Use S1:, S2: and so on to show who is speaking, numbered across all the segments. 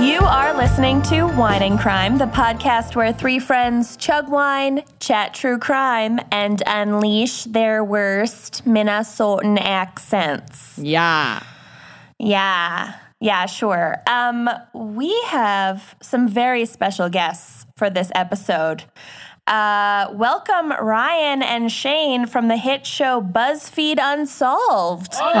S1: You are listening to Wine and Crime, the podcast where three friends chug wine, chat true crime, and unleash their worst Minnesotan accents.
S2: Yeah.
S1: Yeah, yeah, sure. Um, we have some very special guests for this episode. Uh, welcome Ryan and Shane from the hit show BuzzFeed Unsolved.
S3: Oh,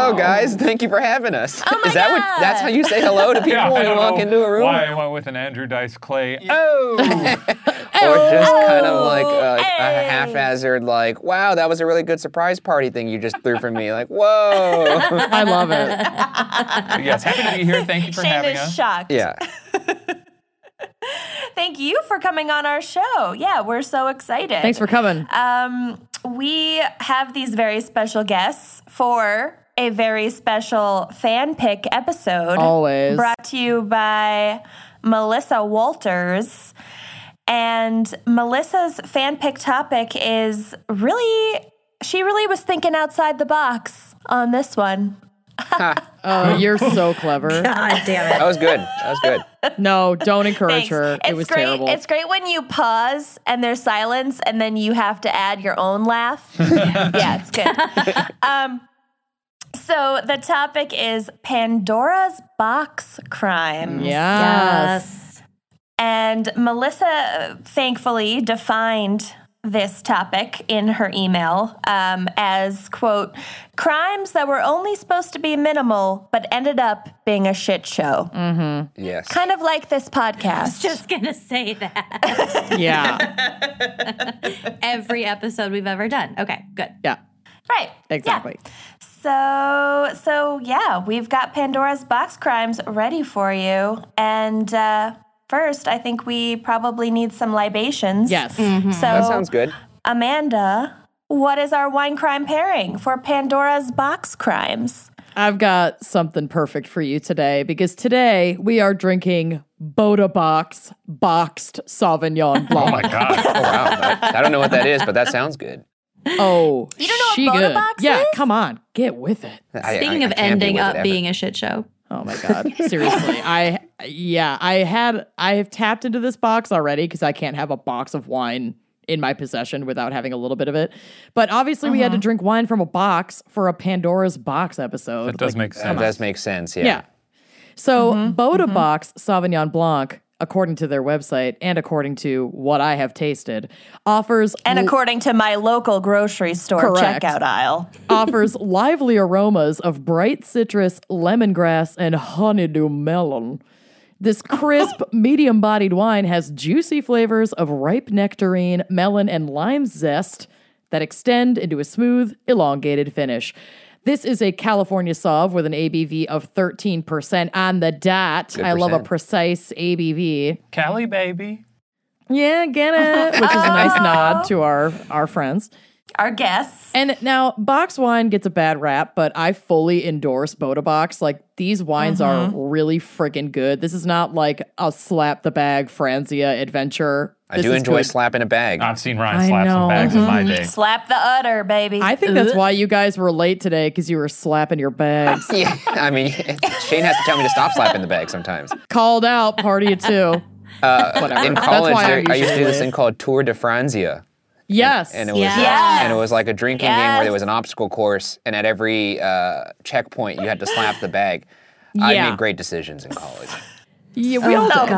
S3: hello guys. Thank you for having us.
S1: Oh my
S3: Is that
S1: God.
S3: what that's how you say hello to people
S4: Yeah, I
S3: when you
S4: don't
S3: walk
S4: know
S3: into a room?
S4: Why I went with an Andrew Dice Clay. Oh,
S3: Or just kind of like
S5: Oh,
S3: a,
S1: Hey.
S3: a haphazard like, wow, that was a really good surprise party thing you just threw for me. Like, whoa.
S2: I love it.
S4: Uh, yes, happy to be here. Thank you for
S1: Shane
S4: having
S1: is
S4: us.
S1: shocked.
S3: yeah.
S1: Thank you for coming on our show. Yeah, we're so excited.
S2: Thanks for coming.
S1: Um, we have these very special guests for a very special fan pick episode.
S2: Always.
S1: Brought to you by Melissa Walters. And Melissa's fan pick topic is really, she really was thinking outside the box on this one.
S2: Oh, you're so clever.
S5: God damn
S3: That was good. That was good.
S2: No, don't
S1: Thanks.
S2: encourage her.
S1: It's
S2: it was
S1: great.
S2: terrible.
S1: It's great when you pause and there's silence, and then you have to add your own laugh. yeah, it's good. um, so the topic is Pandora's box crime.
S2: Mm, yes.
S1: And Melissa, uh, thankfully, defined this topic in her email um, as quote crimes that were only supposed to be minimal but ended up being a shit show
S2: Mm.
S3: Yes.
S1: kind of like this podcast
S5: Just gonna say that
S2: Yeah.
S5: every episode we've ever done. Okay, good.
S2: Yeah.
S1: right Yeah.
S2: Exactly.
S1: So, so yeah, we've got Pandora's box crimes ready for you. And uh, first, I think we probably need some libations.
S2: Yes.
S1: So,
S3: Mm-hmm. That sounds good.
S1: Amanda, what is our wine crime pairing for Pandora's box crimes?
S2: I've got something perfect for you today because today we are drinking Boda Box boxed Sauvignon
S4: Oh
S2: Blanc.
S4: my God.
S3: Oh wow. I, I don't know what that is, but that sounds good.
S2: oh,
S1: You don't know what
S2: she
S1: Boda
S2: good.
S1: Box
S2: yeah,
S1: is?
S2: come on, get with it.
S3: I- I-
S5: Speaking
S3: I
S5: of
S3: can't be
S5: ending
S3: with it
S5: up
S3: ever.
S5: being a shit show,
S2: Oh my god, seriously. I yeah, I had I have tapped into this box already cuz I can't have a box of wine in my possession without having a little bit of it. But obviously we had to drink wine from a box for a Pandora's box episode.
S4: That does
S2: Like,
S4: make
S3: That
S4: sense.
S3: does make sense, yeah.
S2: Yeah. So, Boda Box Sauvignon Blanc, according to their website and according to what I have tasted, offers
S1: And according to my local grocery store
S2: Mm. Correct.
S1: checkout aisle.
S2: offers lively aromas of bright citrus, lemongrass, and honeydew melon. This crisp, medium bodied wine has juicy flavors of ripe nectarine, melon, and lime zest that extend into a smooth, elongated finish. This is a California Sauv with an ABV of 13% on the dot. I love a
S3: percent.
S2: precise ABV.
S4: Cali baby.
S2: Yeah, get it. Which is a nice nod to our, our friends.
S1: Our guests.
S2: And now box wine gets a bad rap, but I fully endorse Boda Box. Like these wines
S3: Mm-hmm.
S2: are really freaking good. This is not like a slap the bag Franzia adventure.
S3: I
S2: This
S3: do
S2: is
S3: enjoy
S2: good. Uh,
S3: slapping a bag.
S4: I've seen Ryan
S2: I
S4: slap
S2: know. Mm-hmm.
S4: some bags in my day.
S1: Slap the udder, baby.
S2: I think that's why you guys were late today because you were slapping your bags.
S3: yeah. I mean, Shane has to tell me to stop slapping the bag sometimes.
S2: Called out, party of two. Whatever.
S3: In
S2: That's
S3: college,
S2: why I'm
S3: there, I used to do
S2: usually
S3: this
S2: late.
S3: thing called Tour de Franzia.
S2: Yes.
S3: and it was
S5: Yes.
S3: like, and it was like a drinking game where
S1: Yes.
S3: there was an obstacle course, and at every uh, checkpoint you had to slap the bag.
S2: Yeah.
S3: I made great decisions in college.
S2: yeah,
S3: Oh.
S2: we all
S1: so
S2: did.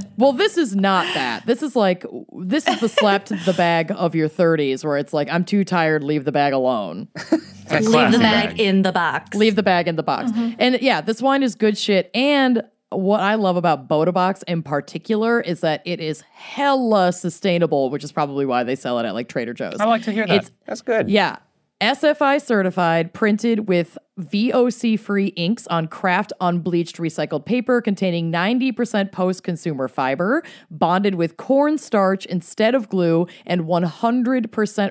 S1: good.
S2: Well, this is not that. This is like this is the slap to the bag of your 30s, where it's like I'm too tired, leave the bag alone.
S4: That's
S5: leave
S4: classy
S5: the bag, in the box.
S2: Leave the bag in the box. And yeah, this wine is good shit. And what I love about Boda Box in particular is that it is hella sustainable, which is probably why they sell it at like Trader Joe's.
S4: I like to hear that.
S2: It's
S3: That's good.
S2: yeah, SFI certified, printed with VOC free inks on craft unbleached recycled paper containing 90% post consumer fiber, bonded with cornstarch instead of glue, and 100%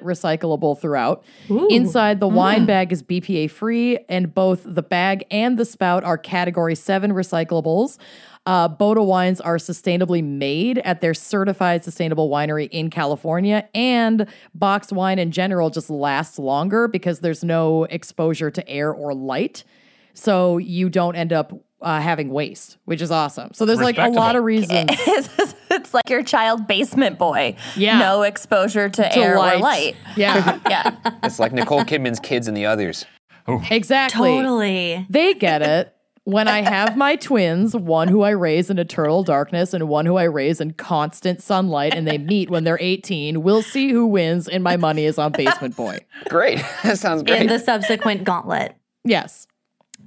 S2: recyclable throughout. Inside, the wine bag is BPA free, and both the bag and the spout are category 7 recyclables. Uh, Boda wines are sustainably made at their certified sustainable winery in California, and boxed wine in general just lasts longer because there's no exposure to air or light. So you don't end up uh, having waste, which is awesome. So there's like a lot of reasons.
S1: it's, it's like your child basement boy.
S2: Yeah.
S1: No exposure to, air or light.
S2: Yeah,
S1: Yeah.
S3: It's like Nicole Kidman's kids and the others.
S2: exactly.
S5: Totally.
S2: They get it. When I have my twins, one who I raise in eternal darkness and one who I raise in constant sunlight, and they meet when they're 18, we'll see who wins, and my money is on Basement Boy.
S3: Great. that sounds
S5: In
S3: great.
S5: the subsequent gauntlet.
S2: Yes.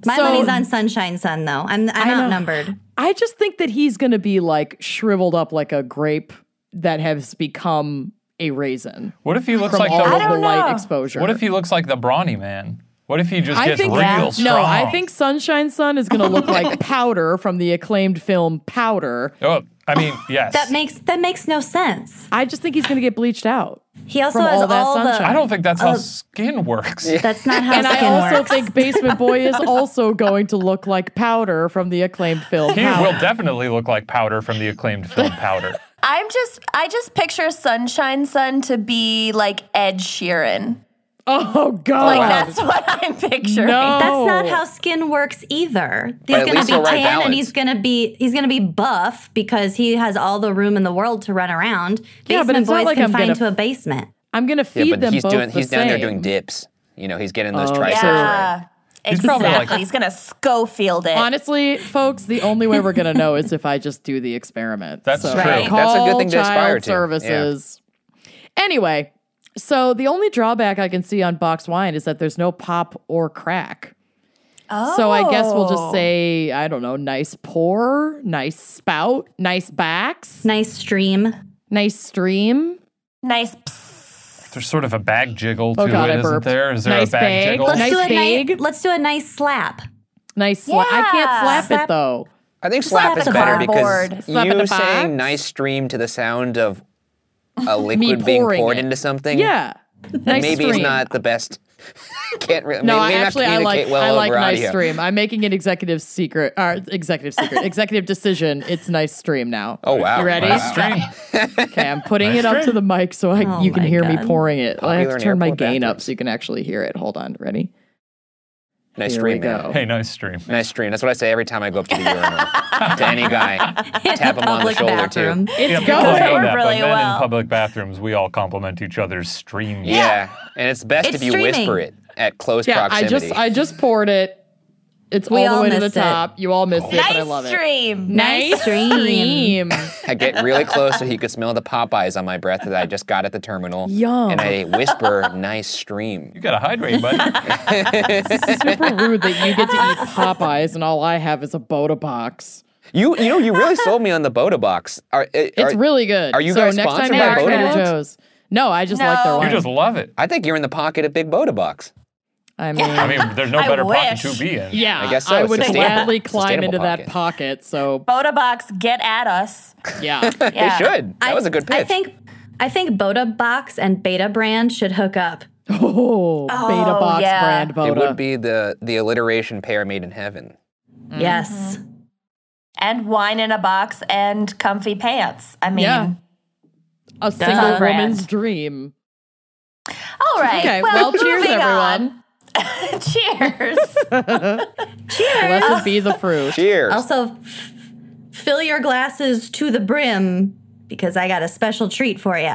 S5: My
S2: So-
S5: money's on Sunshine Sun, though. I'm, I'm
S2: I know.
S5: outnumbered.
S2: I just think that he's going to be like shriveled up like a grape that has become a raisin
S4: What if he looks
S2: from
S4: like
S2: all
S4: the?
S2: of
S1: I
S2: the
S1: don't
S2: light
S1: know.
S2: exposure.
S4: What if he looks like the brawny man? What if he just
S2: I
S4: gets
S2: think
S4: real
S2: no,
S4: strong?
S2: I think Sunshine Sun is going to look like powder from the acclaimed film Powder.
S4: Oh, I mean, yes.
S5: That makes that makes no sense.
S2: I just think he's going to get bleached out.
S5: He also
S2: From
S5: has
S2: all
S5: all,
S2: that
S5: the.
S2: sunshine.
S4: I don't think that's
S2: Uh,
S4: how skin works.
S5: That's not how
S2: And I
S5: skin
S2: also
S5: works.
S2: think Basement Boy is also going to look like powder from the acclaimed film.
S4: He
S2: Powder.
S4: will definitely look like powder from the acclaimed film Powder.
S1: I'm just I just picture Sunshine Sun to be like Ed Sheeran.
S2: Oh
S1: Like
S2: God!
S1: that's what I'm picturing.
S2: no,
S5: That's not how skin works either. He's
S3: at
S5: gonna
S3: least
S5: be
S3: we're
S5: tan
S3: right
S5: and
S3: balanced.
S5: he's gonna be he's gonna be buff because he has all the room in the world to run around.
S2: Yeah, but
S5: Basement
S2: it's not
S5: boys
S2: like I'm
S5: confined
S2: gonna-
S5: to a basement.
S2: I'm going to
S3: yeah,
S2: feed
S3: but
S2: them
S3: he's
S2: both
S3: doing.
S2: the
S3: He's down there
S2: same.
S3: doing dips. You know, he's getting those
S2: Oh,
S3: triceps. right.
S1: Yeah.
S4: He's probably
S1: exactly.
S4: like-
S1: He's gonna Schofield it.
S2: Honestly, folks, the only way we're gonna know is if I just do the experiment.
S4: That's
S2: so
S4: true. Right.
S3: That's a good
S2: call
S3: thing to aspire
S2: child
S3: to. Yeah.
S2: Services. Anyway, so the only drawback I can see on boxed wine is that there's no pop or crack. So I guess we'll just
S1: Oh.
S2: say I don't know, nice pour, nice spout, nice backs,
S5: Nice stream.
S2: nice stream.
S1: Oh. nice. Psst.
S4: There's sort of a bag jiggle to
S2: Oh, God, I
S4: it, isn't
S2: burped.
S4: there? Is there
S2: Nice
S4: a bag
S2: bag.
S4: jiggle?
S5: Let's
S2: Nice
S5: do a nice
S2: big.
S5: let's do a nice slap.
S2: Nice slap. I
S1: Yeah.
S2: can't slap, it
S5: Slap-
S2: though.
S3: I think slap,
S1: Slap
S3: is
S1: at the
S3: better
S1: cardboard.
S3: because
S2: Slap at the
S3: you
S2: box.
S3: saying nice stream to the sound of a liquid being
S2: pouring
S3: poured
S2: it.
S3: into something.
S2: Yeah. Nice
S3: maybe
S2: stream.
S3: it's not the best. Can't really.
S2: No,
S3: may,
S2: I
S3: may
S2: actually
S3: not
S2: I
S3: communicate
S2: like
S3: well
S2: I like
S3: over
S2: nice
S3: audio.
S2: stream. I'm making an executive secret or executive secret executive decision. It's nice stream now.
S3: Oh wow!
S2: You ready?
S4: Nice stream.
S2: Okay, I'm putting it up to the mic so I,
S5: Oh
S2: you can
S5: my
S2: hear me
S5: God.
S2: pouring it. I
S3: Popular
S2: have to
S3: Oh, in
S2: turn my
S3: airport
S2: gain up
S3: bathrooms.
S2: so you can actually hear it. Hold on, ready?
S3: Nice
S2: Here we
S3: stream. man.
S2: go.
S4: Hey, nice stream.
S3: Nice stream. That's what I say every time I go up to the urinal to any guy. Tap him on the
S5: Public
S3: shoulder
S5: bathroom.
S3: too.
S2: It's
S4: yeah, people
S1: going.
S4: know
S1: Worked
S4: that, but
S1: really
S4: men
S1: well.
S4: in public bathrooms, we all compliment each other's stream.
S3: Yeah. and it's best
S5: It's
S3: if you whisper it
S5: streaming.
S3: at close
S2: Yeah, I
S3: proximity.
S2: just I just poured it. It's
S5: We
S2: all
S5: all
S2: the way to the
S5: missed it.
S2: top. You all missed it, but I
S1: Nice
S2: love it.
S1: stream.
S5: Nice stream.
S2: stream.
S3: I get really close so he could smell the Popeyes on my breath that I just got at the terminal.
S2: Yum.
S3: And I whisper, nice stream.
S4: You gotta hydrate, buddy.
S2: Super rude that you get to eat Popeyes and all I have is a Boda box.
S3: You you know, you really sold me on the Boda box. Are, eh,
S2: It's
S3: are-
S2: really good.
S3: are you
S2: so
S3: guys
S2: next time
S3: sponsored
S2: you're
S5: by
S2: at
S5: Boda
S2: Trader
S3: Box?
S2: Joe's? No, I just like their
S1: No.
S2: wine.
S4: you just love it.
S3: I think you're in the pocket of Big Boda box.
S2: I mean,
S4: I mean, there's no
S1: I
S4: better pocket
S1: wish.
S4: to be in.
S2: yeah,
S3: I guess so.
S2: I
S3: It's
S2: would
S3: sustainable.
S2: gladly climb
S3: Sustainable
S2: into that
S3: pocket.
S2: pocket. So
S1: Boda box, get at us.
S2: yeah,
S1: Yeah.
S3: They should. That
S5: I-
S3: was a good pitch.
S5: I think I think Boda Box and Beta Brand should hook up.
S2: Oh, beta
S1: Oh,
S2: box
S1: yeah.
S2: brand Boda.
S3: it would be the the alliteration pair made in heaven. Mm-hmm.
S5: Yes.
S1: And wine in a box and comfy pants. I mean,
S2: Yeah. a single
S1: on brand.
S2: woman's dream.
S1: all right.
S2: Okay, well,
S1: well,
S2: cheers,
S1: moving
S2: everyone.
S1: on. cheers.
S2: Blessed be the fruit.
S3: Cheers.
S5: Also, f- fill your glasses to the brim because I got a special treat for you.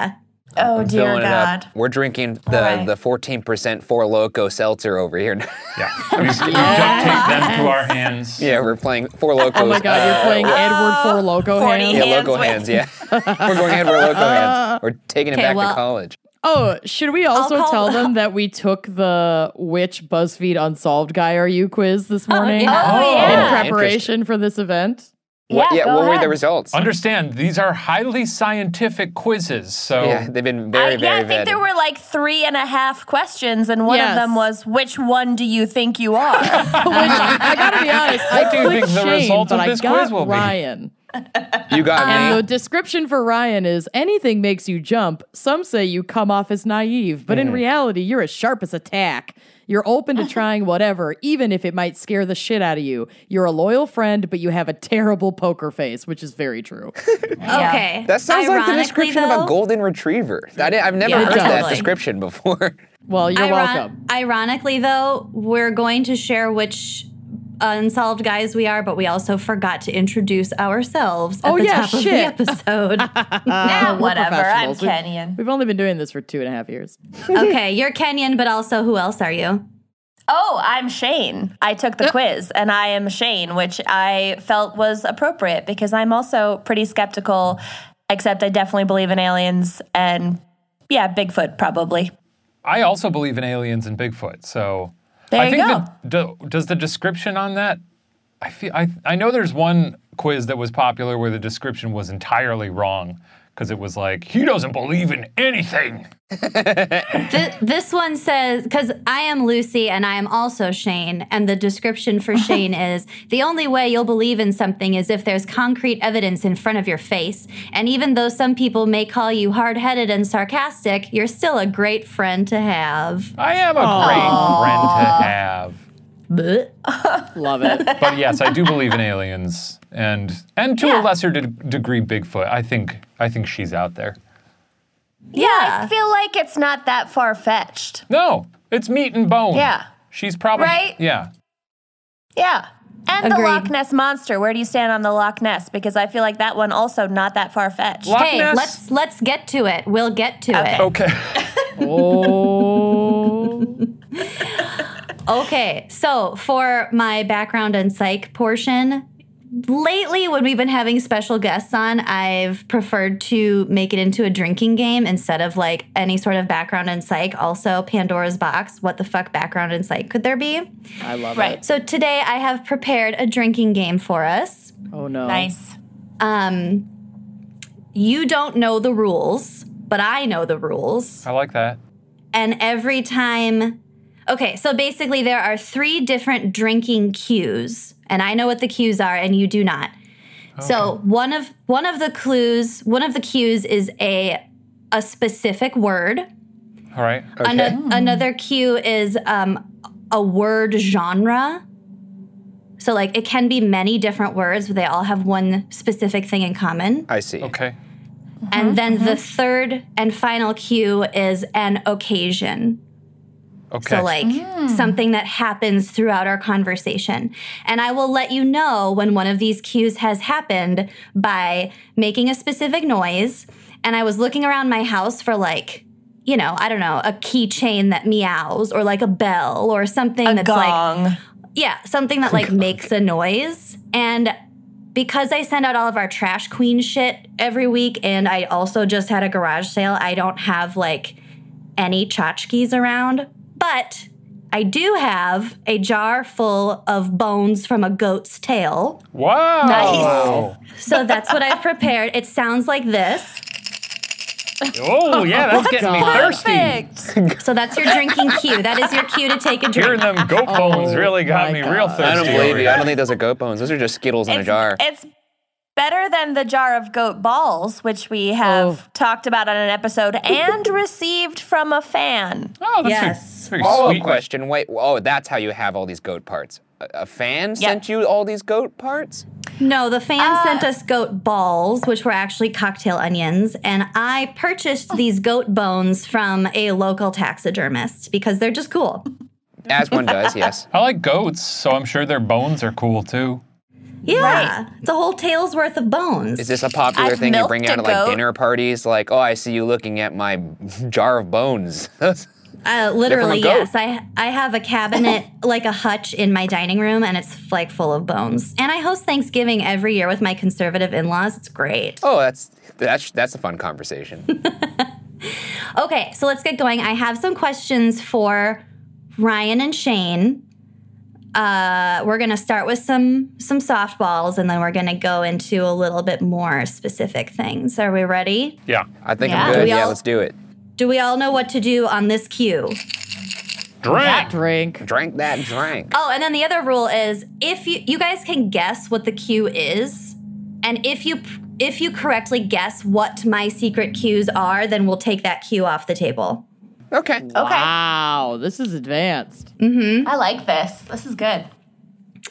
S1: Oh dear
S3: filling it up.
S1: God.
S3: We're drinking the
S1: right.
S3: the 14% Four Loco seltzer over here.
S4: Yeah. We, we duct tape them to our hands.
S3: yeah, we're playing Four Locos. uh,
S2: Oh my god, you're playing Edward for Loco
S1: 40.
S2: Hand.
S3: Yeah,
S1: Hands
S3: local
S1: with-
S3: hands. Yeah, we're going ahead for local hands. We're taking it
S5: Okay,
S3: back
S5: well-
S3: to college.
S2: Oh, should we also
S5: call-
S2: tell them that we took the which BuzzFeed Unsolved guy are you quiz this morning
S5: Uh, yeah.
S1: Oh,
S2: in
S1: yeah.
S2: preparation for this event?
S3: What,
S1: Yeah,
S3: yeah
S1: go
S3: what were
S1: ahead.
S3: the results?
S4: Understand, these are highly scientific quizzes, so
S3: yeah, they've been very,
S1: I,
S3: very
S1: yeah, I think
S3: vetted.
S1: there were like three and a half questions, and one
S2: Yes.
S1: of them was, "Which one do you think you are?"
S2: Which, I gotta be honest, I
S4: What do you
S2: clicked
S4: think the
S2: Shane,
S4: result
S2: but
S4: of
S2: I
S4: this
S2: got
S4: quiz will be?
S2: Ryan.
S3: you got
S2: And
S3: me.
S1: um,
S2: the description for Ryan is anything makes you jump. Some say you come off as naive, but
S4: Mm.
S2: in reality, you're as sharp as a tack. You're open to trying whatever, even if it might scare the shit out of you. You're a loyal friend, but you have a terrible poker face, which is very true.
S5: Okay.
S3: That sounds like the
S5: Ironically,
S3: description of
S5: though-
S3: a golden retriever. I didn't, I've never
S5: Yeah,
S3: heard that
S5: totally.
S3: description before.
S2: Well, you're
S5: Iron-
S2: welcome.
S5: Ironically, though, we're going to share which unsolved guys we are, but we also forgot to introduce ourselves at
S2: Oh,
S5: the
S2: yeah,
S5: top
S2: shit.
S5: of the episode.
S1: nah,
S2: We're
S1: whatever. I'm
S2: professionals. We've-
S1: Kenyan.
S2: We've only been doing this for two and a half years.
S5: okay, you're Kenyan, but also who else are you?
S1: Oh, I'm Shane. I took the quiz and I am Shane, which I felt was appropriate because I'm also pretty skeptical, except I definitely believe in aliens and yeah, Bigfoot probably.
S4: I also believe in aliens and Bigfoot. So
S1: There
S4: I
S1: you
S4: think
S1: go.
S4: that- do- does the description on that? I feel I I know there's one quiz that was popular where the description was entirely wrong because it was like he doesn't believe in anything.
S5: Th- this one says, because I am Lucy and I am also Shane, and the description for Shane is the only way you'll believe in something is if there's concrete evidence in front of your face. And even though some people may call you hard headed and sarcastic, you're still a great friend to have.
S4: I am a great friend to have.
S2: Love it.
S4: But yes, I do believe in aliens and and to a lesser de- degree Bigfoot. I think I think she's out there.
S1: Yeah, I feel like it's not that far fetched.
S4: No, it's meat and bone.
S1: Yeah.
S4: She's probably
S1: Right?
S4: Yeah.
S1: Yeah. And the
S5: Agreed.
S1: Loch Ness monster. Where do you stand on the Loch Ness? Because I feel like that one also not that far fetched.
S4: Loch
S5: Hey,
S4: Ness?
S5: let's let's get to it. We'll get to it.
S4: Okay.
S2: Oh.
S5: Okay, so for my background and psych portion, lately when we've been having special guests on, I've preferred to make it into a drinking game instead of like any sort of background and psych. Also, Pandora's box. What the fuck background and psych could there be?
S2: I love
S1: Right.
S2: it.
S5: So today I have prepared a drinking game for us.
S2: Oh, no.
S1: Nice.
S5: Um, you don't know the rules, but I know the rules.
S4: I like that.
S5: and every time okay so basically there are three different drinking cues and i know what the cues are and you do not so one of one of the clues one of the cues is a a specific word
S4: All right.
S5: Ano- another cue is um, a word genre so like it can be many different words but they all have one specific thing in common
S3: I see.
S4: Okay.
S5: and then the third and final cue is an occasion
S4: Okay.
S5: So, like something that happens throughout our conversation. And I will let you know when one of these cues has happened by making a specific noise. And I was looking around my house for, like, you know, I don't know, a keychain that meows or like a bell or something
S1: A
S5: that's like,
S1: gong.
S5: yeah, something that like makes a noise. And because I send out all of our trash queen shit every week, and I also just had a garage sale, I don't have like any tchotchkes around, but I do have a jar full of bones from a goat's tail.
S4: wow. Nice.
S5: So that's what I've prepared. It sounds like this.
S4: Oh yeah, that's getting me thirsty.
S1: Perfect.
S5: So that's your drinking cue. That is your cue to take a
S4: Hearing
S5: drink.
S4: them goat bones really got me
S2: my
S4: real
S2: God.
S4: thirsty.
S3: I don't
S4: over
S3: believe you. I
S4: here.
S3: don't think those are goat bones. Those are just Skittles in a
S1: It's,
S3: jar.
S1: it's better than the jar of goat balls, which we have
S5: Oh.
S1: talked about on an episode and received from a fan.
S4: Oh, that's
S5: Yes.
S4: a very
S3: Follow up
S4: sweet question.
S3: question. Wait. Oh, that's how you have all these goat parts. A, a fan sent you all these goat parts?
S5: No, the fan sent us goat balls, which were actually cocktail onions, and I purchased these goat bones from a local taxidermist because they're just cool.
S3: As one does, yes.
S4: I like goats, so I'm sure their bones are cool too.
S5: Yeah, it's a whole tail's worth of bones.
S3: Is this a popular
S1: I've
S3: thing you
S1: milked
S3: bring
S1: a
S3: out at like
S1: goat.
S3: dinner parties? Like, oh, I see you looking at my jar of bones.
S5: Uh, literally,
S3: goat.
S5: yes. I I have a cabinet, like a hutch, in my dining room, and it's like full of bones. And I host Thanksgiving every year with my conservative in-laws. It's great.
S3: oh, that's that's that's a fun conversation.
S5: Okay, so let's get going. I have some questions for Ryan and Shane. uh, we're gonna start with some some softballs, and then we're gonna go into a little bit more specific things. Are we ready?
S4: Yeah.
S3: I think
S5: Yeah.
S3: I'm good.
S5: We
S3: Yeah,
S5: all-
S3: let's do it.
S5: Do we all know what to do on this cue?
S4: Drink.
S2: Drink.
S3: Drink that drink.
S5: Oh, and then the other rule is if you you guys can guess what the cue is, and if you if you correctly guess what my secret cues are, then we'll take that cue off the table.
S3: Okay.
S1: Oh. Okay.
S2: Wow, this is advanced.
S1: I like this. This is good.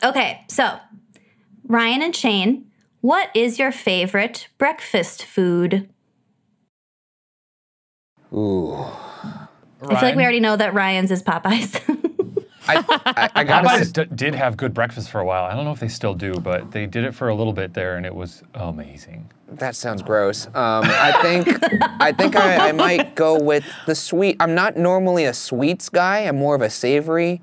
S5: Okay, so Ryan and Shane, what is your favorite breakfast food?
S3: Ooh.
S5: I feel like
S4: Ryan?
S5: we already know that Ryan's is Popeyes.
S3: I, I, I gotta
S4: Popeyes
S3: say,
S4: d- did have good breakfast for a while. I don't know if they still do, but they did it for a little bit there, and it was amazing.
S3: that sounds gross. Um, I think I think I, I might go with the sweet. I'm not normally a sweets guy. I'm more of a savory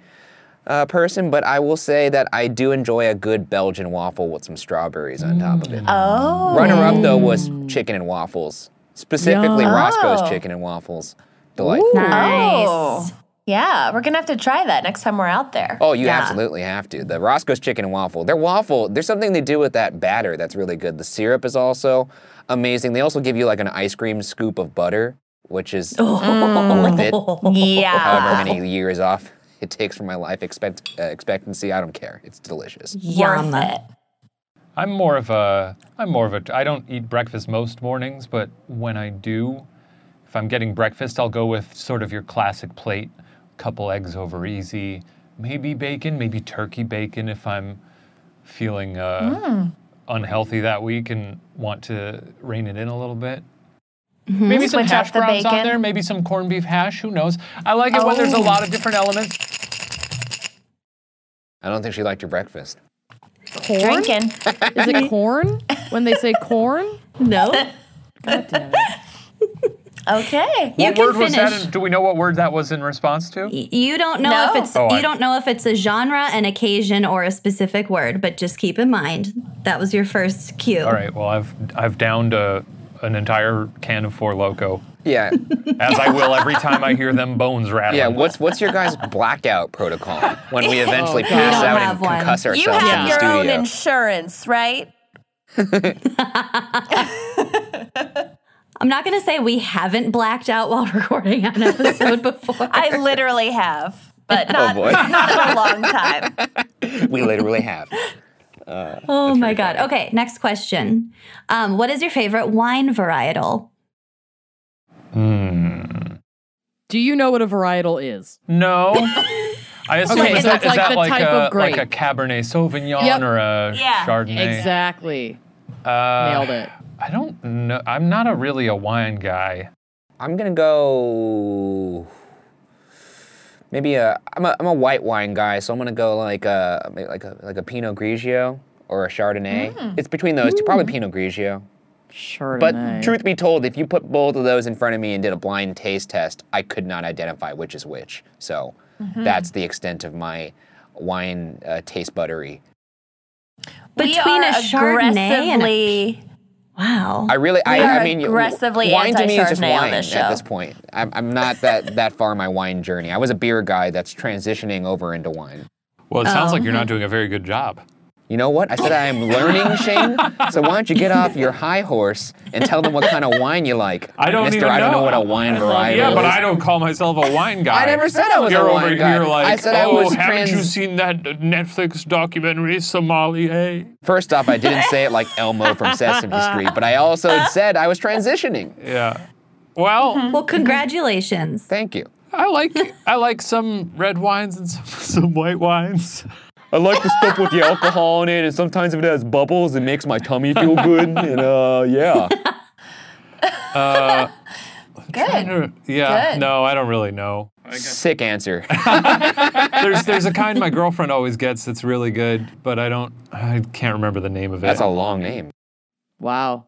S3: uh, person, but I will say that I do enjoy a good Belgian waffle with some strawberries on top of it.
S1: Oh.
S3: Runner up though was chicken and waffles, specifically
S2: Yum.
S3: Roscoe's
S1: Oh.
S3: chicken and waffles. Delightful.
S5: nice.
S1: Oh. Yeah, we're gonna have to try that next time we're out there.
S3: Oh, you absolutely have to. The Roscoe's chicken and waffle. Their waffle, there's something they do with that batter that's really good. The syrup is also amazing. They also give you like an ice cream scoop of butter, which is worth it. However
S1: Yeah.
S3: many years off it takes for my life expect, uh, expectancy, I don't care. It's delicious.
S1: Worth it.
S4: I'm more of a I'm more of a I don't eat breakfast most mornings, but when I do, if I'm getting breakfast, I'll go with sort of your classic plate, couple eggs over easy, maybe bacon, maybe turkey bacon if I'm feeling uh,
S1: Hmm.
S4: unhealthy that week and want to rein it in a little bit. Maybe some
S1: Mm-hmm. Switch up
S4: hash
S1: the
S4: browns on
S1: bacon. Oh.
S4: there, maybe some corned beef hash, who knows? I like it when there's a lot of different elements.
S3: I don't think she liked your breakfast.
S1: Drinking.
S2: Is it corn? When they say corn?
S5: No.
S2: God damn it.
S1: Okay.
S5: You
S4: what
S5: can
S4: word was that?
S5: finish.
S4: In, do we know what word that was in response to?
S5: You don't know
S1: No.
S5: if it's
S4: Oh, I-
S5: you don't know if it's a genre, an occasion, or a specific word, but just keep in mind that was your first cue.
S4: All right. Well, I've I've downed a, an entire can of Four Loco,
S3: Yeah.
S4: as I will every time I hear them bones rattling.
S3: Yeah, what's what's your guys' blackout protocol when we eventually
S2: God.
S3: pass
S5: We don't
S3: out and
S5: have one.
S3: concuss ourselves
S1: You
S3: in
S1: have
S3: the
S1: your
S3: studio?
S1: own insurance, right?
S5: I'm not gonna say we haven't blacked out while recording an episode before.
S1: I literally have,
S4: Oh,
S1: but not,
S3: boy.
S1: not in a long time.
S3: we literally have.
S5: oh my god. Okay, next question. Um, what is your favorite wine varietal?
S2: Do you know what a varietal is?
S4: No. I assume
S2: Okay,
S4: is
S2: so
S4: that,
S2: it's
S4: is
S2: like
S4: that
S2: the
S4: like
S2: type
S4: a
S2: of grape.
S4: like a Cabernet Sauvignon
S2: Yep.
S4: or a
S1: Yeah.
S4: Chardonnay?
S2: Exactly.
S4: Uh,
S2: Nailed it.
S4: I don't know. I'm not a really a wine guy.
S3: I'm gonna go maybe a I'm a I'm a white wine guy, so I'm gonna go like a maybe like a like a Pinot Grigio or a Chardonnay. It's between those two, probably Pinot Grigio.
S2: Chardonnay.
S3: But truth be told, if you put both of those in front of me and did a blind taste test, I could not identify which is which. So that's the extent of my wine uh, taste buttery.
S5: Between
S1: we
S5: a
S1: are
S5: Chardonnay and a-
S1: aggressively
S5: Wow.
S3: I really, I,
S1: We
S3: I
S1: are
S3: mean, you-
S1: aggressively
S3: wine to me is just
S1: anti-Chardonnay on
S3: wine
S1: this
S3: at
S1: show.
S3: this point. I'm, I'm not that that far in my wine journey. I was a beer guy that's transitioning over into wine.
S4: Well, it sounds like you're
S3: Um.
S4: not doing a very good job.
S3: You know what? I said I am learning, Shane. So why don't you get off your high horse and tell them what kind of wine you like?
S4: I don't
S3: Mister,
S4: even
S3: I don't know
S4: know.
S3: what a wine variety
S4: yeah,
S3: is.
S4: but I don't call myself a wine guy.
S3: I never said I was a
S4: You're over
S3: wine guy.
S4: here like,
S3: I said I
S4: oh,
S3: was
S4: haven't you
S3: trans-
S4: seen that Netflix documentary Somalia?
S3: First off, I didn't say it like Elmo from Sesame Street, but I also said I was transitioning.
S4: Yeah. Well,
S5: well, congratulations.
S3: Thank you.
S4: I like I like some red wines and some, some white wines.
S3: I like the stuff with the alcohol in it, and sometimes if it has bubbles, it makes my tummy feel good. And uh, yeah.
S1: good.
S4: Yeah.
S1: Good.
S4: No, I don't really know.
S3: Sick answer.
S4: There's there's a kind my girlfriend always gets that's really good, but I don't I can't remember the name of it.
S3: That's a long name.
S2: wow.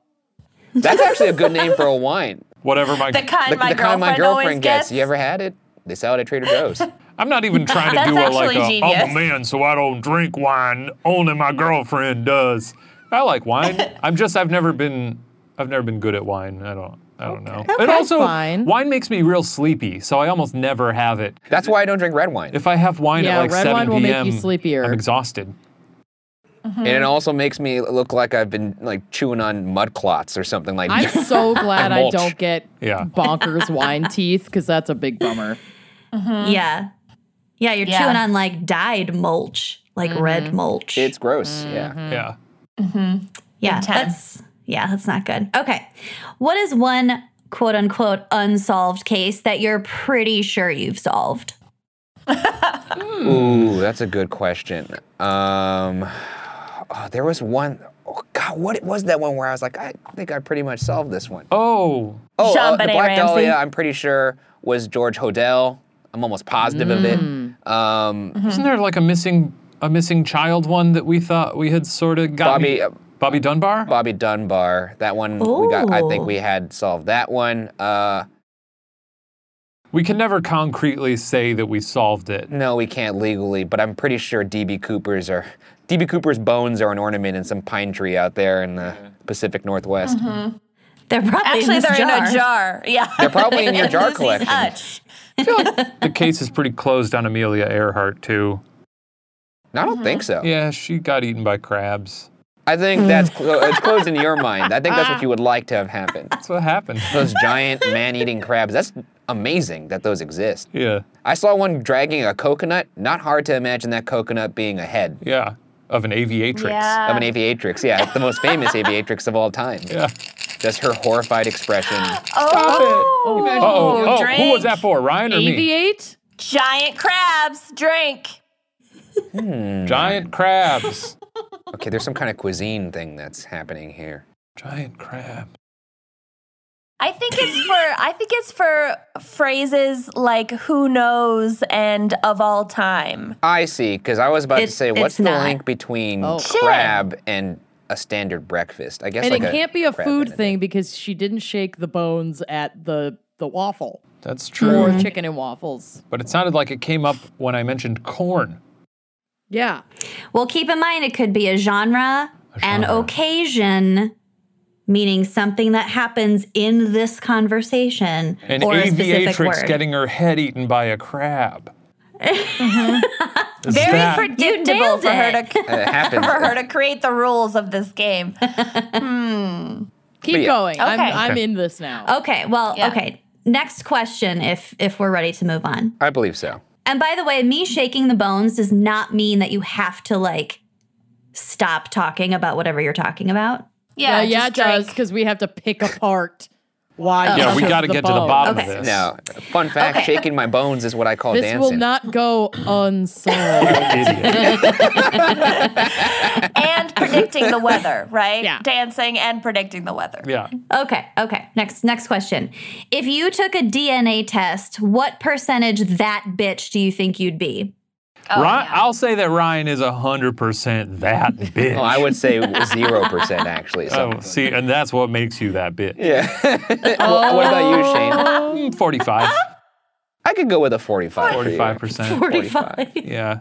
S3: That's actually a good name for a wine.
S4: Whatever my
S1: The kind
S3: The,
S1: my
S3: the
S1: girlfriend,
S3: kind my
S1: always
S3: girlfriend
S1: gets.
S3: gets. You ever had it? They sell it at Trader Joe's.
S4: I'm not even trying to
S1: That's
S4: do a like a
S1: actually
S4: I'm a
S1: genius.
S4: man so I don't drink wine, only my girlfriend does. I like wine. I'm just I've never been I've never been good at wine. I don't I don't know. and
S2: Okay,
S4: also,
S2: fine.
S4: wine makes me real sleepy, so I almost never have it.
S3: That's why I don't drink red wine.
S4: If I have wine
S2: Yeah,
S4: at like
S2: red
S4: 7
S2: wine will
S4: p.m.,
S2: make you sleepier.
S4: I'm exhausted.
S3: And it also makes me look like I've been like chewing on mud clots or something like
S2: I'm
S3: that.
S2: so glad I
S4: Mulch.
S2: don't get
S4: Yeah.
S2: bonkers wine teeth because that's a big bummer.
S5: Hmm. Yeah. Yeah, you're
S1: Yeah. Mm-hmm.
S5: chewing on like dyed mulch, like red mulch.
S3: It's gross. Yeah.
S2: Mm.
S4: Yeah.
S5: yeah,
S1: intense.
S5: that's yeah, that's not good. Okay. What is one quote unquote unsolved case that you're pretty sure you've solved?
S3: Ooh, that's a good question. Um, oh, there was one oh God, what was that one where I was like, I think I pretty much solved this one.
S4: Oh,
S3: Oh,
S1: Jean
S3: uh, the
S1: Benet
S3: Black
S1: Ramsey.
S3: Dahlia, I'm pretty sure, was George Hodel. I'm almost positive of it. Um,
S4: isn't there like a missing a missing child one that we thought we had sort of got?
S3: Bobby-
S4: Bobby Dunbar?
S3: Bobby Dunbar, that one we got. I think
S5: Ooh.
S3: we had solved that one. Uh,
S4: We can never concretely say that we solved it.
S3: no, we can't legally, but I'm pretty sure DB Cooper's are DB Cooper's bones are an ornament in some pine tree out there in the Pacific Northwest.
S5: They're probably in
S1: Actually,
S5: this
S1: they're
S5: jar.
S1: in a jar. Yeah.
S3: They're probably in your jar
S1: Lucy's
S3: collection.
S1: hutch.
S4: The case is pretty closed on Amelia Earhart, too.
S3: No, I don't think so.
S4: Yeah, she got eaten by crabs.
S3: I think that's clo- it's closed in your mind. I think that's what you would like to have happen.
S4: That's what happened.
S3: Those giant man-eating crabs. That's amazing that those exist.
S4: yeah.
S3: I saw one dragging a coconut. Not hard to imagine that coconut being a head
S4: Yeah. Of an aviatrix.
S1: Yeah.
S3: of an aviatrix. Yeah, it's the most famous aviatrix of all time.
S4: Yeah.
S3: Just her horrified expression.
S1: Oh,
S4: Uh-oh. Oh, who was
S1: drink.
S4: that for? Ryan or me?
S2: Aviate?
S1: giant crabs. Drink.
S4: Giant crabs.
S3: Okay, there's some kind of cuisine thing that's happening here.
S4: Giant crab.
S1: I think it's for I think it's for phrases like who knows and of all time.
S3: I see, because I was about to
S5: It's-
S3: say, what's
S5: it's
S3: the
S5: not.
S3: link between
S2: Oh. Shit.
S3: crab and a standard breakfast? I guess
S2: And
S3: like
S2: it can't be a
S3: crab and
S2: food thing because she didn't shake the bones at the the waffle
S4: That's true.
S5: Hmm.
S2: or chicken and waffles.
S4: But it sounded like it came up when I mentioned corn.
S2: Yeah.
S5: Well, keep in mind it could be a genre, an
S4: genre.
S5: occasion, meaning something that happens in this conversation,
S4: An
S5: or a specific
S4: aviatrix
S5: word.
S4: getting her head eaten by a crab.
S5: Mm-hmm.
S4: Is
S1: Very
S4: that-
S1: predictable
S5: nailed
S1: for her
S5: it.
S1: to
S3: It happens.
S1: for her to create the rules of this game.
S2: Keep
S3: yeah. Oh,
S2: going. I'm,
S1: Okay.
S2: I'm in this now.
S5: okay, well,
S1: Yeah.
S5: okay. Next question, if if we're ready to move on.
S3: I believe so.
S5: And by the way, me shaking the bones does not mean that you have to like stop talking about whatever you're talking about.
S2: yeah, Uh, yeah,
S1: just
S2: it
S1: drink.
S2: does because we have to pick apart why.
S4: Yeah, we
S2: because
S4: got to
S2: the
S4: get to the
S2: bones.
S4: bottom
S5: Okay.
S4: of this.
S3: Now, fun fact:
S5: Okay.
S3: shaking my bones is what I call
S2: This
S3: dancing.
S2: will not go unsolved.
S1: and predicting the weather, right?
S2: Yeah.
S1: Dancing and predicting the weather.
S4: Yeah.
S5: Okay, okay. Next next question. If you took a DNA test, what percentage that bitch do you think you'd be? Oh,
S4: Ry- I'll say that Ryan is 100% that bitch.
S3: Oh, I would say zero percent actually. So.
S4: Oh, see, and that's what makes you that bitch.
S3: Yeah. Wha- what about you,
S2: Oh.
S3: Shane?
S4: Mm, 45.
S3: I could go with a 45. for you.
S4: 45%.
S5: 45.
S4: Yeah.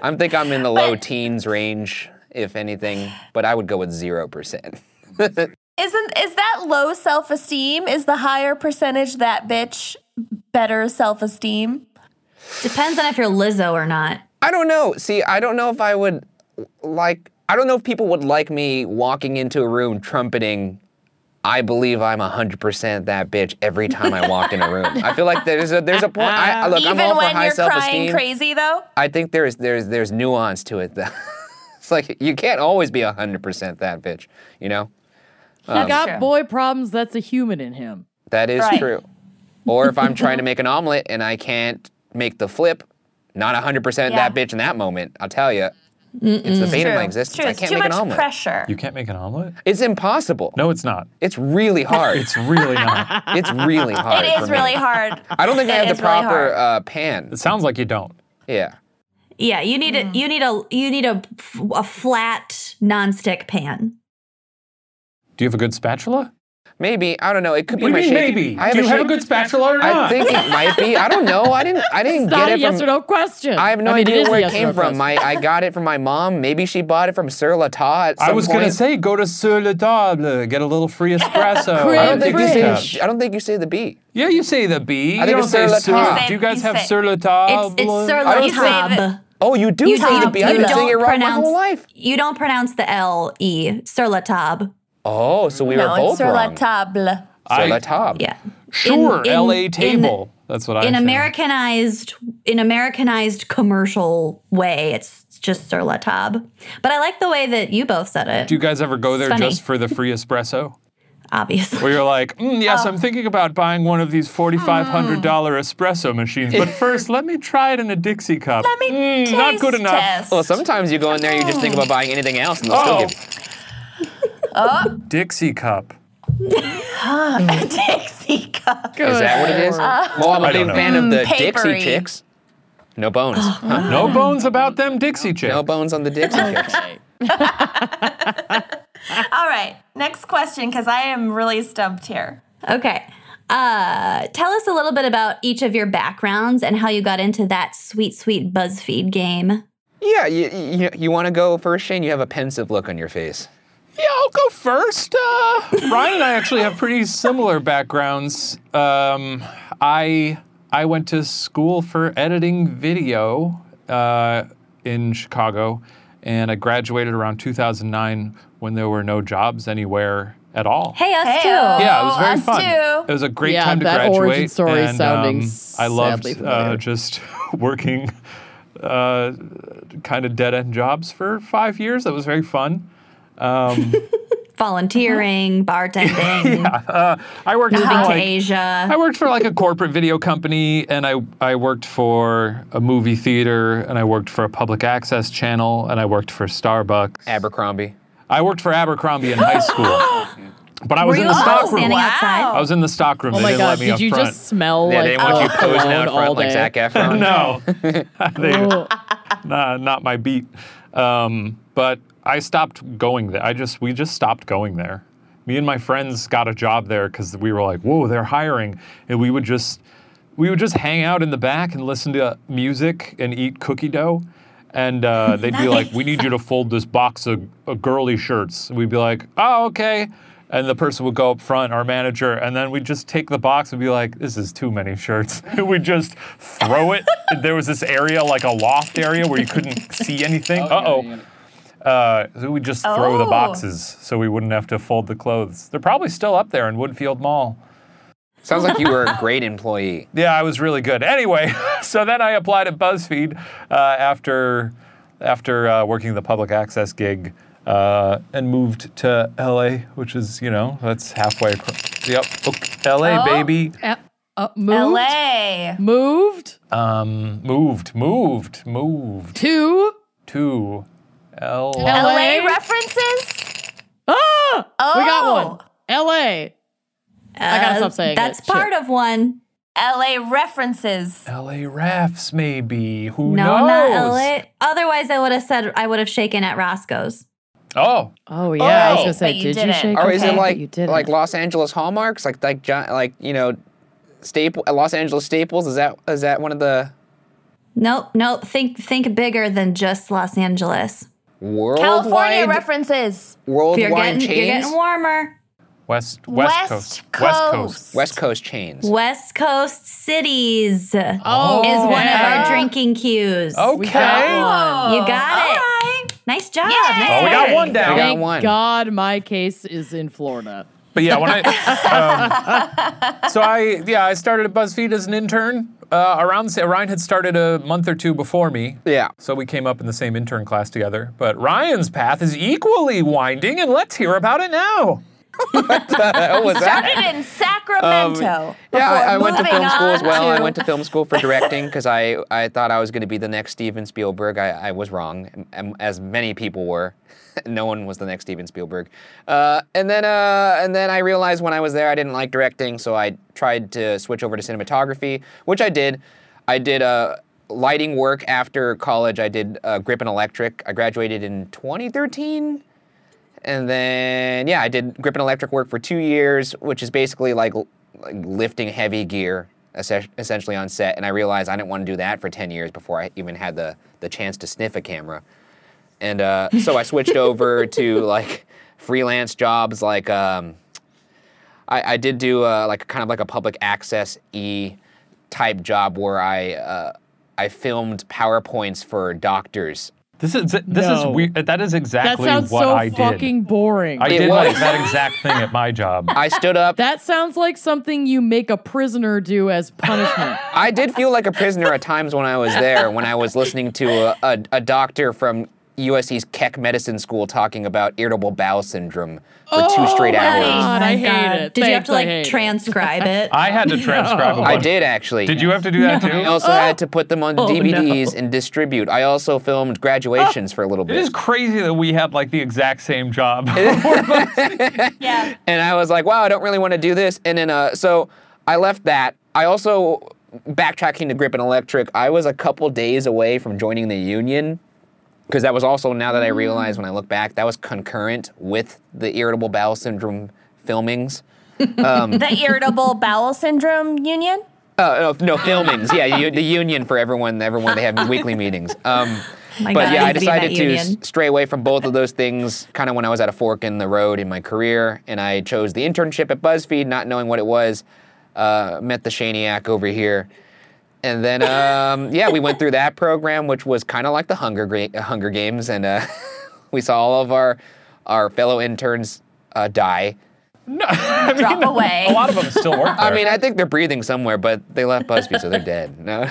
S3: I think I'm in the low teens range, if anything, but I would go with 0%.
S1: Isn't is that low self esteem? Is the higher percentage that bitch better self esteem?
S5: Depends on if you're Lizzo or not.
S3: I don't know. See, I don't know if I would like, I don't know if people would like me walking into a room trumpeting, I believe I'm 100% that bitch every time I walk in a room. I feel like there's a, there's a point. I, I- look,
S1: Uh, Even
S3: I'm all for
S1: when
S3: high
S1: you're
S3: self
S1: crying
S3: esteem.
S1: crazy though?
S3: I think there's, there's, there's nuance to it, though. it's like, you can't always be 100% that bitch, you know? Um,
S2: he got
S1: true.
S2: boy problems. That's a human in him.
S3: That is
S1: Right.
S3: true. Or if I'm trying to make an omelet and I can't make the flip, not 100%
S1: Yeah.
S3: that bitch in that moment, I'll tell you. It's the bane of my
S1: It's
S3: existence.
S1: true.
S3: I
S1: It's
S3: can't
S1: too
S3: make
S1: much
S3: an omelet.
S1: pressure.
S4: You can't make an omelet?
S3: It's impossible.
S4: No, it's not.
S3: It's really hard.
S4: It's really not.
S3: it's really hard.
S1: it is
S3: for me.
S1: really hard.
S3: I don't think I
S1: It
S3: have
S1: is
S3: the
S1: really
S3: proper
S1: hard.
S3: uh, pan.
S4: It sounds like you don't.
S3: Yeah.
S5: Yeah, you need
S1: Mm.
S5: a you need a you need a, f- a flat nonstick pan.
S4: Do you have a good spatula?
S3: Maybe I don't know. It could be
S4: What do
S3: my
S4: you mean
S3: shaky-
S4: maybe?
S3: I have
S4: Do you
S3: a
S4: have a
S3: shaky-
S4: good spatula or not?
S3: I think it might be. I don't know. I didn't. I didn't
S2: It's not
S3: get it
S2: a yes
S3: from.
S2: or no question.
S3: I have no
S2: mean,
S3: idea
S2: is a
S3: where it
S2: yes or
S3: came
S2: no
S3: from. My,
S2: question.
S3: I got it from my mom. Maybe she bought it from Sur La Ta at some
S4: I was
S3: point.
S4: gonna say go to Sur Le Table, get a little free espresso.
S3: I don't think you say.
S2: French.
S3: sh- I don't think you say the B.
S4: Yeah, you say the B.
S3: I
S4: you
S3: think
S4: don't
S3: it's
S4: say
S3: sur la
S4: sur.
S3: table.
S4: Do you guys
S1: You
S4: have
S1: say-
S4: sur le
S5: It's
S4: table?
S5: it's Sir
S3: Um, I don't
S5: Latab.
S3: Oh, you do
S5: You
S3: say the
S5: don't-
S3: B. I've
S5: you
S3: been saying it
S5: don't
S3: wrong my
S5: pronounce-
S3: whole life.
S5: You don't pronounce the L E. Sir Latab.
S3: Oh, so we were
S1: No,
S3: both
S1: it's sur la
S3: wrong.
S1: table.
S3: Sur La
S4: I-
S3: Table.
S5: Yeah.
S4: sure,
S5: In- in-
S4: LA
S5: in-
S4: table. That's what I
S5: in
S4: say.
S5: Americanized in Americanized commercial way. It's just Sir Latab. But I like the way that you both said it.
S4: Do you guys ever go there
S5: funny.
S4: just for the free espresso?
S5: obviously.
S4: Where you're like, mm, yes,
S1: Oh.
S4: I'm thinking about buying one of these $4,500 espresso machines, but first let me try it in a Dixie cup. Let
S1: me
S4: mm, not good
S1: Taste
S4: enough.
S1: test.
S3: Well, sometimes you go in there, you just think about buying anything else, and they'll
S4: Oh.
S3: still give.
S1: Oh.
S4: Dixie cup.
S1: Dixie cup.
S3: You. Is that what it is? well, I'm a
S4: I don't
S3: big
S4: know.
S3: fan
S5: Mm,
S3: of the
S1: papery.
S3: Dixie Chicks. No bones.
S5: Oh,
S3: Huh?
S4: No bones about them Dixie chicks.
S3: No bones on the Dixie Chicks.
S1: All right, next question because I am really stumped here.
S5: Okay. Uh, tell us a little bit about each of your backgrounds and how you got into that sweet, sweet BuzzFeed game.
S3: Yeah, you, you, you want to go first, Shane? You have a pensive look on your face.
S4: Yeah, I'll go first. Uh, Ryan and I actually have pretty similar backgrounds. Um, I I went to school for editing video uh, in Chicago, and I graduated around 2009 when there were no jobs anywhere at all.
S5: Hey, us
S1: Hey,
S5: too.
S1: oh.
S4: Yeah, it was very
S1: us
S4: fun.
S1: too.
S4: It was a great
S2: Yeah,
S4: time to
S2: that
S4: graduate.
S2: origin story
S4: and,
S2: sounding
S4: um, I loved
S2: sadly familiar.
S4: uh, just working uh, kind of dead end jobs for five years. That was very fun.
S5: Volunteering,
S1: Uh-huh.
S5: bartending,
S4: I worked for
S5: moving to
S4: like
S5: Asia.
S4: I worked for like a corporate video company, and I I worked for a movie theater, and I worked for a public access channel, and I worked for Starbucks.
S3: Abercrombie.
S4: I worked for Abercrombie in high school, but I was in
S5: Were you
S4: the
S5: also
S4: stock room.
S5: standing outside?
S4: I was in the stock room.
S2: Oh
S4: they
S2: my
S4: didn't
S2: god!
S4: let me
S2: Did
S4: up
S2: you
S4: front.
S2: just smell
S3: Yeah,
S2: like
S3: they didn't
S5: oh.
S3: want you posing out
S2: cologne all
S3: front like
S2: day?
S3: Zac Efron.
S4: no, they, nah, not my beat. Um, but I stopped going there. I just we just stopped going there. Me and my friends got a job there because we were like, "Whoa, they're hiring!" And we would just we would just hang out in the back and listen to music and eat cookie dough. And uh, they'd be like, "We need you to fold this box of, of girly shirts." And we'd be like, "Oh, okay." And the person would go up front, our manager, and then we'd just take the box and be like, "This is too many shirts." And we'd just throw it. there was this area, like a loft area, where you couldn't see anything. Uh oh. Uh, so we just throw the
S1: Oh.
S4: boxes so we wouldn't have to fold the clothes. They're probably still up there in Woodfield Mall.
S3: Sounds like you were a great employee.
S4: Yeah, I was really good. Anyway, so then I applied at BuzzFeed uh, after after uh, working the public access gig uh, and moved to LA, which is you know that's halfway. Across. Yep, okay. LA
S1: Oh.
S4: baby.
S2: Uh, uh, moved,
S1: LA.
S2: moved
S4: Um, moved, moved, moved
S2: to
S4: to LA.
S1: LA
S2: LA.
S1: references?
S2: Ah, we got one.
S1: Oh.
S2: L.A. I gotta stop saying
S5: Um, That's
S2: it. Shit.
S5: part of one.
S1: LA references.
S4: LA refs maybe. Who
S5: No,
S4: knows?
S5: not LA. Otherwise, I would have said I would have shaken at Roscoe's.
S4: Oh,
S2: Oh yeah, I was
S4: Oh.
S2: gonna say,
S1: But you
S2: did you
S1: didn't.
S2: shake?
S3: Or is
S1: Okay.
S3: it
S2: But
S3: like
S2: you didn't.
S3: like Los Angeles hallmarks, like like John, like you know, staple Los Angeles staples? Is that is that one of the
S5: Nope, nope. Think think bigger than just Los Angeles.
S1: California
S3: worldwide
S1: references.
S5: If you're
S3: worldwide
S5: getting you're
S3: chains?
S5: getting warmer.
S4: West West,
S1: West
S4: West
S1: Coast.
S4: Coast.
S3: West Coast chains.
S5: West Coast cities
S2: Oh,
S5: is one of
S2: yeah. Oh,
S5: our drinking cues.
S4: Okay.
S5: You got
S1: All
S5: it.
S1: right.
S5: Nice job. Nice
S4: Oh, we got
S5: work.
S4: one down.
S3: I got
S2: Thank
S3: one.
S2: God, my case is in Florida.
S4: But yeah, when I um, so I yeah I started at BuzzFeed as an intern. Uh, around the sa- Ryan had started a month or two before me.
S3: Yeah.
S4: So we came up in the same intern class together. But Ryan's path is equally winding, and let's hear about it now.
S3: What was that?
S1: Started in
S5: Um,
S1: Sacramento.
S3: Yeah, I, I
S1: before
S3: went to
S1: moving
S3: film school
S1: on
S3: as well. I
S1: to-
S3: went to film school for directing because I, I thought I was going to be the next Steven Spielberg. I, I was wrong, am- as many people were. no one was the next Steven Spielberg. Uh, and then uh, and then I realized when I was there I didn't like directing, so I tried to switch over to cinematography, which I did. I did uh, lighting work after college. I did uh, grip and electric. I graduated in 2013 And then, yeah, I did grip and electric work for two years, which is basically like, l- like lifting heavy gear es- essentially on set. And I realized I didn't want to do that for 10 years before I even had the, the chance to sniff a camera. And uh, so I switched over to like freelance jobs like um, I, I did do uh like kind of like a public access e type job where I uh, I filmed powerpoints for doctors.
S4: This is this is
S2: No.
S4: weird. That is
S2: That
S4: exactly
S2: sounds
S4: what
S2: so
S4: I did.
S2: fucking boring.
S4: I
S3: It
S4: did like
S3: was.
S4: that exact thing at my job.
S3: I stood up.
S2: that sounds like something you make a prisoner do as punishment.
S3: I did feel like a prisoner at times when I was there when I was listening to a, a, a doctor from USC's Keck Medicine School talking about irritable bowel syndrome for two straight hours.
S2: Oh, God, I
S5: Oh, my
S2: hate it.
S5: Did you
S2: Thanks,
S5: have to
S2: I
S5: like
S2: hate it.
S5: transcribe it?
S4: I had to transcribe. a
S3: I
S4: bunch.
S3: did actually.
S4: Did you have to do that
S3: I
S4: too?
S3: also had to put them on DVDs and distribute. I also filmed graduations for a little
S4: It
S3: bit.
S4: is crazy that we had like the exact same job. I
S1: Yeah.
S3: and I was like, wow, I don't really want to do this. And then, uh, so I left that. I also, backtracking to Grip and Electric, I was a couple days away from joining the union. Because that was also, now that I realize when I look back, that was concurrent with the irritable bowel syndrome filmings.
S1: the irritable bowel syndrome union.
S3: Uh, no, no, filmings. yeah, you, the union for everyone. Everyone they have weekly meetings. Um,
S5: My
S3: but
S5: God,
S3: yeah, I
S5: need to be in that
S3: decided to s-
S5: union.
S3: stray away from both of those things kind of when I was at a fork in the road in my career. And I chose the internship at BuzzFeed, not knowing what it was. Uh, met the Shaniac over here. And then, um, yeah, we went through that program, which was kind of like the Hunger, Gra- Hunger Games. And uh, we saw all of our, our fellow interns uh, die.
S1: Drop away.
S4: A lot of them still work there.
S3: I mean, I think they're breathing somewhere, but they left BuzzFeed, so they're dead. No.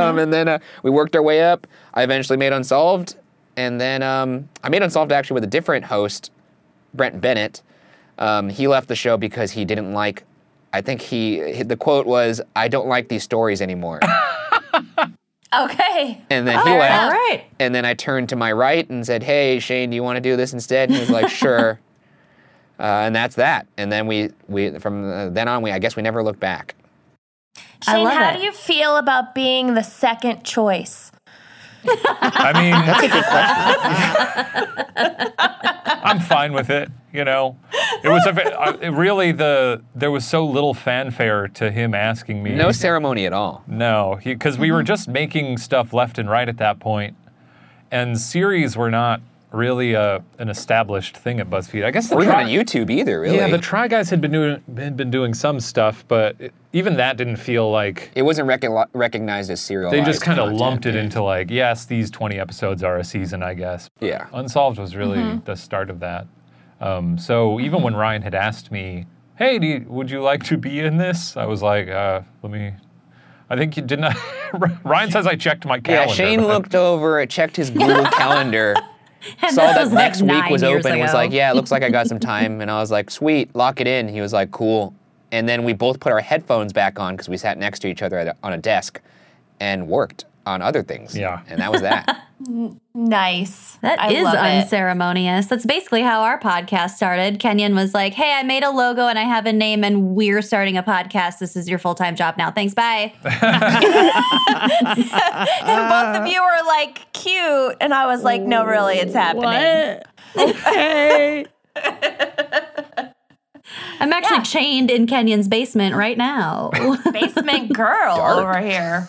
S3: um, and then uh, we worked our way up. I eventually made Unsolved, and then um, I made Unsolved actually with a different host, Brent Bennett. Um, he left the show because he didn't like. I think he the quote was, "I don't like these stories anymore,"
S1: Okay.
S3: and then he left.
S5: All right.
S3: And then I turned to my right and said, "Hey, Shane, do you want to do this instead?" And he was like, "Sure." Uh, and that's that. And then we, we from uh, then on, we I guess we never looked back.
S5: I
S1: Shane,
S5: love
S1: how
S5: it.
S1: do you feel about being the second choice?
S4: I mean, I'm fine with it. You know, it was a, ve- uh, it really the there was so little fanfare to him asking me.
S3: No Mm-hmm. ceremony at all.
S4: no, because we were just making stuff left and right at that point, and series were not really uh an established thing at BuzzFeed. I guess the
S3: We're not
S4: tri-
S3: on YouTube either, really.
S4: yeah, the Try Guys had been doing had been doing some stuff, but it- even that didn't feel like
S3: it wasn't recol- recognized as serial.
S4: they just kind of lumped it into like, yes, these 20 episodes are a season, I guess.
S3: Yeah.
S4: Unsolved was really
S2: Mm-hmm.
S4: the start of that. Um, so even when Ryan had asked me, hey, do you, would you like to be in this? I was like, uh, let me. I think you didn't. Ryan says I checked my
S3: Yeah,
S4: calendar.
S3: Shane
S4: but then-
S3: looked over, checked his Google calendar,
S5: And
S3: saw
S5: this
S3: that
S5: was, like,
S3: next week
S5: nine
S3: was
S5: years
S3: open, and was
S5: ago.
S3: like, "Yeah, it looks like I got some time." And I was like, "Sweet, lock it in." He was like, "Cool." And then we both put our headphones back on because we sat next to each other at a, on a desk and worked on other things.
S4: Yeah.
S3: and that was that.
S1: Nice.
S5: That
S1: I
S5: is
S1: love it.
S5: unceremonious. That's basically how our podcast started. Kenyon was like, "Hey, I made a logo and I have a name, and we're starting a podcast. This is your full time job now. Thanks, bye."
S1: And both of you were like cute, and I was like, no, really, it's happening.
S2: what? Okay.
S5: I'm actually chained in Kenyon's basement right now.
S1: Basement girl over here.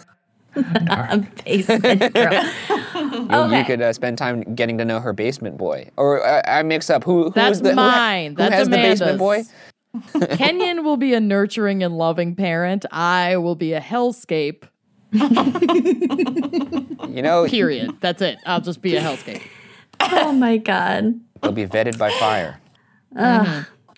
S5: basement girl.
S3: You, you
S5: Okay.
S3: could uh, spend time getting to know her basement boy, or uh, I mix up who who's
S2: That's
S3: the, who ha-
S2: mine.
S3: Who,
S2: That's
S3: has the basement boy?
S2: Amanda's. Kenyon will be a nurturing and loving parent. I will be a hellscape.
S3: You know,
S2: Period. That's it. I'll just be a hellscape.
S5: Oh my god.
S3: he'll be vetted by fire.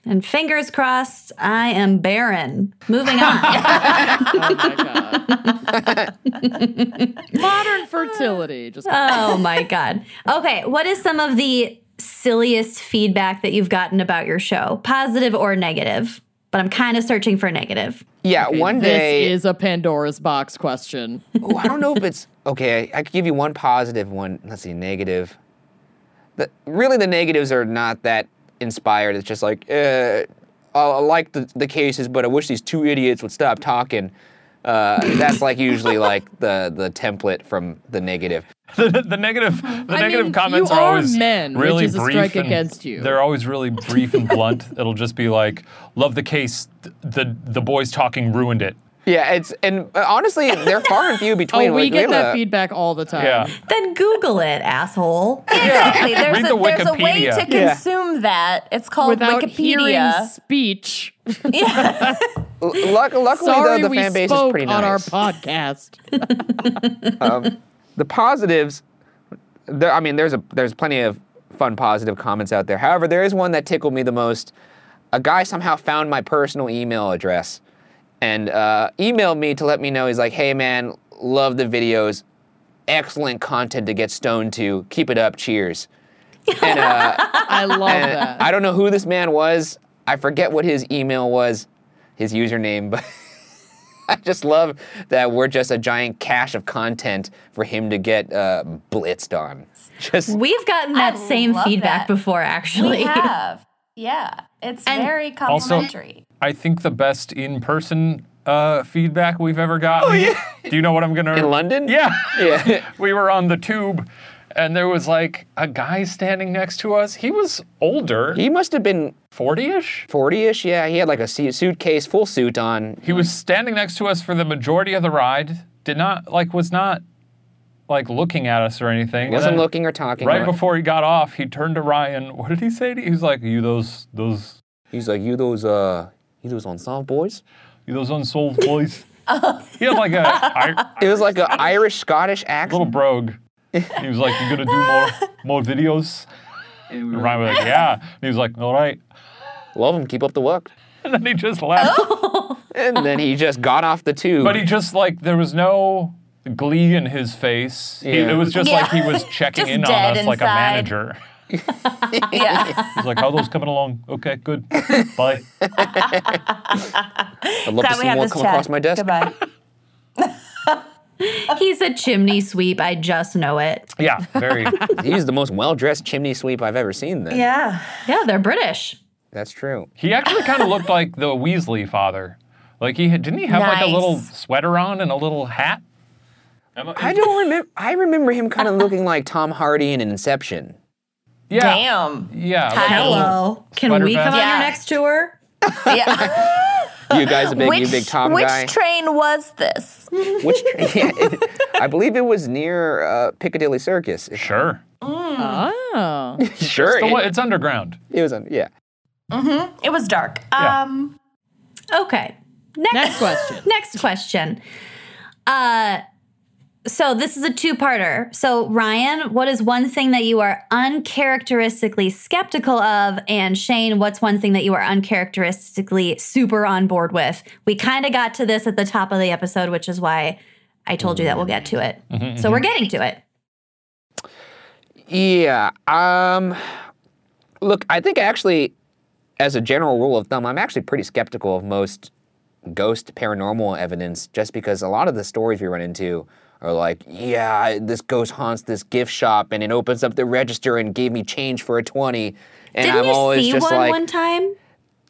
S5: And fingers crossed, I am barren. Moving on.
S2: Oh my god. Modern fertility. Just
S5: oh my god. Okay, what is some of the silliest feedback that you've gotten about your show, positive or negative? But I'm kind of searching for negative.
S3: Yeah, one day
S2: This is a Pandora's box question.
S3: Ooh, I don't know if it's okay. I could give you one positive, one let's see, negative. The, really, the negatives are not that inspired. It's just like, uh, I, I like the, the cases, but I wish these two idiots would stop talking. Uh, that's like usually like the the template from the negative.
S4: the, the negative, the
S2: I
S4: negative
S2: mean,
S4: comments
S2: you
S4: are
S2: are
S4: always
S2: men, which
S4: really
S2: is a
S4: brief
S2: strike
S4: and-
S2: against you.
S4: They're always really brief and blunt. It'll just be like, "Love the case. th- The the boys talking ruined it."
S3: Yeah, it's and uh, honestly, they're far and few
S2: Oh,
S3: between.
S2: we
S3: Like,
S2: get
S3: have
S2: that
S3: a-
S2: feedback all the time.
S4: Yeah,
S5: Then Google it, asshole.
S1: Exactly. There's,
S4: Read
S1: a,
S4: the
S1: there's a way
S4: Wikipedia.
S1: to
S3: Yeah.
S1: consume that. It's called
S2: Without hearing
S1: Wikipedia.
S2: speech,
S3: Lu- luck- luckily,
S2: sorry
S3: though, the
S2: we
S3: fan base is
S2: spoke
S3: pretty
S2: on our
S3: nice.
S2: podcast.
S3: the positives, there. I mean, there's a there's plenty of fun positive comments out there. However, there is one that tickled me the most. A guy somehow found my personal email address and uh, emailed me to let me know. He's like, "Hey, man, love the videos. Excellent content to get stoned to. Keep it up. Cheers." And uh,
S2: I love
S3: And
S2: that.
S3: I don't know who this man was. I forget what his email was, his username, but I just love that we're just a giant cache of content for him to get uh, blitzed on. Just
S5: We've gotten that
S1: I
S5: same
S1: love
S5: feedback
S1: that.
S5: before, actually.
S1: We have. Yeah. It's
S5: And-
S1: very
S4: Also-
S1: complimentary.
S4: I think the best in-person uh, feedback we've ever gotten. Oh, yeah. Do you know what I'm gonna?
S3: in London?
S4: Yeah.
S3: Yeah.
S4: we were on the tube, and there was like a guy standing next to us. He was older,
S3: He must have been
S4: forty-ish.
S3: 40 ish. Yeah. He had like a su- suitcase, full suit on.
S4: He was standing next to us for the majority of the ride. Did not like was not like looking at us or anything. And
S3: Wasn't
S4: then
S3: looking or talking.
S4: Right before he got off, he turned to Ryan. What did he say to you? He was like, "You those those
S3: He's like, You those, uh, you those unsolved boys?
S4: you those unsold boys." he had like a I,
S3: It was like an Irish Scottish accent.
S4: little brogue. He was like, "You gonna do more more videos?" And Ryan was like, "Yeah." And he was like, "All right."
S3: Love him. Keep up the work.
S4: And then he just left.
S1: Oh.
S3: And then he just got off the tube.
S4: But he just like there was no glee in his face. He-
S3: Yeah.
S4: it was just
S1: Yeah.
S4: like he was checking
S1: Just
S4: in on us
S1: dead
S4: like a
S1: inside.
S4: manager.
S1: Yeah.
S4: He's like, "How are those coming along? Okay, good. Bye."
S3: I'd love to
S1: Glad we
S3: see
S1: had
S3: more
S1: this
S3: come
S1: chat.
S3: across my desk.
S1: Goodbye.
S5: He's a chimney sweep. I just know it.
S4: Yeah, very.
S3: He's the most well-dressed chimney sweep I've ever seen. Then
S1: yeah.
S5: Yeah, they're British.
S3: that's true.
S4: He actually kind of looked like the Weasley father. Like he had- didn't he have like a little
S1: Nice.
S4: sweater on and a little hat.
S3: I don't remember. I remember him kind of looking like Tom Hardy in Inception.
S4: Yeah,
S1: Damn.
S4: yeah. like a
S1: Hello.
S4: little-
S5: Hello. Can
S4: Sweater
S5: we come
S4: vest.
S5: on your
S1: Yeah.
S5: next tour?
S1: Yeah.
S3: You guys, a big, you big Tom
S1: which
S3: guy.
S1: train was this?
S3: which? Tra- yeah, it- I believe it was near uh, Piccadilly Circus.
S4: Sure.
S2: Oh.
S3: Sure,
S4: The one-
S3: it,
S4: it's underground.
S3: it was on. Yeah,
S1: It was dark.
S4: Yeah.
S1: Um,
S5: Okay. Next,
S2: Next question.
S5: next question. Uh, so this is a two-parter. So Ryan, what is one thing that you are uncharacteristically skeptical of, and Shane, what's one thing that you are uncharacteristically super on board with? We kind of got to this at the top of the episode, which is why I told you that we'll get to it.
S2: Mm-hmm,
S5: So we're getting to it.
S3: yeah. Um, look, I think actually, as a general rule of thumb, I'm actually pretty skeptical of most ghost paranormal evidence just because a lot of the stories we run into are like, yeah, I- this ghost haunts this gift shop and it opens up the register and gave me change for a 20. And
S5: Didn't
S3: I'm
S5: you
S3: always
S5: see
S3: just
S5: one
S3: like,
S5: one time?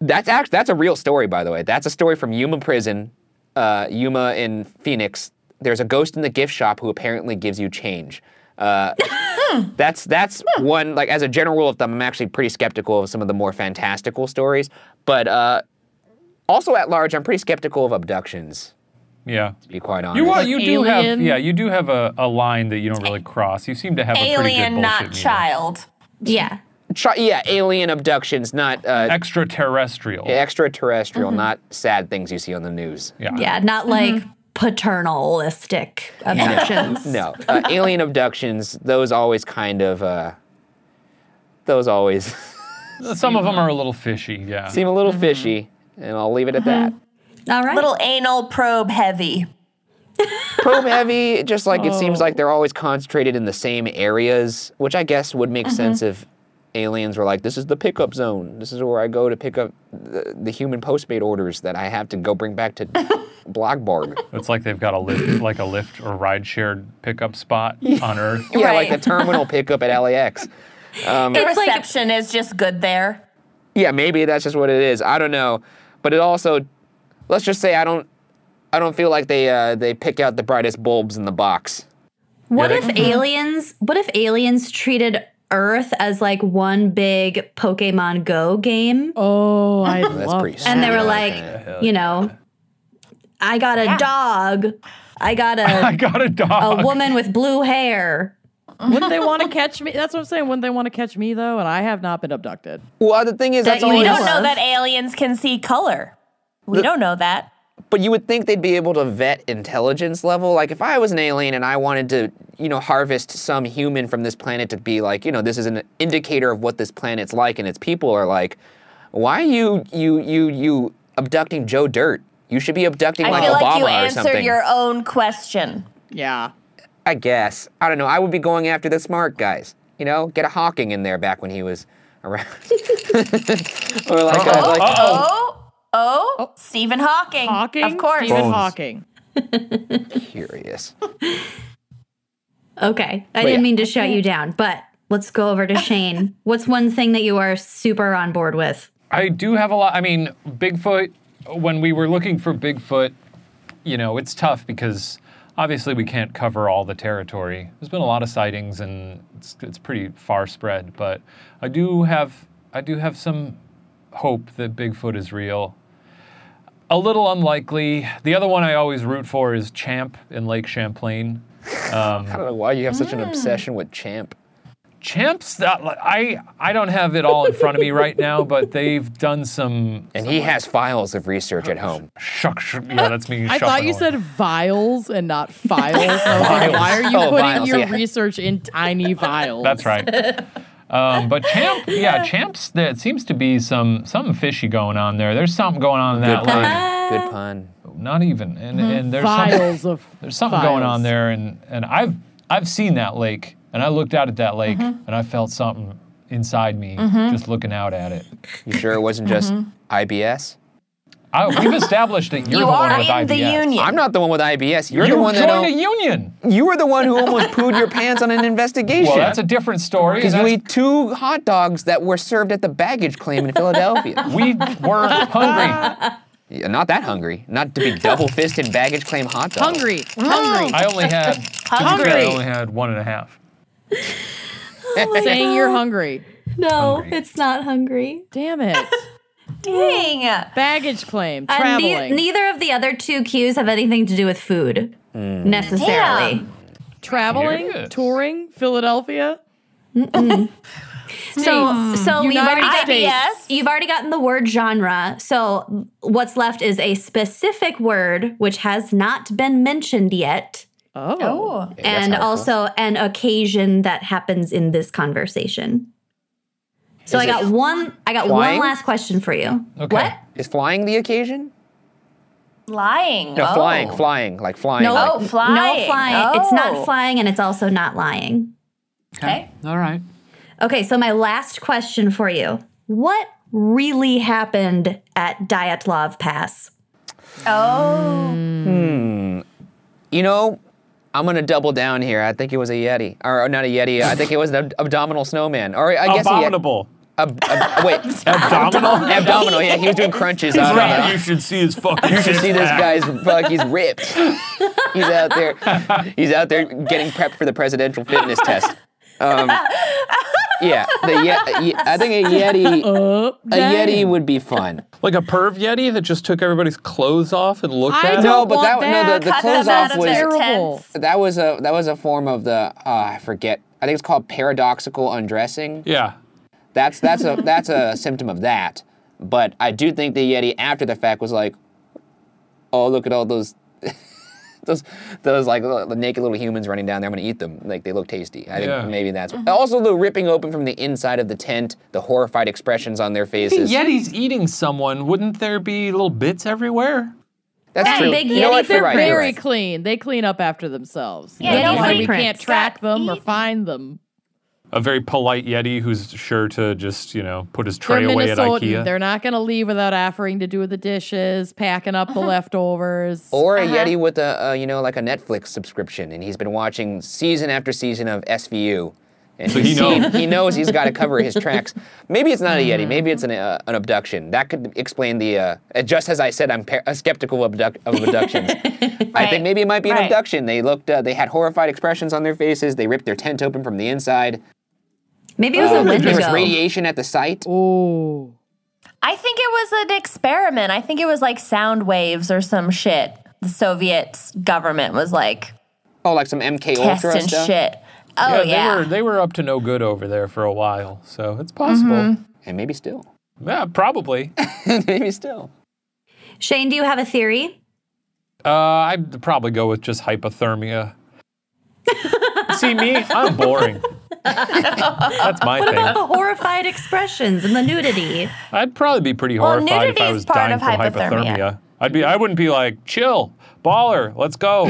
S3: that's actually that's a real story, by the way. That's a story from Yuma Prison, uh, Yuma in Phoenix. There's a ghost in the gift shop who apparently gives you change. Uh, that's that's one like as a general rule of thumb, I'm actually pretty skeptical of some of the more fantastical stories. But uh, also at large, I'm pretty skeptical of abductions.
S4: Yeah.
S3: To be quite honest,
S4: You are. You do have.
S2: Alien.
S4: Yeah, you do have a, a line that you don't really cross. You seem to have a pretty good
S1: alien,
S4: bullshit
S1: not
S4: meter.
S1: child.
S5: Yeah.
S3: Try- yeah, alien abductions, not uh,
S4: Extraterrestrial.
S3: extraterrestrial, not sad things you see on the news.
S4: Yeah.
S5: Yeah, not like
S2: Mm-hmm.
S5: paternalistic abductions.
S3: No, uh, alien abductions. Those always kind of. Uh, those always
S4: Some of them are a little fishy. Yeah.
S3: seem a little fishy, and I'll leave it at that.
S5: All right.
S1: Little anal probe heavy.
S3: Probe heavy, just like it seems like they're always concentrated in the same areas, which I guess would make sense if aliens were like, "This is the pickup zone. This is where I go to pick up the, the human Postmate orders that I have to go bring back to Blockborg."
S4: It's like they've got a lift, like a lift or ride shared pickup spot on Earth.
S3: Yeah, like
S1: Right.
S3: the terminal pickup at LAX.
S1: The
S5: It's like-
S1: reception is just good there.
S3: Yeah, maybe that's just what it is. I don't know. But it also, let's just say I don't, I don't feel like they uh, they pick out the brightest bulbs in the box.
S5: What
S6: Yeah,
S5: if aliens? What if aliens treated Earth as like one big Pokemon Go game,
S2: Oh, I love
S3: That's pretty.
S5: and they
S3: sweet. I
S5: were like,
S3: that.
S5: you know, I got a dog, I got
S4: I
S5: a
S4: got a dog.
S5: a woman with blue hair.
S2: Wouldn't they want to catch me? That's what I'm saying. Wouldn't they want to catch me though? And I have not been abducted.
S3: Well, the thing is, that's
S5: you
S3: all.
S1: We
S5: know
S3: you-
S1: don't know
S5: Love.
S1: that aliens can see color. We don't know that.
S3: But you would think they'd be able to vet intelligence level. Like if I was an alien and I wanted to, you know, harvest some human from this planet to be like, you know, this is an indicator of what this planet's like and its people are like. Why are you you you you abducting Joe Dirt? You should be abducting
S1: I
S3: like
S1: feel
S3: Obama
S1: like you
S3: or
S1: answered
S3: something.
S1: your own question.
S2: Yeah.
S3: I guess I don't know. I would be going after the smart guys. You know, get a Hawking in there back when he was around. or like, uh, like
S1: Oh, oh, Stephen Hawking.
S2: Hawking.
S1: Of course.
S2: Stephen
S6: Bones.
S2: Hawking.
S3: curious.
S5: Okay, I
S3: Wait.
S5: didn't mean to shut you down, but let's go over to Shane. What's one thing that you are super on board with?
S4: I do have a lot. I mean, Bigfoot, when we were looking for Bigfoot, you know, it's tough because obviously we can't cover all the territory. There's been a lot of sightings and it's, it's pretty far spread, but I do have I do have some hope that Bigfoot is real. A little unlikely. The other one I always root for is Champ in Lake Champlain.
S3: I don't know why you have such an obsession with Champ.
S4: Champ's not, li- I I don't have it all in front of me right now, but they've done some
S3: And he has files of research at home.
S4: shuck, shuck yeah, that's me.
S2: I thought you
S4: shuffling.
S2: said vials and not files. I was like, why are you
S3: Oh,
S2: putting
S3: vials,
S2: your
S3: yeah.
S2: research in tiny vials?
S4: That's right. Um, but champ, yeah, champs. There it seems to be some something fishy going on there. There's something going on in that
S3: Good
S4: lake.
S3: pun. Good pun.
S4: Not even, and
S1: Mm-hmm.
S4: and there's something,
S2: Vials of.
S4: there's something going
S2: vials.
S4: on there, and and I've I've seen that lake, and I looked out at that lake,
S1: Mm-hmm.
S4: and I felt something inside me just looking out at it.
S3: You sure it wasn't just
S4: Mm-hmm.
S3: IBS?
S4: I, we've established that you're
S1: You
S4: the
S1: are
S4: one
S1: in
S4: with IBS.
S1: the union.
S3: I'm not the one with IBS. You're
S4: You
S3: the one that
S4: joined
S3: al-
S4: a union.
S3: you were the one who almost pooed your pants on an investigation.
S4: Well, that's a different story.
S3: because you
S4: That's-
S3: ate two hot dogs that were served at the baggage claim in Philadelphia.
S4: we were hungry.
S3: Yeah, not that hungry. Not to be double-fisted baggage claim hot dog.
S2: Hungry. Hungry.
S4: I only had to be fair, I
S2: Hungry.
S4: only had one and a half.
S2: Saying you're hungry.
S5: No,
S4: Hungry.
S5: it's not hungry.
S2: Damn it.
S1: Dang.
S2: Baggage claim.
S5: And
S2: Traveling.
S5: ne- neither of the other two cues have anything to do with food
S3: Mm.
S5: necessarily.
S2: traveling.
S4: Yes.
S2: Touring. Philadelphia.
S3: Hmm.
S5: So, so you've
S2: United
S5: already, got,
S2: States.
S1: IBS.
S5: you've already gotten the word genre. So, what's left is a specific word which has not been mentioned yet,
S2: Oh.
S1: Oh.
S3: Hey, that's
S5: and
S3: helpful.
S5: also an occasion that happens in this conversation. So,
S3: Is
S5: I got
S3: it
S5: one. I got
S3: flying?
S5: one last question for you.
S4: Okay.
S5: What?
S3: is flying the occasion?
S1: Lying.
S3: No,
S1: oh.
S3: flying, flying, like flying.
S5: No,
S3: like-
S1: Oh, flying.
S5: No flying. It's
S1: Oh.
S5: not flying, and it's also not lying.
S1: Okay.
S4: All right.
S5: Okay, so my last question for you. What really happened at Dyatlov Pass?
S1: Oh.
S3: you know, I'm gonna double down here. I think it was a yeti, or uh, not a yeti. I think it was an ab- abdominal snowman, or I guess a yeti.
S6: Abominable.
S3: Ab- ab- wait,
S6: Abdominal.
S3: abdominal. Yeah, he was doing crunches.
S6: He's
S3: on
S6: right.
S3: it.
S6: You should see his fucking.
S3: You should see this guy's fuck. He's ripped. He's out there. He's out there getting prepped for the presidential fitness test. Um, yeah, the ye- I think a yeti.
S2: Up,
S3: A
S2: down.
S3: yeti would be fun.
S6: Like a perv yeti that just took everybody's clothes off and looked
S2: I
S6: at.
S2: don't
S3: No, but
S2: want
S3: that- no, the- the
S1: Cut
S3: clothes
S1: them out
S3: off
S1: of
S3: was-
S1: their
S2: Terrible.
S1: tents.
S3: That was a that was a form of the uh, I forget. I think it's called paradoxical undressing.
S6: Yeah.
S3: That's that's a that's a symptom of that. But I do think the Yeti after the fact was like, oh look at all those those those like li- the naked little humans running down there. I'm gonna eat them. Like they look tasty. I
S6: Yeah.
S3: think maybe that's also the ripping open from the inside of the tent, the horrified expressions on their faces.
S6: Yeti's eating someone. Wouldn't there be little bits everywhere?
S3: That's
S5: Right,
S3: true.
S5: big
S3: you know
S5: Yeti,
S3: what? You're
S5: they're
S3: right. You're
S2: Very
S3: right.
S2: clean. They clean up after themselves.
S1: Yeah,
S2: That's why
S5: nobody
S2: we can't
S5: prints.
S2: track them or
S1: Got
S2: find them.
S6: A very polite yeti who's sure to just you know put his
S2: They're
S6: tray away at
S2: Minnesotan.
S6: IKEA.
S2: They're not going to leave without offering to do the dishes, packing up the leftovers.
S1: Oh.
S3: Or a Yeti with a, a you know like a Netflix subscription, and he's been watching season after season of SVU, And
S6: So he knows.
S3: he knows he's got to cover his tracks. Maybe it's not a Yeti. Maybe it's an, uh, an abduction. That could explain the. Uh, uh, just as I said, I'm par- uh, skeptical of, abduct- of abductions. I
S1: Right.
S3: think maybe it might be an
S1: Right.
S3: abduction. They looked. Uh, they had horrified expressions on their faces. They ripped their tent open from the inside.
S5: Maybe it was a
S3: Oh, There was
S5: Wendigo.
S3: radiation at the site.
S2: Oh.
S1: I think it was an experiment. I think it was like sound waves or some shit. The Soviet government was like
S3: Oh, like some MK Ultra
S1: testing
S3: stuff.
S1: shit. Oh yeah,
S4: They, were, they were up to no good over there for a while, so it's possible.
S2: Mm-hmm.
S3: And maybe still.
S4: Yeah, probably.
S3: maybe still.
S5: Shane, do you have a theory?
S4: Uh, I'd probably go with just hypothermia. See me? I'm boring. That's my thing.
S5: The horrified expressions and the nudity.
S4: I'd probably be pretty
S1: Well,
S4: horrified if
S1: nudity
S4: I
S1: is
S4: was
S1: part
S4: dying
S1: of
S4: from
S1: hypothermia.
S4: hypothermia. I'd be. I wouldn't be like, chill, baller, let's go.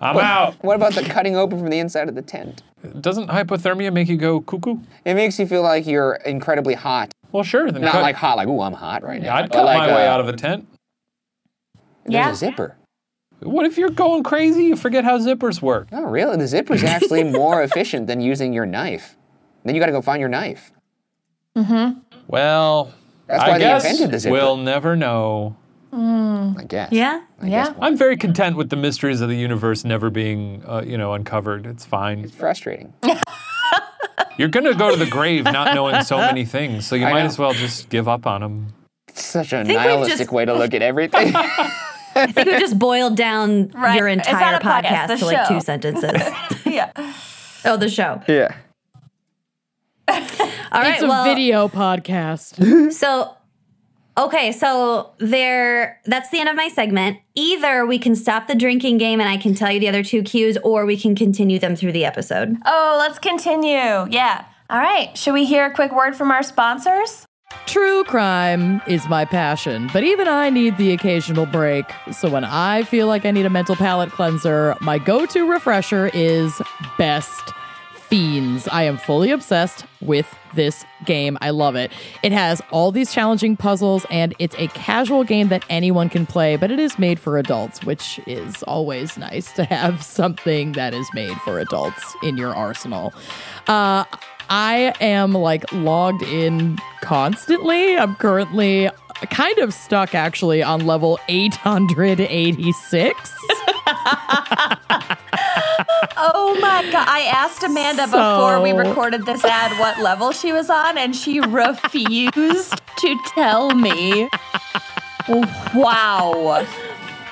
S4: I'm out.
S3: What about the cutting open from the inside of the tent?
S4: Doesn't hypothermia make you go cuckoo?
S3: It makes you feel like you're incredibly hot.
S4: Well, sure. Then
S3: Not
S4: cut,
S3: like hot, like, ooh, I'm hot right now.
S4: I'd
S3: But
S4: cut
S3: like,
S4: my way
S3: uh,
S4: out of a tent.
S3: There's
S1: Yeah.
S3: a zipper.
S4: What if you're going crazy? You forget how zippers work.
S3: Oh, really? The zipper's actually more efficient than using your knife. Then you gotta go find your knife.
S4: Well,
S3: That's
S4: I
S3: why they
S4: guess
S3: invented the zipper.
S4: we'll never know.
S3: I guess.
S5: Yeah.
S3: I guess.
S1: Yeah.
S3: Well,
S4: I'm very content with the mysteries of the universe never being, uh, you know, uncovered. It's fine.
S3: It's frustrating.
S4: You're gonna go to the grave not knowing so many things, so you
S3: I
S4: might
S3: know.
S4: as well just give up on them.
S3: It's such a
S5: we've
S3: nihilistic
S5: just-
S3: way to look at everything.
S5: I think we've just boiled down
S1: Right.
S5: your
S1: It's
S5: entire
S1: not a podcast,
S5: podcast,
S1: the
S5: to
S1: show.
S5: like two sentences.
S1: yeah.
S5: oh, the show.
S3: yeah.
S5: All right.
S2: It's a
S5: well,
S2: video podcast.
S5: so okay, so there. That's the end of my segment. Either we can stop the drinking game, and I can tell you the other two cues, or we can continue them through the episode.
S1: Oh, let's continue. Yeah. All right. Should we hear a quick word from our sponsors?
S2: True crime is my passion, but even I need the occasional break. So when I feel like I need a mental palate cleanser, my go to refresher is Best Fiends. I am fully obsessed with this game. I love it. It has all these challenging puzzles, and it's a casual game that anyone can play, but it is made for adults, which is always nice to have something that is made for adults in your arsenal. Uh, I am like logged in constantly. I'm currently kind of stuck actually on level 886.
S1: Oh my God. I asked Amanda
S2: So-
S1: before we recorded this ad what level she was on, and she refused to tell me. Wow.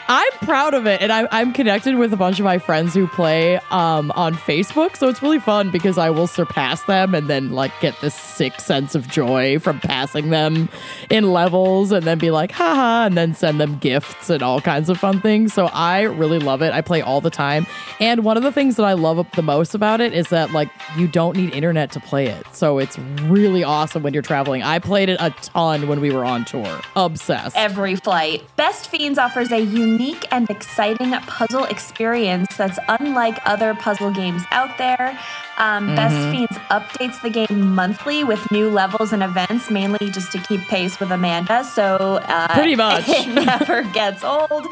S2: I'm proud of it and I'm, I'm connected with a bunch of my friends who play um, on Facebook. So it's really fun because I will surpass them and then like get this sick sense of joy from passing them in levels and then be like, haha, and then send them gifts and all kinds of fun things. So I really love it. I play all the time. And one of the things that I love the most about it is that like you don't need internet to play it. So it's really awesome when you're traveling. I played it a ton when we were on tour. Obsessed.
S1: every flight. Best Fiends offers a unique and exciting puzzle experience that's unlike other puzzle games out there. Um, Best
S2: Mm-hmm.
S1: Fiends updates the game monthly with new levels and events, mainly just to keep pace with Amanda. So uh,
S2: Pretty much.
S1: it never gets old.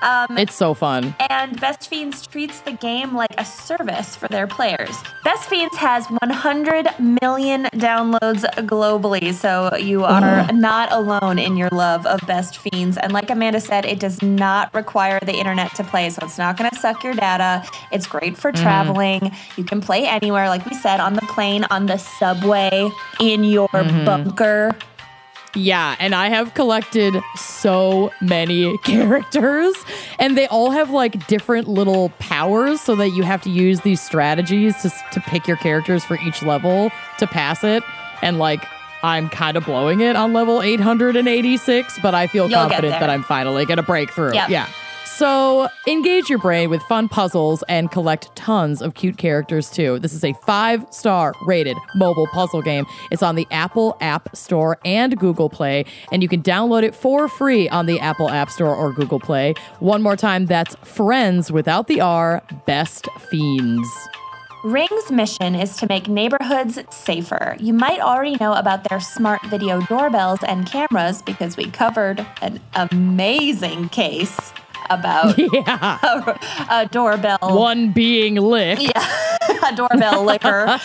S1: Um,
S2: it's so fun.
S1: and Best Fiends treats the game like a service for their players. Best Fiends has 100 million downloads globally, so you are not alone in your love of Best Fiends. And like Amanda said, it does not require the internet to play, so it's not going to suck your data. It's great for traveling. You can play anywhere, like we said, on the plane, on the subway, in your bunker.
S2: Yeah, and I have collected so many characters, and they all have like different little powers, so that you have to use these strategies to, to pick your characters for each level to pass it. And like, I'm kind of blowing it on level 886, but I feel
S1: You'll get
S2: confident
S1: there.
S2: that I'm finally gonna break through.
S1: Yep.
S2: Yeah. So engage your brain with fun puzzles and collect tons of cute characters too. This is a five star rated mobile puzzle game. It's on the Apple App Store and Google Play, and you can download it for free on the Apple App Store or Google Play. One more time, that's Friends without the R, Best Fiends.
S1: Ring's mission is to make neighborhoods safer. You might already know about their smart video doorbells and cameras because we covered an amazing case about
S2: Yeah.
S1: a, a doorbell.
S2: One being licked.
S1: doorbell liquor.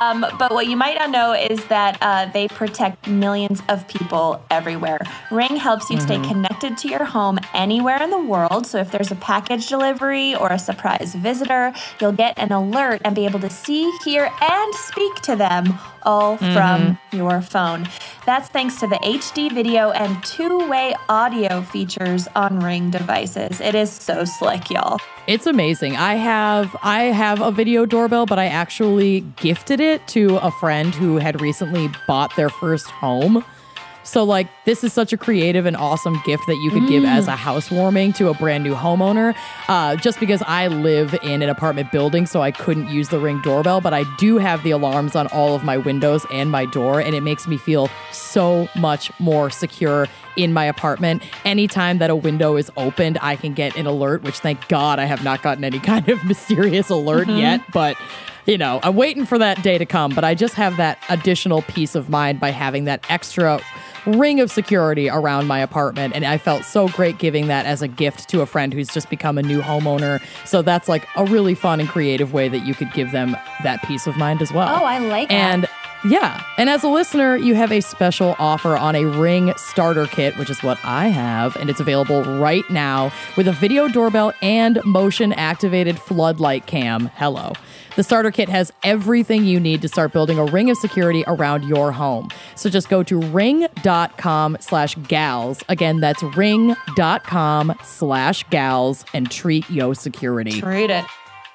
S1: Um, but what you might not know is that uh, they protect millions of people everywhere. Ring helps you stay connected to your home anywhere in the world. So if there's a package delivery or a surprise visitor, you'll get an alert and be able to see, hear, and speak to them all from your phone. That's thanks to the HD video and two way audio features on Ring devices. It is so slick, y'all.
S2: It's amazing. I have I have a video doorbell, but I actually gifted it to a friend who had recently bought their first home. So like this is such a creative and awesome gift that you could give as a housewarming to a brand new homeowner. Uh, just because I live in an apartment building, so I couldn't use the ring doorbell, but I do have the alarms on all of my windows and my door, and it makes me feel so much more secure in my apartment. Anytime that a window is opened, I can get an alert, which thank God I have not gotten any kind of mysterious alert yet, but you know, I'm waiting for that day to come, but I just have that additional peace of mind by having that extra ring of security around my apartment. And I felt so great giving that as a gift to a friend who's just become a new homeowner. So that's like a really fun and creative way that you could give them that peace of mind as well.
S5: Oh, I like that.
S2: And yeah. And as a listener, you have a special offer on a Ring starter kit, which is what I have, and it's available right now with a video doorbell and motion activated floodlight cam. Hello. The starter kit has everything you need to start building a ring of security around your home. So just go to ring.com slash gals. Again, that's ring.com slash gals and treat yo security.
S1: Read it.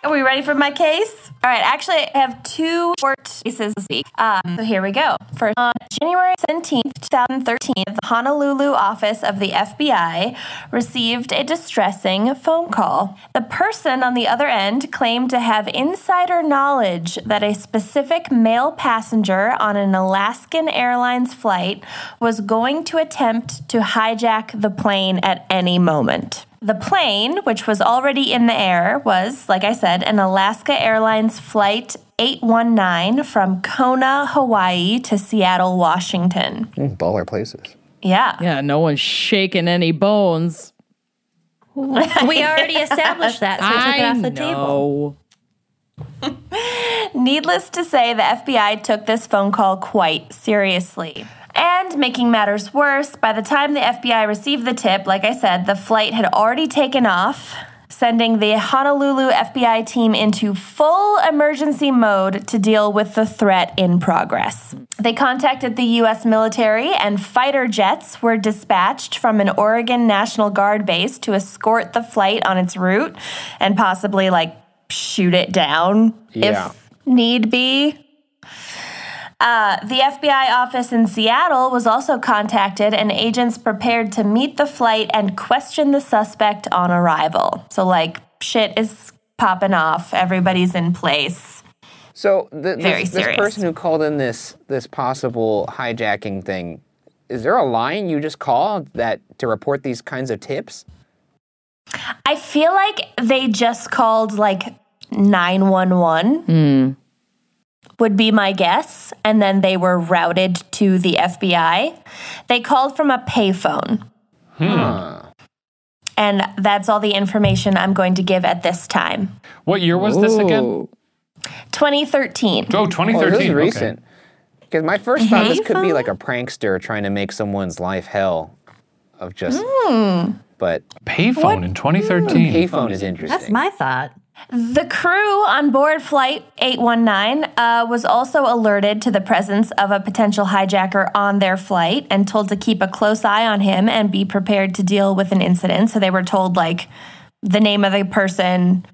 S1: Are we ready for my case? All right, actually, I have two short cases this week. Um, so here we go. First, on January 17th, 2013, the Honolulu office of the FBI received a distressing phone call. The person on the other end claimed to have insider knowledge that a specific male passenger on an Alaskan Airlines flight was going to attempt to hijack the plane at any moment. The plane, which was already in the air, was, like I said, an Alaska Airlines flight 819 from Kona, Hawaii to Seattle, Washington.
S3: Mm, Baller places.
S1: Yeah.
S2: Yeah, no one's shaking any bones.
S5: we already established that, so we took it off the table.
S2: know.
S1: Needless to say, the FBI took this phone call quite seriously. And making matters worse, by the time the FBI received the tip, like I said, the flight had already taken off, sending the Honolulu FBI team into full emergency mode to deal with the threat in progress. They contacted the U.S. military, and fighter jets were dispatched from an Oregon National Guard base to escort the flight on its route and possibly, like, shoot it down
S3: Yeah.
S1: if need be. Uh, the FBI office in Seattle was also contacted, and agents prepared to meet the flight and question the suspect on arrival. So, like, shit is popping off. Everybody's in place.
S3: So th-
S1: Very
S3: this, this
S1: serious.
S3: person who called in this this possible hijacking thing, is there a line you just call that to report these kinds of tips?
S1: I feel like they just called like 911, would be my guess. And then they were routed to the FBI. They called from a payphone. And that's all the information I'm going to give at this time.
S4: What year was this again?
S2: Ooh.
S1: 2013.
S4: Oh,
S3: Oh,
S4: 2013.
S3: this is
S4: okay.
S3: recent. Because my first thought, this could be
S1: Payphone?
S3: like a prankster trying to make someone's life hell, of just. But
S4: Payphone in 2013.
S3: payphone is interesting.
S5: That's my thought.
S1: The crew on board Flight 819 uh, was also alerted to the presence of a potential hijacker on their flight and told to keep a close eye on him and be prepared to deal with an incident. So they were told, like, the name of the person,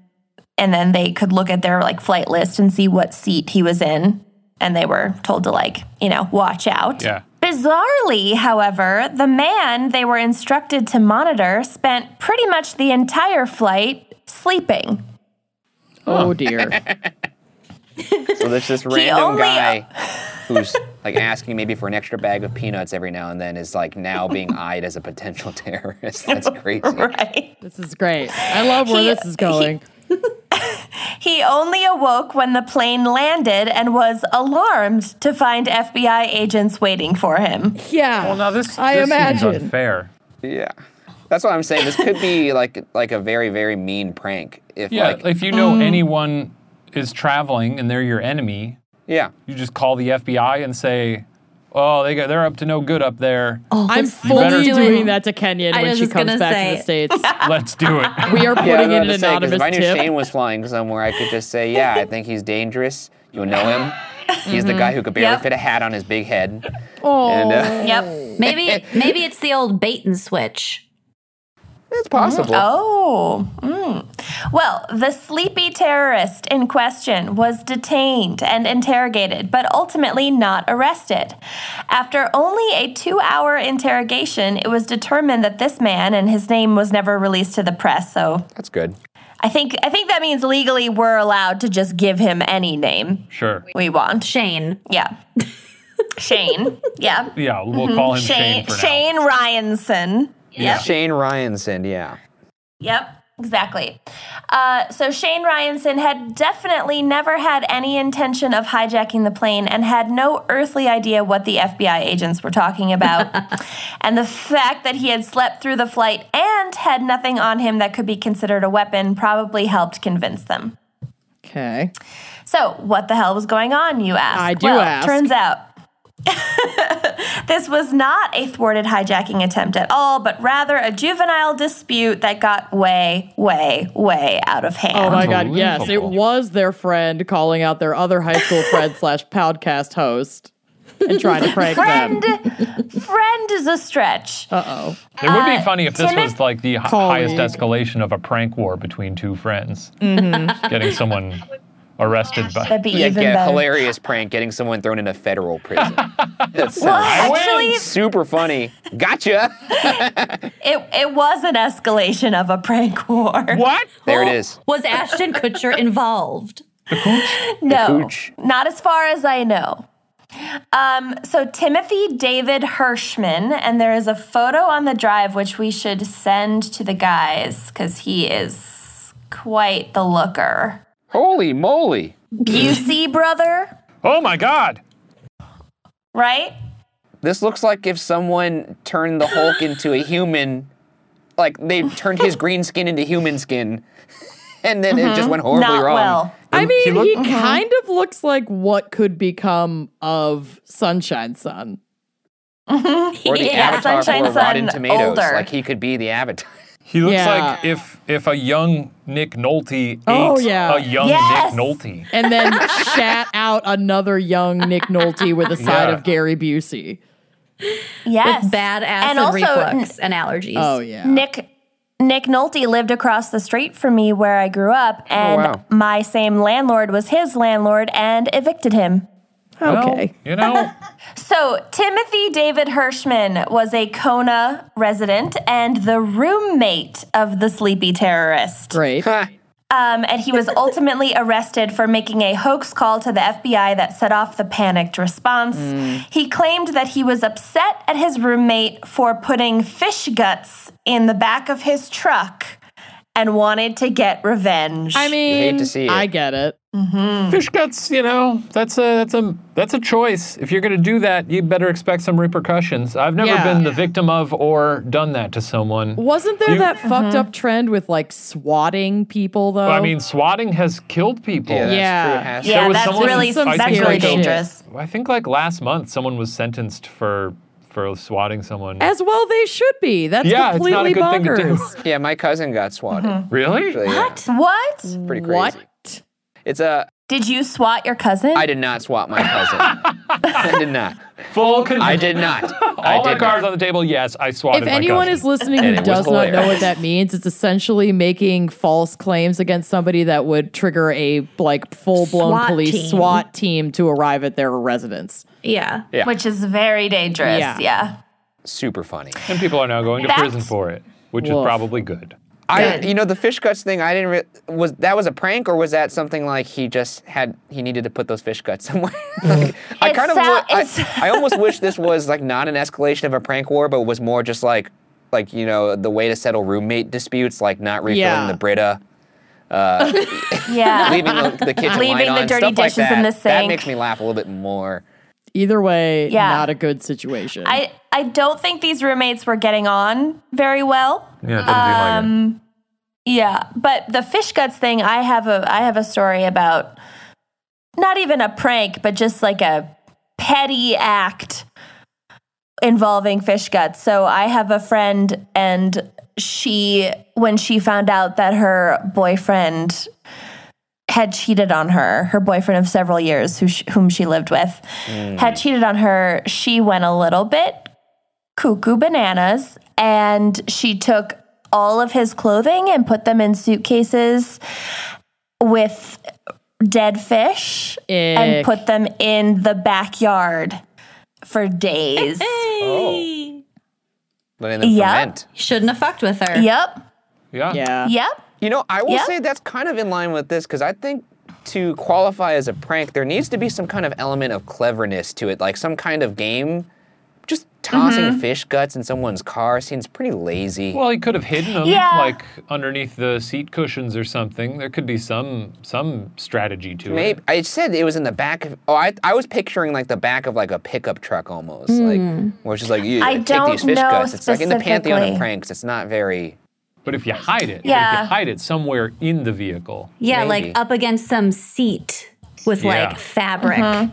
S1: and then they could look at their, like, flight list and see what seat he was in. And they were told to, like, you know, watch out.
S4: Yeah.
S1: Bizarrely, however, the man they were instructed to monitor spent pretty much the entire flight sleeping.
S2: Oh dear.
S3: So there's this random
S1: only-
S3: guy who's like asking maybe for an extra bag of peanuts every now and then is like now being eyed as a potential terrorist. That's crazy.
S1: Right.
S2: this is great. I love where
S1: He-
S2: this is going.
S1: He only awoke when the plane landed and was alarmed to find FBI agents waiting for him.
S2: yeah.
S4: Well, now this,
S2: I
S4: this seems
S2: imagine.
S4: unfair.
S3: Yeah. That's what I'm saying. This could be like like a very very mean prank. If
S4: Yeah,
S1: um,
S3: like
S4: if you know anyone is traveling and they're your enemy,
S3: Yeah.
S4: you just call the FBI and say, "Oh, they got, they're up to no good up there.
S1: Oh.
S2: I'm
S5: let's
S2: fully
S4: better-
S5: do
S2: doing
S5: it.
S2: that to Kenyon
S5: I
S2: when
S5: was
S2: she
S5: just
S2: comes
S5: gonna
S2: back
S5: say.
S2: to the States.
S4: Let's do it."
S2: We are
S3: Yeah, I
S2: putting
S3: was
S2: in
S3: about
S2: an
S3: to say, 'cause
S2: anonymous
S3: if I knew
S2: tip.
S3: Shane was flying somewhere, I could just say, "Yeah, I think he's dangerous. You know him. He's the guy who could barely
S5: Yep.
S3: fit a hat on his big head."
S2: Oh,
S3: And uh,
S1: Yep.
S5: Maybe maybe it's the old bait and switch.
S3: it's possible.
S1: Oh. mm. Well, the sleepy terrorist in question was detained and interrogated, but ultimately not arrested. After only a two hour interrogation, it was determined that this man, and his name was never released to the press, so
S3: That's good.
S1: I think I think that means legally we're allowed to just give him any name
S4: Sure.
S1: we want.
S5: Shane.
S1: Yeah. Shane. Yeah.
S4: Yeah, we'll call him Shane,
S1: Mm-hmm. Shane
S4: for
S1: Shane
S4: now.
S1: Ryanson. Yep.
S3: Shane Ryanson, yeah.
S1: Yep, exactly. Uh, so Shane Ryanson had definitely never had any intention of hijacking the plane and had no earthly idea what the FBI agents were talking about. and the fact that he had slept through the flight and had nothing on him that could be considered a weapon probably helped convince them.
S2: okay.
S1: So, what the hell was going on, you ask?
S2: I do
S1: well,
S2: ask.
S1: Turns out. this was not a thwarted hijacking attempt at all, but rather a juvenile dispute that got way, way, way out of hand.
S2: Oh my god, yes, it
S4: Unbelievable.
S2: was their friend calling out their other high school friend slash podcast host and trying to prank
S1: friend,
S2: them.
S1: friend is a stretch.
S2: Uh oh.
S4: It would be
S1: Uh,
S4: funny if this
S1: Timid-
S4: was like the hi-
S2: Colleague.
S4: highest escalation of a prank war between two friends,
S1: Mm-hmm.
S4: Just getting someone arrested by.
S1: That'd be
S3: Yeah,
S1: even
S3: get a
S1: better.
S3: hilarious prank getting someone thrown into federal prison. that
S1: Well,
S3: sounds
S1: actually,
S3: super funny. Gotcha.
S1: it, it was an escalation of a prank war.
S4: What?
S3: There it
S5: Well,
S3: is.
S5: Was Ashton Kutcher involved?
S1: No,
S3: Cooch.
S1: not as far as I know. Um, so Timothy David Hirschman, and there is a photo on the drive which we should send to the guys because he is quite the looker.
S3: Holy moly.
S1: Busey brother,
S4: Oh my God!
S1: right?
S3: This looks like if someone turned the Hulk into a human, like they turned his green skin into human skin, and then it just went horribly
S1: Mm-hmm. Not
S3: wrong.
S1: well.
S2: I mean, he,
S4: looked-
S2: kind of looks like what could become of Sunshine Sun.
S3: Or the
S5: Yeah,
S3: Avatar
S1: Sunshine
S3: for Rotten
S1: Sun
S3: Tomatoes.
S1: older.
S3: Like he could be the Avatar.
S4: He looks
S2: Yeah.
S4: like if if a young Nick Nolte ate
S2: Oh, yeah.
S4: a young
S1: Yes.
S4: Nick Nolte.
S2: And then shat out another young Nick Nolte with a side
S4: Yeah.
S2: of Gary Busey.
S1: Yes,
S5: With bad acid
S1: and also
S5: reflux and allergies.
S2: Oh yeah.
S1: Nick Nick Nolte lived across the street from me where I grew up, and
S3: Oh, wow.
S1: my same landlord was his landlord and evicted him.
S2: Okay.
S4: Well, you know,
S1: So, Timothy David Hirschman was a Kona resident and the roommate of the sleepy terrorist.
S2: Great.
S1: Um, and he was ultimately arrested for making a hoax call to the FBI that set off the panicked response.
S2: Mm.
S1: He claimed that he was upset at his roommate for putting fish guts in the back of his truck and wanted to get revenge.
S2: I mean,
S3: hate to see it.
S2: I get it.
S4: fish guts. You know, that's a that's a that's a choice. If you're gonna do that, you better expect some repercussions. I've never
S2: Yeah.
S4: been the victim of or done that to someone.
S2: Wasn't there
S4: You-
S2: that fucked up trend with like swatting people though?
S4: I mean, swatting has killed people.
S3: that's
S2: Yeah.
S3: true. It has to-
S1: yeah,
S4: was
S1: that's
S4: someone-
S1: really
S2: some
S1: that's
S2: scary
S1: really
S2: shit.
S1: dangerous.
S4: I think like last month, someone was sentenced for for swatting someone.
S2: as well they should be. That's
S4: yeah, it's not
S2: completely
S4: a good thing to
S2: bonkers.
S4: do.
S3: Yeah, my cousin got swatted.
S4: Really?
S3: Actually, yeah,
S1: Mm-hmm. What?
S2: Mm.
S3: it's pretty crazy.
S2: What?
S3: It's a.
S1: Did you swat your cousin?
S3: I did not swat my cousin. I did not.
S4: Full con-
S3: I did not. I
S4: All
S3: did
S4: my cards
S3: not.
S4: on the table. Yes, I swatted.
S2: If
S4: my
S2: anyone
S4: cousin.
S2: is listening
S3: And
S2: who
S3: it was
S2: does not know
S3: hilarious.
S2: what that means, it's essentially making false claims against somebody that would trigger a like full blown
S5: SWAT
S2: police
S5: team.
S2: SWAT team to arrive at their residence.
S5: Yeah.
S3: Yeah.
S1: Which is very dangerous.
S2: Yeah.
S1: yeah.
S3: Super funny.
S4: and people are now going to
S1: That's-
S4: prison for it, which
S2: Woof.
S4: is probably good.
S3: I,
S5: Good.
S3: you know, the fish guts thing. I didn't. Re- was that was a prank or was that something like he just had he needed to put those fish guts somewhere? Like, I
S1: It
S3: kind of.
S1: sou-
S3: wa- I-
S1: Mm. it's-
S3: I, almost wish this was like not an escalation of a prank war, but was more just like, like you know, the way to settle roommate disputes, like not refilling
S2: Yeah.
S3: the Brita,
S1: Yeah.
S3: leaving the, the kitchen light
S1: Leaving the
S3: on,
S1: dirty
S3: stuff like
S1: dishes in
S3: that.
S1: the
S3: That
S1: sink.
S3: makes me laugh a little bit more.
S2: Either way,
S1: Yeah.
S2: not a good situation.
S1: I, I don't think these roommates were getting on very well. Um,
S4: Yeah, it doesn't seem like it.
S1: Yeah, but the fish guts thing, I have a I have a story about not even a prank, but just like a petty act involving fish guts. So I have a friend and she when she found out that her boyfriend had cheated on her, her boyfriend of several years who sh- whom she lived with had cheated on her, she went a little bit cuckoo bananas and she took all of his clothing and put them in suitcases with dead fish
S2: Ick.
S1: and put them in the backyard for days.
S3: Oh. Letting them
S1: Yeah.
S3: ferment.
S5: Shouldn't have fucked with her.
S1: yep.
S4: Yeah.
S2: Yeah.
S1: Yep.
S3: You know, I will
S1: Yeah.
S3: say that's kind of in line with this because I think to qualify as a prank, there needs to be some kind of element of cleverness to it, like some kind of game. Just tossing
S1: Mm-hmm.
S3: fish guts in someone's car seems pretty lazy.
S4: Well, he could have hidden them
S1: Yeah.
S4: like underneath the seat cushions or something. There could be some some strategy to
S3: Maybe I said it was in the back of. Oh, I, I was picturing like the back of like a pickup truck almost, like where it's just like you
S1: Hmm. I
S3: take
S1: don't
S3: these fish
S1: know
S3: guts. It's like in the pantheon of
S1: specifically.
S3: pranks. It's not very.
S4: it. But if you hide it, if
S1: Yeah.
S4: you hide it somewhere in the vehicle,
S5: Yeah,
S3: Maybe.
S5: like up against some seat with
S4: Yeah.
S5: like fabric.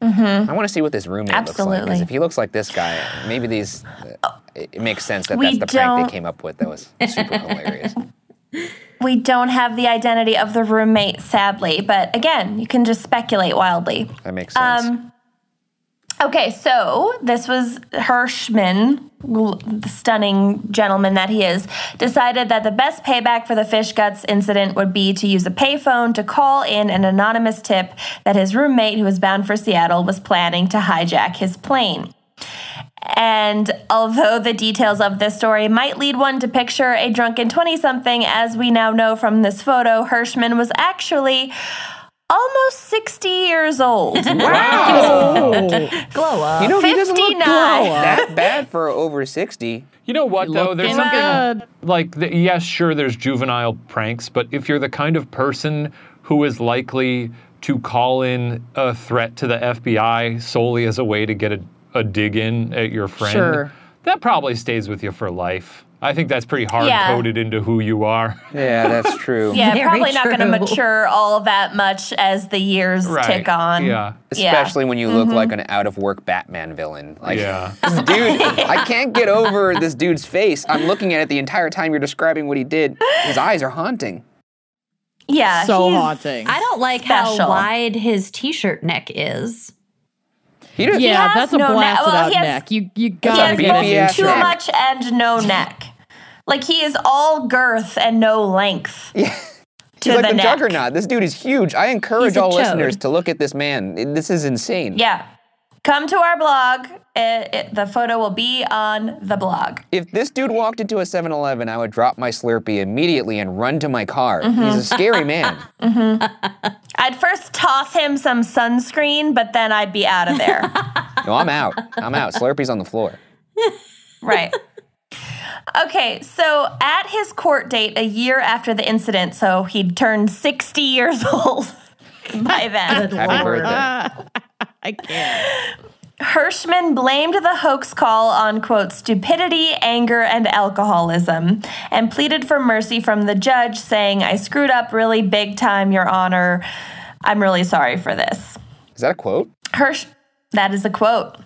S1: Mm-hmm.
S3: I want to see what this roommate looks like. 'cause
S1: Absolutely. Oh.
S3: if he looks like this guy, maybe these. It it makes sense that
S1: We
S3: that's the prank
S1: don't-
S3: they came up with. That was super hilarious.
S1: We don't have the identity of the roommate, sadly, but again, you can just speculate wildly.
S3: That makes sense.
S1: Um, Okay, so this was Hirschman, l- the stunning gentleman that he is, decided that the best payback for the fish guts incident would be to use a payphone to call in an anonymous tip that his roommate, who was bound for Seattle, was planning to hijack his plane. And although the details of this story might lead one to picture a drunken 20 something, as we now know from this photo, Hirschman was actually almost 60 years old.
S5: Glow up.
S3: you know, he doesn't look
S1: 59.
S3: that bad for over 60.
S4: you know what though? There's
S2: Looking
S4: something
S2: good.
S4: like the, yes, sure, there's juvenile pranks, but if you're the kind of person who is likely to call in a threat to the FBI solely as a way to get a, a dig in at your friend,
S2: Sure.
S4: that probably stays with you for life. I think that's pretty hard coded into who you are.
S3: Yeah, that's true.
S1: Yeah,
S5: Very
S1: probably not going to
S5: true.
S1: mature all that much as the years tick on.
S4: Yeah.
S3: Especially when you
S1: Mm-hmm.
S3: look like an out of work Batman villain. Like,
S4: Yeah.
S3: this dude, I can't get over this dude's face. I'm looking at it the entire time you're describing what he did. His eyes are haunting.
S1: yeah.
S2: so
S1: he's-
S2: haunting.
S5: I don't like
S1: Special.
S5: how wide his t-shirt neck is.
S3: He did
S2: yeah,
S1: has
S2: that's a
S1: no neck.
S2: blasted
S1: Well,
S2: out
S1: he has-
S2: neck. You you
S1: He
S2: gotta
S1: has
S3: be
S2: get a
S3: beefy
S2: new
S3: ass
S1: both too
S2: shirt.
S3: neck.
S1: much and no neck. Like he is all girth and no length. Yeah. To
S3: He's like
S1: the,
S3: the,
S1: neck.
S3: juggernaut. This dude is huge. I encourage
S5: He's a
S3: all
S5: chode.
S3: listeners to look at this man. This is insane.
S1: Yeah. Come to our blog. It, it, the photo will be on the blog.
S3: If this dude walked into a 7 Eleven, I would drop my Slurpee immediately and run to my car. He's a scary man.
S1: I'd first toss him some sunscreen, but then I'd be out of there.
S3: No, I'm out. I'm out. Slurpee's on the floor.
S1: Right. Okay, so at his court date, a year after the incident, so he'd turned 60 years old by then,
S3: Happy birthday.
S2: I can't.
S1: Hirschman blamed the hoax call on, quote, stupidity, anger, and alcoholism, and pleaded for mercy from the judge, saying, I screwed up really big time, Your Honor. I'm really sorry for this.
S3: Is that a quote?
S1: Hirsch, that is a quote.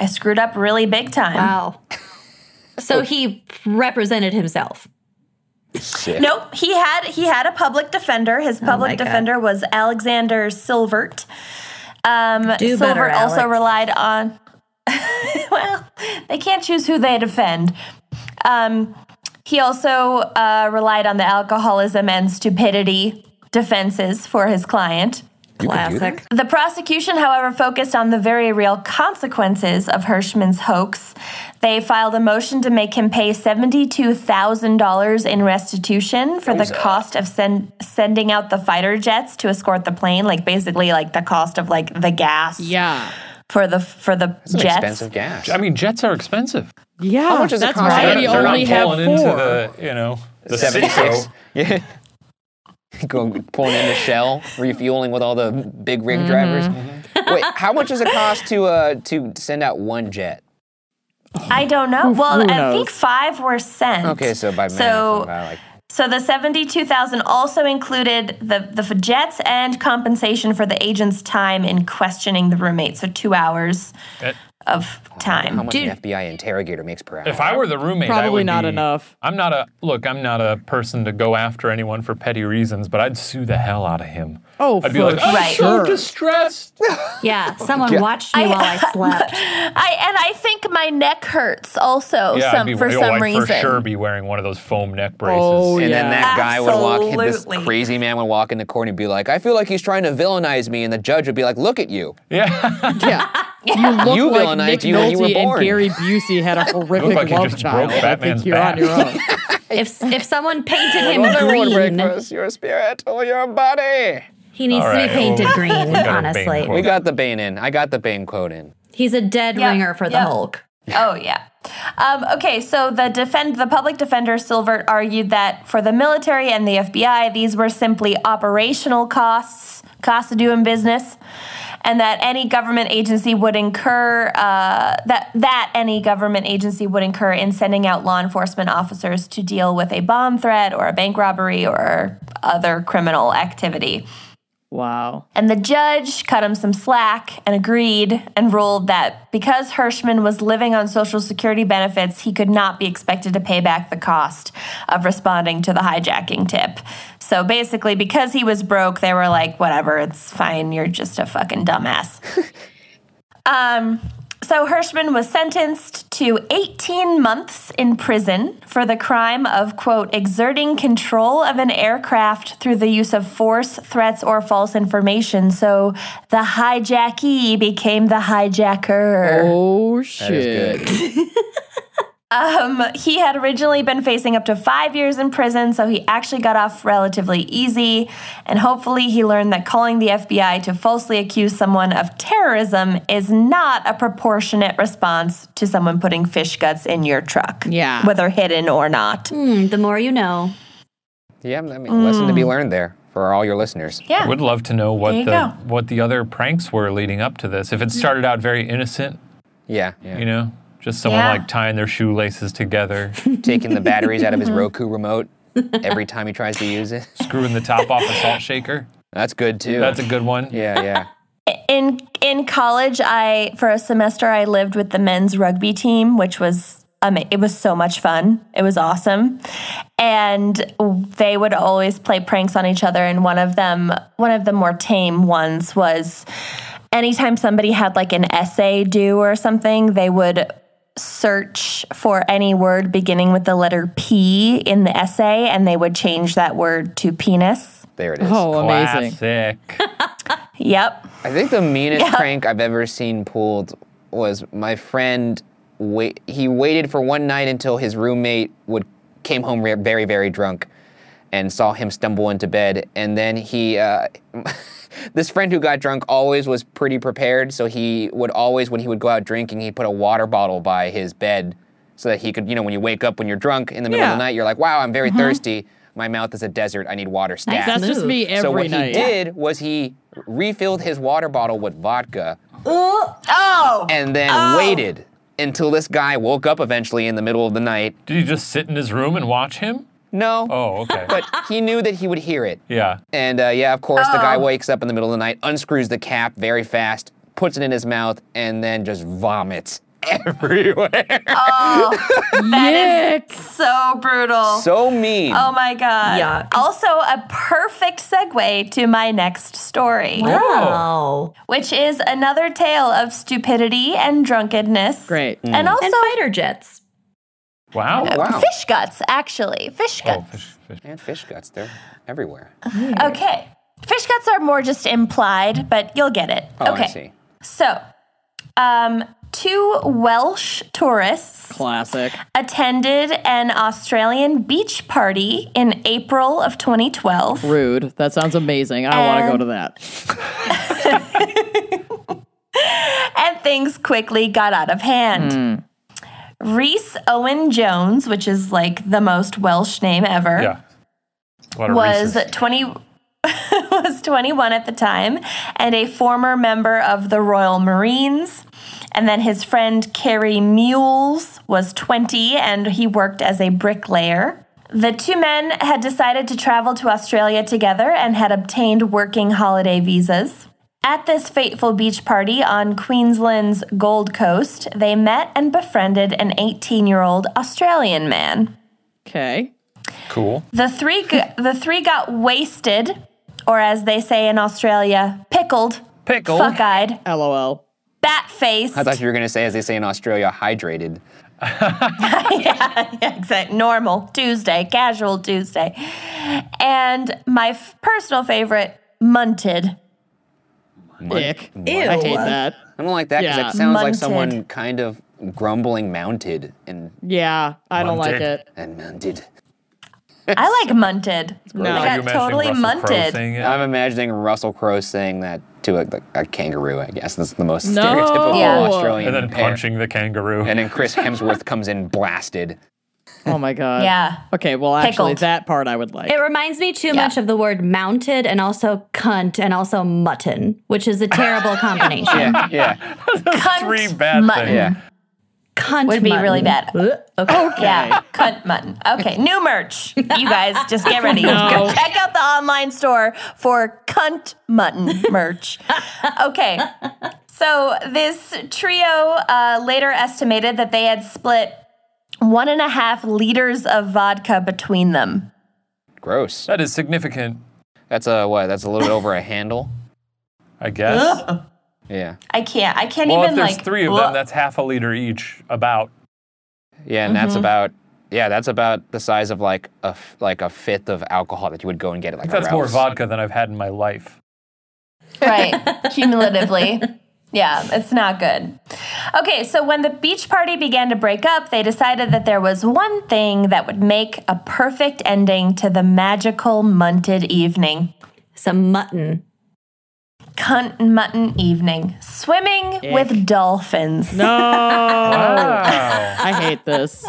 S1: I screwed up really big time.
S5: Wow. so he represented himself.
S3: Sick.
S1: Nope, he had he had a public defender. His public
S5: Oh my God.
S1: defender was Alexander Silvert. Um,
S5: Do
S1: Silvert
S5: better,
S1: also
S5: Alex.
S1: relied on. well, they can't choose who they defend. Um, he also uh, relied on the alcoholism and stupidity defenses for his client.
S5: Classic.
S1: The prosecution, however, focused on the very real consequences of Hirschman's hoax. They filed a motion to make him pay $72,000 in restitution for the cost of send, sending out the fighter jets to escort the plane, like basically like the cost of like the gas
S2: Yeah.
S1: for the for the
S3: It's an
S1: jets.
S3: expensive gas.
S4: I mean, jets are expensive.
S2: Yeah.
S3: How much does it
S2: that's
S3: cost?
S2: right.
S3: They're-
S2: you
S3: they're not
S2: only have four.
S4: pulling into the, you know, the
S3: 76.
S4: Citgo.
S3: Yeah. Go pulling in the shell, refueling with all the big rig drivers. Wait, how much does it cost to uh, to send out one jet?
S1: I don't know. well,
S2: who
S1: I think
S2: knows?
S1: five were sent.
S3: Okay, so by math,
S1: So-
S3: about like
S1: So the 72,000 also included the the jets and compensation for the agent's time in questioning the roommate, so 2 hours
S4: That-
S1: of
S3: How
S1: time.
S3: much an FBI interrogator makes per hour?
S4: If I were the roommate, I
S2: Probably
S4: would
S2: not
S4: be-
S2: enough.
S4: I'm not a look. I'm not a person to go after anyone for petty reasons, but I'd sue the hell out of him.
S2: Oh,
S4: I'd be
S2: for
S4: like, I'm
S1: Right.
S4: so
S2: sure.
S4: distressed.
S5: Yeah, someone watched me while I slept.
S1: I and I think my neck hurts also
S4: yeah, I'd
S1: some
S4: be,
S1: for
S4: oh,
S1: some
S4: I'd
S1: reason.
S4: for sure be wearing one of those foam neck braces.
S2: Oh,
S3: and
S2: yeah.
S3: then that guy would walk, this
S1: Absolutely.
S3: crazy man would walk in the corner and be like, I feel like he's trying to villainize me. And the judge would be like, look at you.
S4: Yeah,
S2: Yeah. You look
S3: You
S2: like
S3: villainized
S2: Nick
S3: you when you were
S2: Nolte and
S3: born.
S2: Gary Busey had a horrific
S4: like you
S2: love
S4: just
S2: child.
S4: broke
S2: I think
S4: Batman's
S2: you're
S4: back.
S2: on your own.
S5: If if someone painted him green,
S3: your spirit
S4: Oh,
S3: or your body.
S5: he needs
S4: All
S5: to
S4: right,
S5: be
S4: well,
S5: painted
S4: we
S5: green.
S4: got our main
S5: Honestly,
S4: quote.
S3: We got the Bane in. I got the Bane quote in.
S5: he's a dead
S1: Yeah,
S5: ringer for the
S1: yeah.
S5: Hulk.
S1: Oh yeah. Um, okay, so the defend the public defender Silvert argued that for the military and the FBI, these were simply operational costs, costs of doing business, and that any government agency would incur uh, that that any government agency would incur in sending out law enforcement officers to deal with a bomb threat or a bank robbery or other criminal activity.
S2: Wow.
S1: And the judge cut him some slack and agreed and ruled that because Hirschman was living on Social Security benefits, he could not be expected to pay back the cost of responding to the hijacking tip. So basically, because he was broke, they were like, whatever, it's fine, you're just a fucking dumbass. Um, so Hirschman was sentenced to 18 months in prison for the crime of, quote, exerting control of an aircraft through the use of force, threats, or false information. So the hijackee became the hijacker.
S2: Oh shit.
S1: Um, he had originally been facing up to five years in prison, so he actually got off relatively easy. And hopefully, he learned that calling the FBI to falsely accuse someone of terrorism is not a proportionate response to someone putting fish guts in your truck.
S2: Yeah.
S1: Whether hidden or not.
S5: Hmm, the more you know.
S3: Yeah, I mean, lesson to be learned there for all your listeners.
S4: I
S1: Yeah.
S4: would love to know what
S1: There
S4: the
S1: you go. Mm.
S4: what the other pranks were leading up to this. If it started out very innocent,
S3: Yeah, yeah.
S4: you know, just someone
S1: Yeah.
S4: like tying their shoelaces together,
S3: taking the batteries out of his Roku remote every time he tries to use it.
S4: screwing the top off a salt shaker.
S3: That's good too.
S4: That's a good one.
S3: yeah, yeah.
S1: in in college i for a semester i lived with the men's rugby team which was um, it was so much fun it was awesome and they would always play pranks on each other and one of them one of the more tame ones was anytime somebody had like an essay due or something they would search for any word beginning with the letter p in the essay and they would change that word to penis
S3: There it is.
S2: Oh, amazing.
S4: Classic.
S1: yep
S3: I think the meanest prank I've ever seen pulled was my friend. Wait, he waited for one night until his roommate would came home re- very very drunk, and saw him stumble into bed. And then he, uh, this friend who got drunk always was pretty prepared. So he would always, when he would go out drinking, he put a water bottle by his bed so that he could, you know, when you wake up when you're drunk in the middle
S2: Yeah.
S3: of the night, you're like, wow, I'm very thirsty. My mouth is a desert. I need water. Stat.
S2: That's just me every
S3: So what
S2: night.
S3: he did was he refilled his water bottle with vodka
S1: oh
S3: and then waited until this guy woke up eventually in the middle of the night.
S4: Did you just sit in his room and watch him?
S3: No,
S4: Oh, okay.
S3: but he knew that he would hear it.
S4: yeah.
S3: And uh, yeah, of course, the guy wakes up in the middle of the night, unscrews the cap very fast, puts it in his mouth, and then just vomits everywhere.
S2: Yick.
S1: so brutal
S3: so mean.
S1: Oh my God.
S5: Yuck.
S1: Also, a perfect segue to my next story,
S4: Oh.
S5: Wow.
S1: which is another tale of stupidity and drunkenness.
S2: Great.
S3: Mm.
S1: And also
S5: And fighter jets.
S4: Wow.
S3: wow.
S1: fish guts, actually. Fish
S4: Oh,
S1: guts.
S4: fish, fish.
S3: and fish guts, they're everywhere.
S1: Okay. Fish guts are more just implied, but you'll get it.
S3: Oh,
S1: okay.
S3: I see.
S1: So, um, two Welsh tourists
S2: Classic.
S1: attended an Australian beach party in April of 2012.
S2: Rude. That sounds amazing. I want to go to that.
S1: and things quickly got out of hand. Reese Owen Jones, which is like the most Welsh name ever,
S4: Yeah. What a
S1: was
S4: Reese's.
S1: 20 was 21 at the time and a former member of the Royal Marines. And then his friend Carrie Mules was 20 and he worked as a bricklayer. The two men had decided to travel to Australia together and had obtained working holiday visas. At this fateful beach party on Queensland's Gold Coast, they met and befriended an 18 year old Australian man.
S2: Okay.
S4: Cool.
S1: The three, g- the three got wasted, or as they say in Australia, pickled,
S4: Pickled.
S1: fuck eyed,
S2: LOL.
S1: bat faced.
S3: I thought you were going to say, as they say in Australia, hydrated.
S1: exact normal Tuesday, casual Tuesday. And my f- personal favorite, munted.
S2: Ick. I hate that.
S3: I don't like that because
S2: Yeah.
S3: that sounds like
S1: Munted.
S3: someone kind of grumbling mounted and,
S2: Yeah, I don't like
S6: Munted.
S2: it.
S3: and mounted.
S1: I like munted.
S2: No.
S1: I
S4: Are you
S1: got
S4: imagining
S1: totally
S4: Russell Crowe
S1: munted.
S4: saying it?
S3: I'm imagining Russell Crowe saying that to a, like, a kangaroo, I guess. That's the most
S2: No.
S3: stereotypical
S1: Yeah.
S3: Australian
S6: and then
S3: pair.
S6: punching the kangaroo.
S3: And then Chris Hemsworth comes in blasted.
S2: Oh my god.
S1: Yeah.
S2: Okay, well actually
S1: Pickled.
S2: that part I would like.
S5: It reminds me too much of the word mounted and also cunt and also mutton, which is a terrible combination.
S3: Yeah, yeah.
S1: Cunt
S6: Three bad
S1: mutton
S6: things.
S3: Yeah.
S5: Cunt
S1: Would be
S5: mutton.
S1: really bad.
S5: Okay.
S1: Yeah, cunt mutton. Okay, new merch. You guys, just get ready.
S2: No.
S1: Check out the online store for cunt mutton merch. Okay, so this trio uh, later estimated that they had split one and a half liters of vodka between them.
S3: Gross.
S4: That is significant,
S3: That's a what? That's a little bit over a handle.
S6: I guess.
S3: Yeah.
S1: I can't. I can't
S6: well,
S1: even
S6: if there's
S1: like
S6: three of
S1: look.
S6: them, that's half a liter each. About.
S3: Yeah, and
S2: Mm-hmm.
S3: that's about yeah, that's about the size of like a f- like a fifth of alcohol that you would go and get at like a
S6: That's more
S3: Ralph's.
S6: vodka than I've had in my life.
S1: Right. Cumulatively. Yeah, it's not good. Okay, so when the beach party began to break up, they decided that there was one thing that would make a perfect ending to the magical munted evening.
S5: Some mutton.
S1: Cunt mutton evening. Swimming with dolphins.
S2: no.
S1: Oh.
S6: Wow.
S2: I hate this.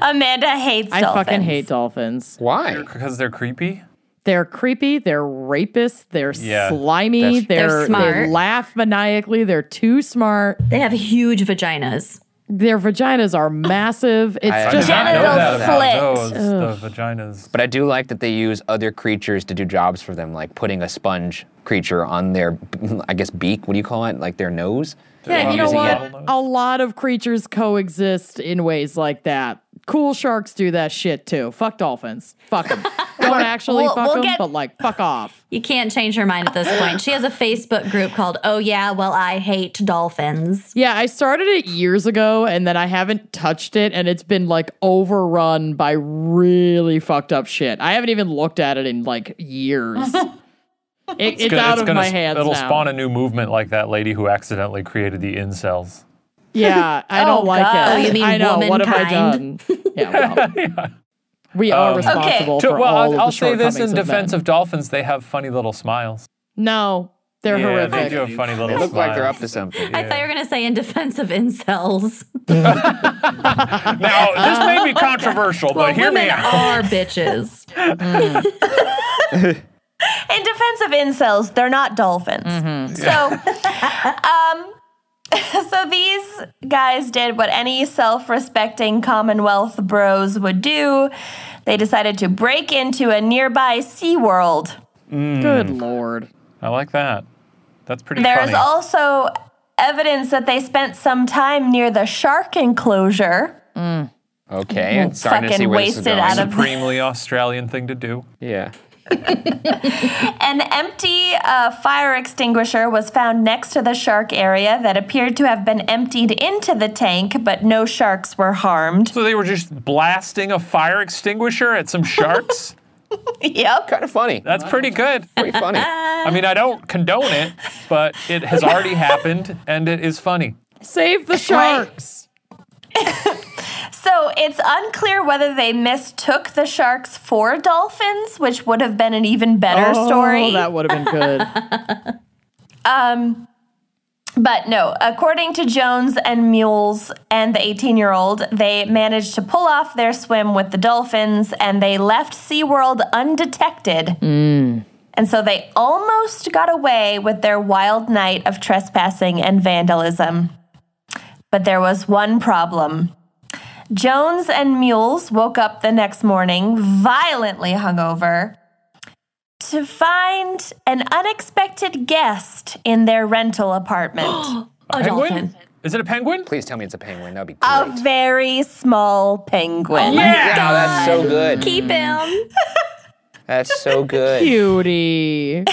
S1: Amanda hates
S2: I
S1: dolphins.
S2: fucking hate dolphins.
S3: Why?
S6: Because they're creepy.
S2: They're creepy, they're rapists, they're
S6: Yeah,
S2: slimy,
S3: that's-
S2: they're,
S5: They're
S2: they
S5: smart.
S2: laugh maniacally, they're too smart.
S5: They have huge vaginas.
S2: Their vaginas are massive. It's
S3: I- I
S2: just
S3: did not
S6: know that
S1: Genital
S6: about
S1: slit.
S6: those, the vaginas.
S3: But I do like that they use other creatures to do jobs for them, like putting a sponge creature on their, I guess, beak. What do you call it? Like their nose.
S2: Yeah, you know
S3: Using
S2: what?
S3: it-
S2: A lot of creatures coexist in ways like that. Cool sharks do that shit too. Fuck dolphins. Fuck them. Don't actually
S1: We'll-
S2: fuck
S1: we'll
S2: them,
S1: get-
S2: but like fuck off.
S5: You can't change her mind at this point. She has a Facebook group called Oh Yeah, Well I Hate Dolphins.
S2: Yeah, I started it years ago and then I haven't touched it and it's been like overrun by really fucked up shit. I haven't even looked at it in like years. It- it's
S6: gonna-
S2: out of
S6: gonna
S2: my
S6: sp-
S2: hands.
S6: It'll
S2: now.
S6: spawn a new movement like that lady who accidentally created the incels.
S2: Yeah, I don't
S1: Oh,
S2: like
S1: God.
S2: it.
S1: Oh,
S5: you mean
S2: I know. What have I done?
S5: womankind?
S2: Yeah, well, we are responsible
S6: Um, To-
S2: for
S6: well,
S2: all
S6: I'll,
S2: of the
S6: I'll say this
S2: shortcomings
S6: in
S2: of men.
S6: defense of dolphins: they have funny little smiles.
S2: No, they're
S6: yeah,
S2: horrific.
S6: they do have funny little
S3: They
S6: smiles.
S3: look like they're up to something.
S5: I thought you were gonna say in defense of incels.
S6: Now, this may be controversial, but hear
S5: Women
S6: me out.
S5: are bitches.
S1: In defense of incels, they're not dolphins. So, um, so these guys did what any self-respecting Commonwealth bros would do. They decided to break into a nearby SeaWorld.
S2: Good
S6: Mm.
S2: lord.
S6: I like that. That's pretty
S1: There's
S6: funny.
S1: also evidence that they spent some time near the shark enclosure.
S3: Okay, I'm starting to
S1: fucking
S3: see where this is
S1: wasted
S3: going.
S1: out of-
S6: Supremely Australian thing to do.
S3: yeah.
S1: An empty uh, fire extinguisher was found next to the shark area that appeared to have been emptied into the tank, but no sharks were harmed.
S6: So they were just blasting a fire extinguisher at some sharks.
S1: Yep.
S3: Kind of funny.
S6: That's pretty good.
S3: Pretty funny.
S6: I mean, I don't condone it, but it has already happened, and it is funny.
S2: Save the sharks.
S1: So it's unclear whether they mistook the sharks for dolphins, which would have been an even better story.
S2: Oh, that would have been good.
S1: But no, according to Jones and Mules and the 18 year old, they managed to pull off their swim with the dolphins and they left SeaWorld undetected. And so they almost got away with their wild night of trespassing and vandalism. But there was one problem Jones and Mules woke up the next morning violently hungover to find an unexpected guest in their rental apartment.
S5: A dolphin.
S4: Is it a penguin?
S3: Please tell me it's a penguin. That'd be great. Oh
S1: a very small penguin.
S3: yeah, that's so good.
S5: Keep him.
S3: That's so good.
S2: Cutie.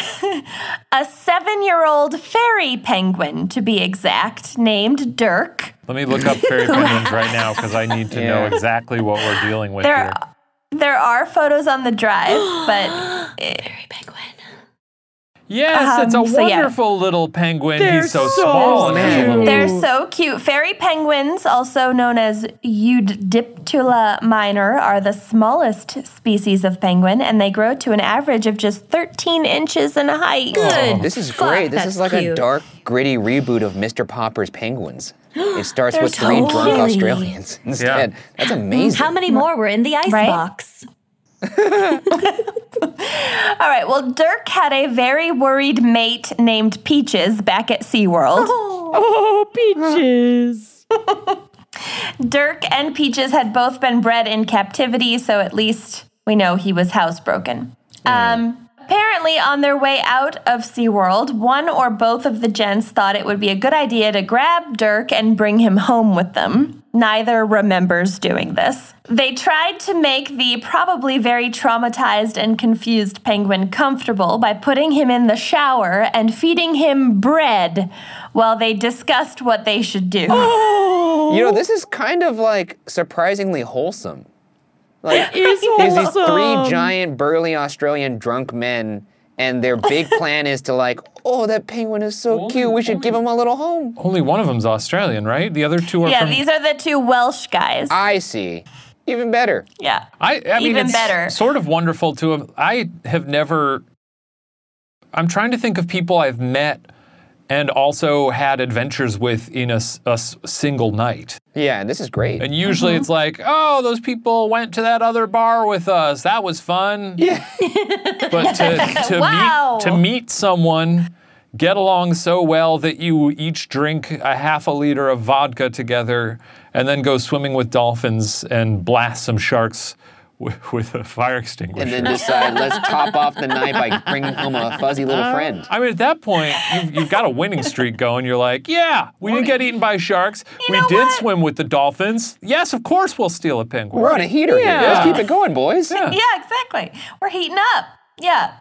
S1: A seven year old fairy penguin, to be exact, named Dirk.
S4: Let me look up fairy penguins right now because I need to know
S3: Yeah.
S4: exactly what we're dealing with
S1: There,
S4: here.
S1: there are photos on the drive, but eh,
S5: Very penguin.
S4: Yes, it's a
S1: Um, so yeah.
S4: wonderful little penguin.
S2: They're
S4: He's so,
S2: so
S4: small. and he's a little-
S2: cute.
S1: they're
S2: Ooh.
S1: so cute. Fairy penguins, also known as Eudiptula minor, are the smallest species of penguin, and they grow to an average of just 13 inches in height.
S5: Good.
S3: This is
S5: Fuck,
S3: great. This
S5: that's
S3: is like a
S5: cute.
S3: dark, gritty reboot of Mr. Popper's Penguins. It starts
S5: They're
S3: with three
S5: so
S3: drunk
S5: silly.
S3: Australians instead. That's amazing.
S5: How many more were in the ice
S1: Right?
S5: box?
S1: All right, well, Dirk had a very worried mate named Peaches back at SeaWorld.
S2: Oh, peaches.
S1: Dirk and Peaches had both been bred in captivity, so at least we know he was housebroken. Um, apparently, on their way out of SeaWorld, one or both of the gents thought it would be a good idea to grab Dirk and bring him home with them. Neither remembers doing this. They tried to make the probably very traumatized and confused penguin comfortable by putting him in the shower and feeding him bread while they discussed what they should do.
S3: You know, this is kind of like surprisingly wholesome. Like there's
S2: Is
S3: these
S2: wholesome.
S3: three giant, burly Australian drunk men, and their big plan is to like, oh, that penguin is so cute. We should give him a little home.
S4: Only one of them's Australian, right? The other two are
S1: Yeah,
S4: from.
S1: these are the two Welsh guys.
S3: I see. Even better.
S1: yeah.
S4: I, I mean,
S1: Even
S4: it's
S1: better.
S4: Sort of wonderful to have. I have never. I'm trying to think of people I've met and also had adventures with in a, s- a s- single night.
S3: Yeah, this is great.
S4: And usually it's like, oh, those people went to that other bar with us. That was fun. Yeah. but to, to,
S1: Wow.
S4: meet, to meet someone, get along so well that you each drink a half a liter of vodka together and then go swimming with dolphins and blast some sharks w- with a fire extinguisher.
S3: And then decide, let's top off the night by bringing home a fuzzy little friend.
S4: I mean, at that point, you've, you've got a winning streak going. You're like, yeah, we didn't get eaten by sharks. we
S1: know
S4: did
S1: what?
S4: swim with the dolphins. Yes, of course we'll steal a penguin.
S3: We're on a heater here. Let's keep it going, boys.
S1: Yeah, exactly. We're heating up. Yeah.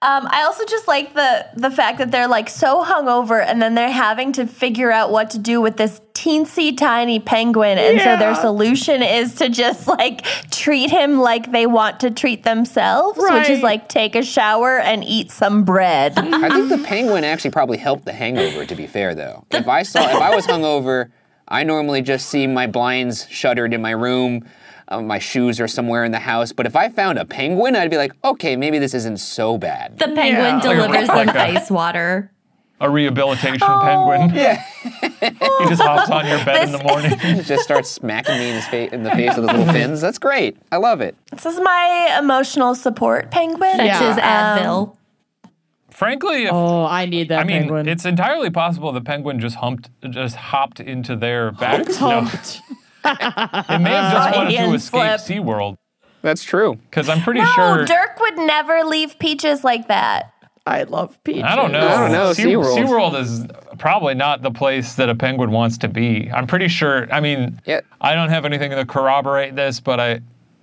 S1: Um, I also just like the the fact that they're like so hungover and then they're having to figure out what to do with this teensy tiny penguin. And so their solution is to just like treat him like they want to treat themselves, which is
S2: Right.
S1: like take a shower and eat some bread.
S3: I think
S1: Um,
S3: the penguin actually probably helped the hangover. To be fair, though, if I saw if I was hungover, I normally just see my blinds shuttered in my room, uh, my shoes are somewhere in the house. But if I found a penguin, I'd be like, okay, maybe this isn't so bad.
S5: The penguin delivers
S4: Like a-
S5: them
S4: like a-
S5: ice water.
S4: a rehabilitation penguin.
S3: Oh, Yeah.
S4: he just hops on your bed in the morning.
S3: It just starts smacking me in, his fa- in the face with his little fins. That's great. I love it.
S1: this is my emotional support penguin. Um,
S5: Such
S2: Yeah.
S5: as Advil.
S4: Frankly, if,
S2: Oh, I need that
S4: I mean,
S2: penguin.
S4: it's entirely possible the penguin just humped, just hopped into their back. No,
S2: pumped.
S4: it may have just wanted to
S1: Freudian
S4: escape
S1: slip.
S4: SeaWorld
S3: That's true.
S4: because I'm pretty
S1: No,
S4: sure.
S1: Dirk would never leave peaches like that.
S2: I love peaches.
S4: I don't know.
S3: I don't know,
S4: Sea-
S3: SeaWorld.
S4: SeaWorld is probably not the place that a penguin wants to be. I'm pretty sure. I mean,
S3: Yeah.
S4: I don't have anything to corroborate this, but I,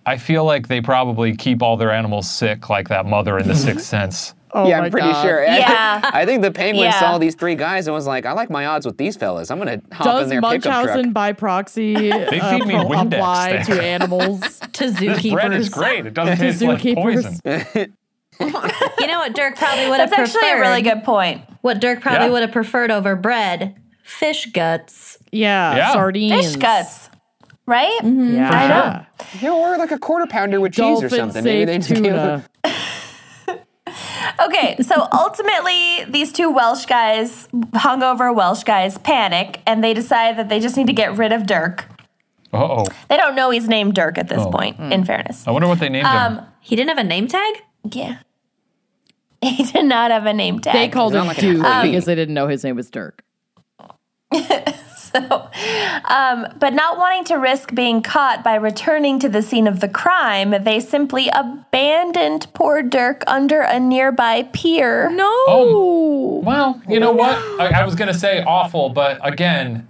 S4: I feel like they probably keep all their animals sick, like that mother in The Sixth Sense.
S2: Oh
S3: yeah,
S2: my
S3: I'm pretty
S2: God.
S3: sure.
S1: Yeah.
S3: I think the penguin
S1: Yeah.
S3: saw these three guys and was like, I like my odds with these fellas. I'm gonna hop in
S2: Does
S3: their pickup
S2: Munchausen
S3: truck.
S2: by proxy they
S4: feed me Windex
S2: apply
S4: there.
S2: to animals?
S5: to
S4: This bread is
S5: zookeepers.
S4: great. It doesn't taste like
S2: zookeepers.
S4: poison.
S5: You know what Dirk probably would have
S1: That's
S5: preferred?
S1: actually a really good point.
S5: What Dirk probably
S4: Yeah.
S5: would have preferred over bread? Fish guts.
S2: Yeah,
S4: Yeah.
S2: sardines.
S1: Fish guts, right?
S2: Yeah.
S1: I know.
S3: Yeah, or like a quarter pounder with cheese or
S2: Dolphin
S3: something. Maybe they
S2: safe uh, tuna.
S1: Okay, so ultimately, these two Welsh guys, hungover Welsh guys, panic and they decide that they just need to get rid of Dirk.
S4: Uh oh.
S1: They don't know he's named Dirk at this point, in fairness.
S4: I wonder what they named him.
S5: He didn't have a name tag?
S1: Yeah. He did not have a name tag.
S2: They called
S3: not
S2: him
S3: like an
S2: Duke
S3: athlete.
S2: because they didn't know his name was Dirk.
S1: So, um, but not wanting to risk being caught by returning to the scene of the crime, they simply abandoned poor Dirk under a nearby pier.
S2: No.
S4: Oh, Well, you know what? I, I was gonna say awful, but again,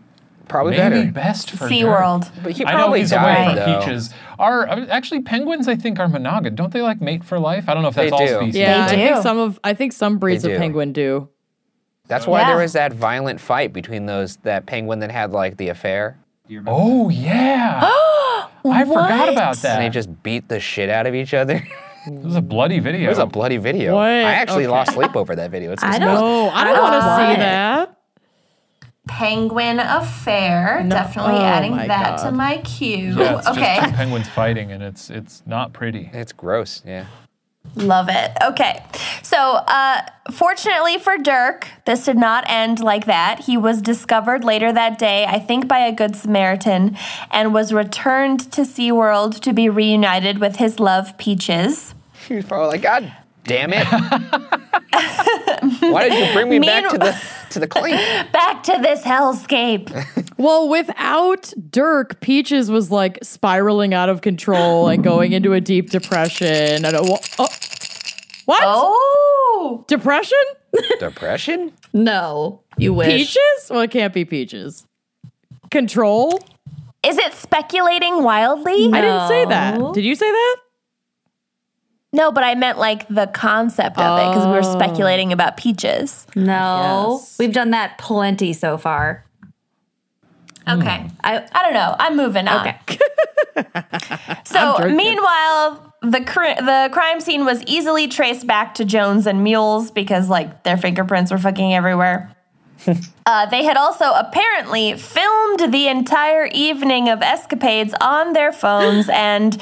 S3: Probably
S4: maybe
S3: better.
S4: best for Dirk.
S1: SeaWorld.
S3: But he
S4: I know
S3: probably
S4: he's
S3: died,
S4: away
S3: though.
S4: from peaches. Are actually penguins? I think are monogamous. Don't they like mate for life? I don't know if that's
S3: They
S4: all
S3: do.
S4: species.
S2: Yeah,
S1: They
S2: I think
S1: do.
S2: some of I think some breeds
S3: They
S2: of
S3: do.
S2: penguin do.
S3: That's why
S1: Yeah.
S3: there was that violent fight between those that penguin that had like the affair,
S4: Oh yeah. I forgot about
S3: and they
S4: that.
S3: just beat the shit out of each other.
S4: It was a bloody video.
S3: It was a bloody video.
S2: What?
S3: I actually
S2: Okay.
S3: lost sleep over that video. It's
S5: I
S3: disgusting.
S5: don't.
S2: Oh, I don't want to
S5: Uh,
S2: see that.
S1: Penguin affair. Definitely
S2: Oh
S1: adding
S2: my
S1: that to
S2: God.
S1: my queue.
S4: yeah, it's
S1: okay.
S4: just two penguins fighting, and it's it's not pretty.
S3: It's gross. Yeah.
S1: Love it. Okay. So, uh, fortunately for Dirk, this did not end like that. He was discovered later that day, I think by a Good Samaritan, and was returned to SeaWorld to be reunited with his love, Peaches.
S3: He was probably like, God damn it. Why did you bring me back to the to the clink?
S1: Back to this hellscape.
S2: Well, without Dirk, Peaches was like spiraling out of control and going into a deep depression. And oh, oh. what?
S1: Oh!
S2: Depression?
S3: Depression?
S5: No, you wish.
S2: Peaches? Well, it can't be Peaches. Control?
S1: Is it speculating wildly?
S2: I didn't say that.
S5: No.
S2: Did you say that?
S1: No, but I meant like the concept of it because we were speculating about Peaches.
S5: No,
S2: Yes.
S5: we've done that plenty so far.
S1: Okay.
S5: I
S1: I don't know. I'm moving on.
S5: okay.
S1: So,
S2: drinking.
S1: meanwhile, the cr- the crime scene was easily traced back to Jones and Mules because like their fingerprints were fucking everywhere. uh, they had also apparently filmed the entire evening of escapades on their phones and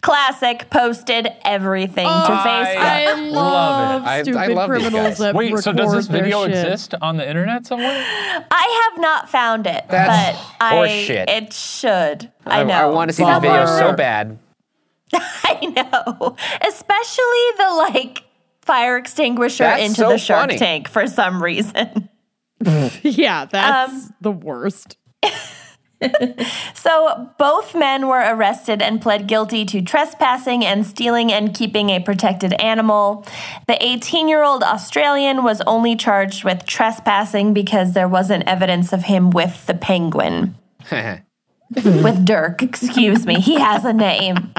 S1: classic posted everything to Facebook.
S2: I
S4: love
S2: love
S4: it.
S3: I- I
S2: stupid
S3: love these
S2: criminals
S3: guys.
S2: that
S4: Wait, so does
S2: record
S4: this
S2: their
S4: video
S2: shit.
S4: exist on the internet somewhere?
S1: I have not found it,
S3: That's
S1: but I
S3: horseshit.
S1: it should. I, know.
S3: I, want to see
S1: the
S3: this video so bad.
S1: I know. Especially the like fire extinguisher
S3: That's
S1: into
S3: so
S1: the shark
S3: funny.
S1: tank for some reason.
S2: Yeah, that's the worst.
S1: So both men were arrested and pled guilty to trespassing and stealing and keeping a protected animal. The 18 year old Australian was only charged with trespassing because there wasn't evidence of him with the penguin. with Dirk, excuse me. He has a name.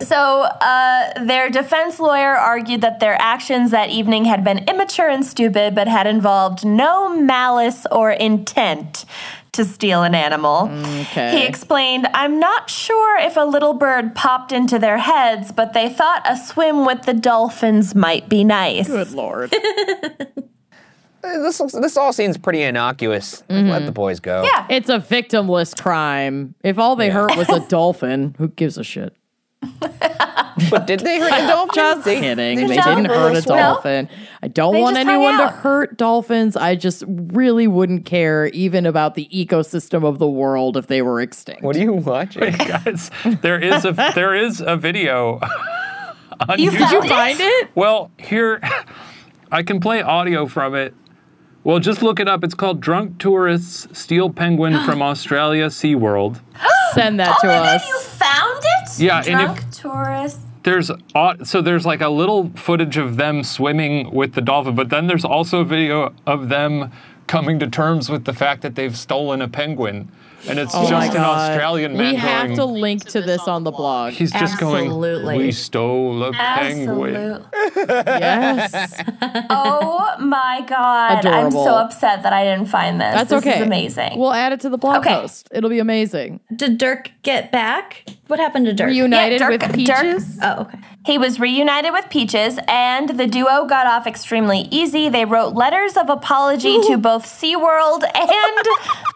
S1: so, uh, their defense lawyer argued that their actions that evening had been immature and stupid, but had involved no malice or intent to steal an animal. He explained, I'm not sure if a little bird popped into their heads, but they thought a swim with the dolphins might be nice.
S2: Good lord.
S3: Uh, this looks, this all seems pretty innocuous. Like, Let the boys go.
S1: Mm-hmm. Yeah.
S2: It's a victimless crime. If all they hurt was a dolphin, who gives a shit?
S3: But did they hurt the dolphin?
S2: Just
S3: They-
S2: kidding.
S3: they
S2: They
S3: just
S2: didn't
S3: have
S2: hurt
S3: little
S2: a
S3: swim.
S2: dolphin. I don't want
S1: just hung
S2: anyone to
S1: out.
S2: hurt dolphins. I just really wouldn't care even about the ecosystem of the world if they were extinct.
S3: What are you watching?
S6: guys, there is a there is a video on
S1: You
S6: YouTube.
S1: found it?
S2: Find it?
S6: Well, here I can play audio from it. Well, just look it up. It's called Drunk Tourists Steal Penguin from Australia SeaWorld.
S2: Send that
S1: Oh
S2: to
S1: my god, you
S2: us.
S1: found it?
S6: Yeah, and if-
S1: Drunk tourists.
S6: There's au- so there's like a little footage of them swimming with the dolphin, but then there's also a video of them coming to terms with the fact that they've stolen a penguin. And it's
S2: Oh my
S6: just an
S2: God.
S6: Australian man
S2: We have
S6: going,
S2: to link to this on the blog.
S6: He's just
S5: Absolutely.
S6: going, we stole a penguin.
S1: Absolutely.
S2: Yes.
S1: Oh my god.
S2: Adorable.
S1: I'm so upset that I didn't find this.
S2: That's
S1: This
S2: okay.
S1: is amazing.
S2: We'll add it to the blog
S1: Okay.
S2: post. It'll be amazing.
S5: Did Dirk get back? What happened to Dirk?
S2: Reunited
S1: Dirk-
S2: with
S1: Dirk-
S2: peaches.
S5: oh, okay.
S1: he was reunited with Peaches, and the duo got off extremely easy. They wrote letters of apology to both SeaWorld and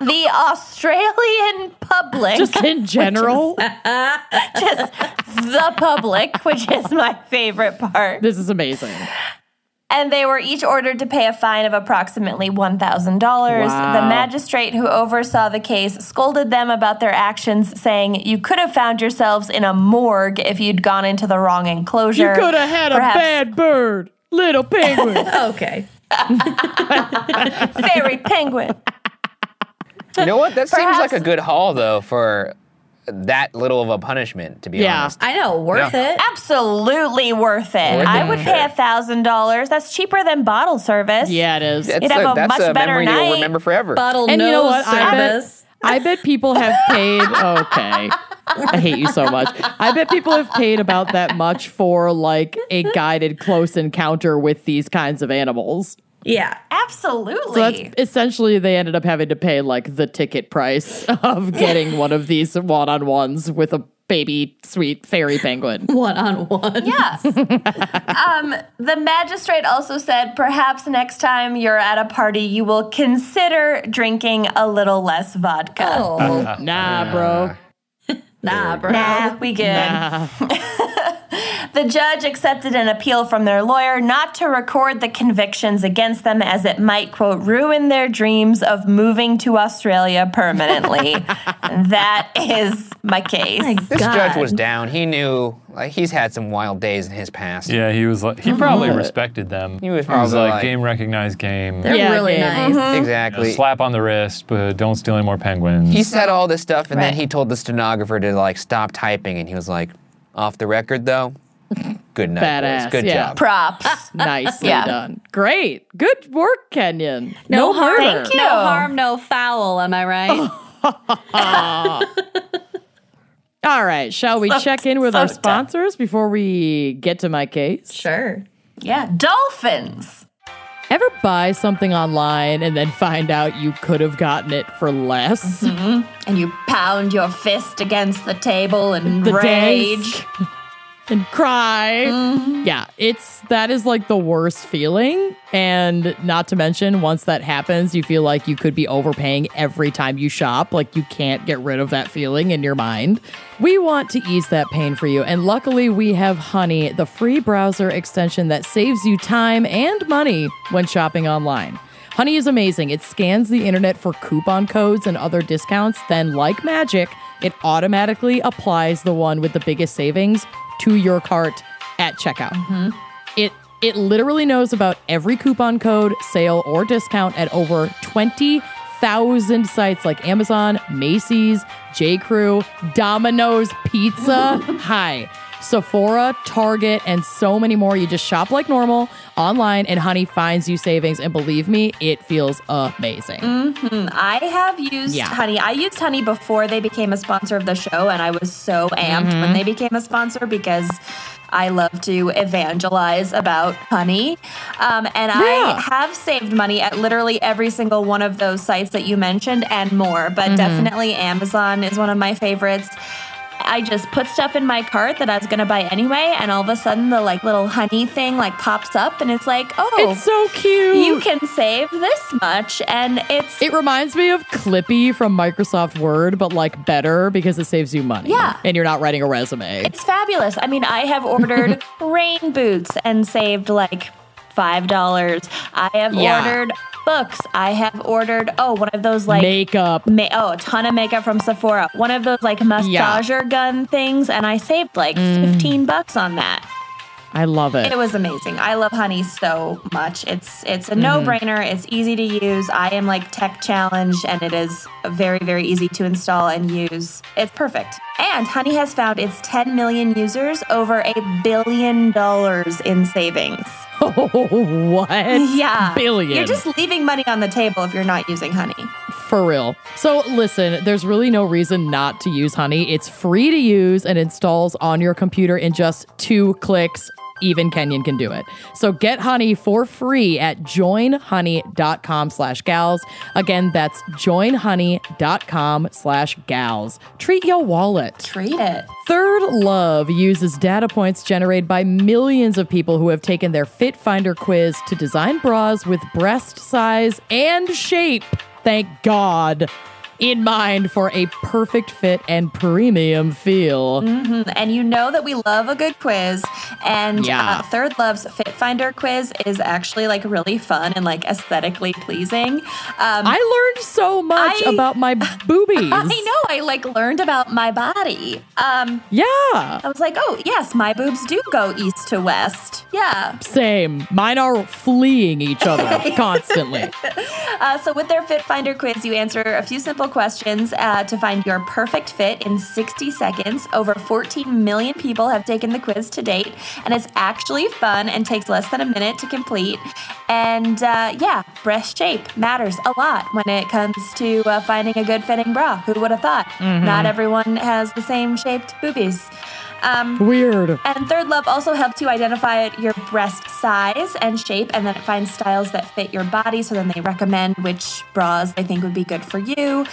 S1: the Australian public.
S2: Just in general.
S1: just the public, which is my favorite part.
S2: this is amazing.
S1: And they were each ordered to pay a fine of approximately $1,000. The
S2: Wow.
S1: magistrate who oversaw the case scolded them about their actions, saying, You could have found yourselves in a morgue if you'd gone into the wrong enclosure.
S2: You could have had
S1: Perhaps
S2: a bad bird, little penguin.
S5: Okay.
S1: Fairy penguin.
S3: You know what? That seems like
S1: Perhaps-
S3: a good haul though for that little of a punishment. To be
S2: Yeah.
S3: honest,
S5: I know, worth
S3: Yeah.
S5: it.
S1: Absolutely worth it.
S3: Worth
S1: I
S3: it,
S1: would
S3: sure.
S1: pay a thousand dollars. That's cheaper than bottle service.
S2: Yeah, it is.
S3: that's
S1: You'd have a
S3: that's
S1: much
S3: a
S1: better
S3: memory
S1: night.
S3: you'll remember forever.
S5: Bottle
S2: And
S5: nose
S2: you know what? I bet,
S5: service.
S2: I bet people have paid. Okay. I hate you so much. I bet people have paid about that much for like a guided close encounter with these kinds of animals.
S5: Yeah.
S1: Absolutely.
S2: So that's essentially they ended up having to pay like the ticket price of getting one of these one on ones with a baby sweet fairy penguin.
S5: One on one.
S1: Yes. um, the magistrate also said perhaps next time you're at a party, you will consider drinking a little less vodka.
S5: Oh,
S2: Nah, bro.
S5: nah, bro.
S1: Nah, we good.
S2: Nah.
S1: The judge accepted an appeal from their lawyer not to record the convictions against them as it might, quote, ruin their dreams of moving to Australia permanently. that is my case.
S5: My
S3: this
S5: God.
S3: judge was down. He knew. Like he's had some wild days in his past.
S4: Yeah, he was like, he probably
S2: What?
S4: respected them. He
S3: was
S4: he was
S3: probably
S4: like,
S3: like-
S4: game recognized game.
S5: They're
S2: Yeah,
S5: really
S2: dude. Mm-hmm.
S5: nice.
S3: Exactly.
S4: Slap on the wrist, but don't steal any more penguins.
S3: he said all this stuff, and then
S1: Right.
S3: he told the stenographer to like stop typing, and he was like, "Off the record, though. Good night,
S2: Badass,
S3: boys. Good
S2: yeah.
S3: job."
S1: Props.
S2: Nicely
S1: Yeah.
S2: done. Great. Good work, Kenyon.
S5: No, harm.
S2: murder.
S1: you.
S5: No harm, no foul. Am I right?
S2: Oh. All right. Shall we check in with
S1: so
S2: our
S1: done.
S2: sponsors before we get to my case?
S5: sure.
S1: Yeah. Dolphins.
S2: Ever buy something online and then find out you could have gotten it for less?
S1: And you pound your fist against the table in
S2: The
S1: rage.
S2: desk and cry. Yeah, it's that is like the worst feeling. And not to mention, once that happens, you feel like you could be overpaying every time you shop. Like you can't get rid of that feeling in your mind. We want to ease that pain for you. And luckily, we have Honey, the free browser extension that saves you time and money when shopping online. Honey is amazing. It scans the internet for coupon codes and other discounts, then, like magic, it automatically applies the one with the biggest savings to your cart at checkout.
S1: Mm-hmm.
S2: It it literally knows about every coupon code, sale, or discount at over 20,000 sites like Amazon, Macy's, J.Crew, Domino's Pizza, Hi, Sephora, Target, and so many more. You just shop like normal online, and Honey finds you savings. And believe me, it feels amazing.
S1: Oh. I have used
S2: Yeah.
S1: Honey. I used Honey before they became a sponsor of the show, and I was so amped
S2: Mm-hmm.
S1: when they became a sponsor because I love to evangelize about Honey. Um, and
S2: Yeah.
S1: I have saved money at literally every single one of those sites that you mentioned and more, but
S2: Mm-hmm.
S1: definitely Amazon is one of my favorites. I just put stuff in my cart that I was gonna buy anyway, and all of a sudden the like little honey thing like pops up, and it's like, oh,
S2: It's so cute.
S1: you can save this much, and it's
S2: It reminds me of Clippy from Microsoft Word, but like better because it saves you money.
S1: Yeah.
S2: And you're not writing a resume.
S1: It's fabulous. I mean, I have ordered rain boots and saved like five dollars. I have
S2: Yeah.
S1: ordered books. I have ordered oh one of those like
S2: Makeup.
S1: ma- oh a ton of makeup from Sephora. One of those like massager gun things, and I saved like fifteen bucks on that.
S2: I love it.
S1: It was amazing. I love honey so much. It's it's a no brainer. It's easy to use. I am like tech challenged, and it is very very easy to install and use. It's perfect. And honey has found its 10 million users over a billion dollars in savings.
S2: Oh, what?
S1: Yeah,
S2: Billion.
S1: You're just leaving money on the table if you're not using honey.
S2: For real. So, listen, there's really no reason not to use Honey. It's free to use and installs on your computer in just two clicks. Even Kenyon can do it. So get Honey for free at joinhoney.com slash gals. Again, that's joinhoney.com slash gals. Treat your wallet.
S1: Treat it.
S2: Third Love uses data points generated by millions of people who have taken their Fit Finder quiz to design bras with breast size and shape. Thank God. in mind for a perfect fit and premium feel.
S1: Um, And you know that we love a good quiz. And
S2: Yeah.
S1: uh, Third Love's Fit Finder quiz is actually like really fun and like aesthetically pleasing. Um, I,
S2: I learned so much
S1: I-
S2: about my boobies.
S1: know I like learned about my body. Um,
S2: Yeah.
S1: I was like, oh, yes, my boobs do go east to west. Yeah.
S2: Same. Mine are fleeing each other constantly.
S1: Uh, so, with their Fit Finder quiz, you answer a few simple questions uh, to find your perfect fit in 60 seconds. Over 14 million people have taken the quiz to date, and it's actually fun and takes less than a minute to complete. And uh, yeah, breast shape matters a lot when it comes to uh, finding a good fitting bra. Who would have thought? Not everyone has the same shaped boobies. Um,
S2: Weird.
S1: and Third Love also helps you identify your breast size and shape, and then it finds styles that fit your body. So then they recommend which bras they think would be good for you.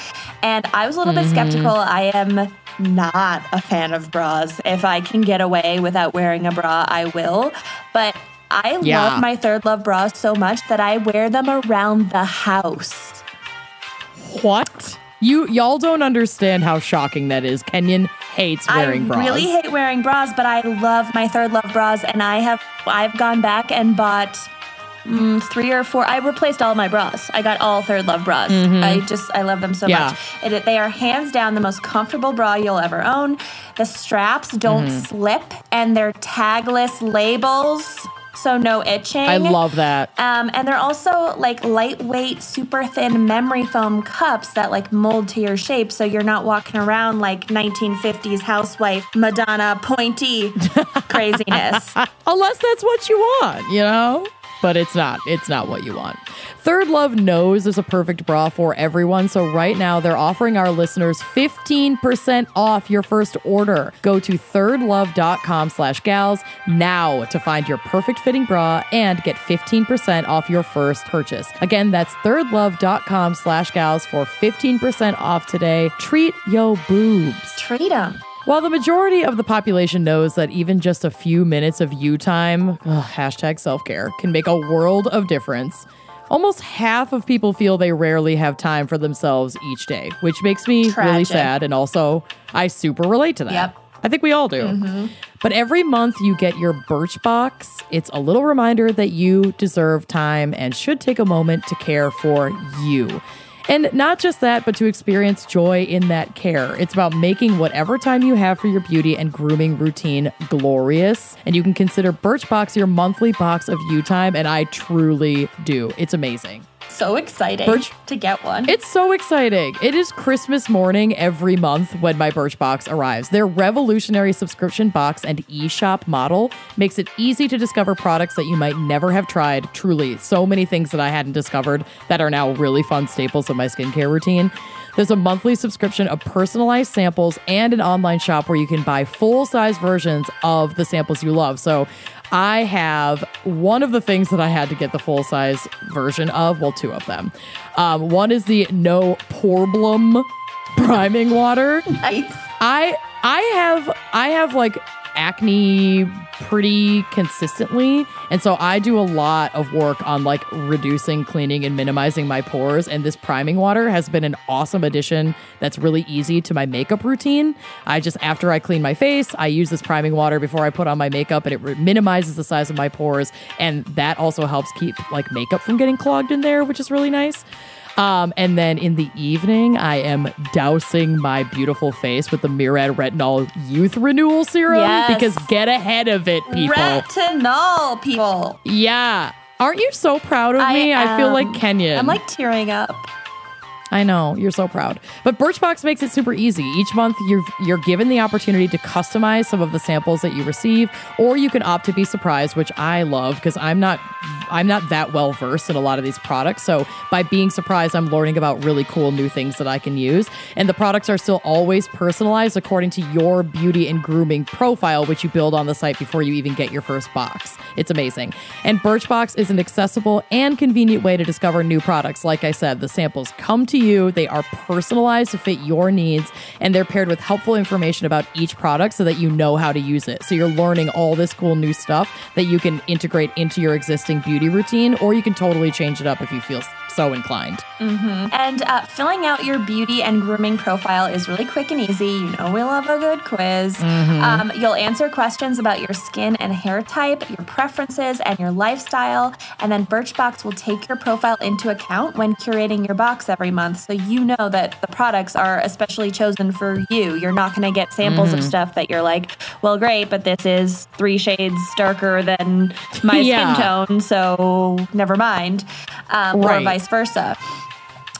S1: And I was a little bit skeptical. I am not a fan of bras. If I can get away without wearing a bra, I will. But I
S2: Yeah.
S1: love my Third Love bras so much that I wear them around the house.
S2: What? You y'all don't understand how shocking that is. Kenyon hates wearing
S1: I
S2: bras.
S1: really hate wearing bras, but I love my Third Love bras, and I have I've gone back and bought mm, three or four. I replaced all my bras. I got all Third Love bras. I just I love them so
S2: Mm-hmm. Yeah.
S1: much. It, they are hands down the most comfortable bra you'll ever own. The straps don't
S2: Mm-hmm.
S1: slip, and they're tagless labels, so no itching.
S2: I love that.
S1: Um, and they're also like lightweight, super thin memory foam cups that like mold to your shape, so you're not walking around like 1950s housewife Madonna pointy craziness.
S2: unless that's what you want, you know? But it's not. It's not what you want. Third Love knows there's a perfect bra for everyone. So right now they're offering our listeners 15% off your first order. Go to thirdlove.com slash gals now to find your perfect fitting bra and get 15% off your first purchase. Again, that's thirdlove.com slash gals for 15% off today. Treat yo boobs.
S1: Treat 'em.
S2: While the majority of the population knows that even just a few minutes of you time, ugh, hashtag self care, can make a world of difference, almost half of people feel they rarely have time for themselves each day, which makes me really
S1: Tragic.
S2: sad. And also, I super relate to that.
S1: Yep.
S2: I think we all do. But every month you get your Birchbox. It's a little reminder that you deserve time and should take a moment to care for you. And not just that, but to experience joy in that care. It's about making whatever time you have for your beauty and grooming routine glorious. And you can consider Birchbox your monthly box of you time. And I truly do. It's amazing.
S1: So exciting
S2: Birch-
S1: to get one.
S2: It's so exciting. It is Christmas morning every month when my Birchbox arrives. Their revolutionary subscription box and e-shop model makes it easy to discover products that you might never have tried. Truly, so many things that I hadn't discovered that are now really fun staples of my skincare routine. There's a monthly subscription of personalized samples and an online shop where you can buy full size versions of the samples you love. So I have one of the things that I had to get the full size version of, well, two of them. Um, one is the No Problem priming water.
S1: nice.
S2: I I have I have like acne pretty consistently and so I do a lot of work on like reducing cleaning and minimizing my pores and this priming water has been an awesome addition that's really easy to my makeup routine. I just after I clean my face, I use this priming water before I put on my makeup and it re- minimizes the size of my pores and that also helps keep like makeup from getting clogged in there, which is really nice. Um, and then in the evening, I am dousing my beautiful face with the Murad Retinol Youth Renewal Serum
S1: Yes.
S2: because get ahead of it, people.
S1: Retinol, people.
S2: yeah. Aren't you so proud of
S1: I
S2: me? I feel
S1: am.
S2: like Kenyan.
S1: I'm like tearing up.
S2: I know you're so proud. But Birchbox makes it super easy. Each month, you're you're given the opportunity to customize some of the samples that you receive, or you can opt to be surprised, which I love because I'm not I'm not that well versed in a lot of these products. So by being surprised, I'm learning about really cool new things that I can use. And the products are still always personalized according to your beauty and grooming profile, which you build on the site before you even get your first box. It's amazing. And Birchbox is an accessible and convenient way to discover new products. Like I said, the samples come to you, they are personalized to fit your needs, and they're paired with helpful information about each product so that you know how to use it. So you're learning all this cool new stuff that you can integrate into your existing beauty routine, or you can totally change it up if you feel s- so inclined. Mm-hmm.
S1: And uh, filling out your beauty and grooming profile is really quick and easy. You know, we love a good quiz.
S2: Mm-hmm.
S1: Um, you'll answer questions about your skin and hair type, your preferences, and your lifestyle. And then Birchbox will take your profile into account when curating your box every month. So you know that the products are especially chosen for you. You're not going to get samples of
S2: Mm-hmm.
S1: stuff that you're like, well, great, but this is three shades darker than my
S2: Yeah.
S1: skin tone. So never mind. Um, Or
S2: Right.
S1: vice versa.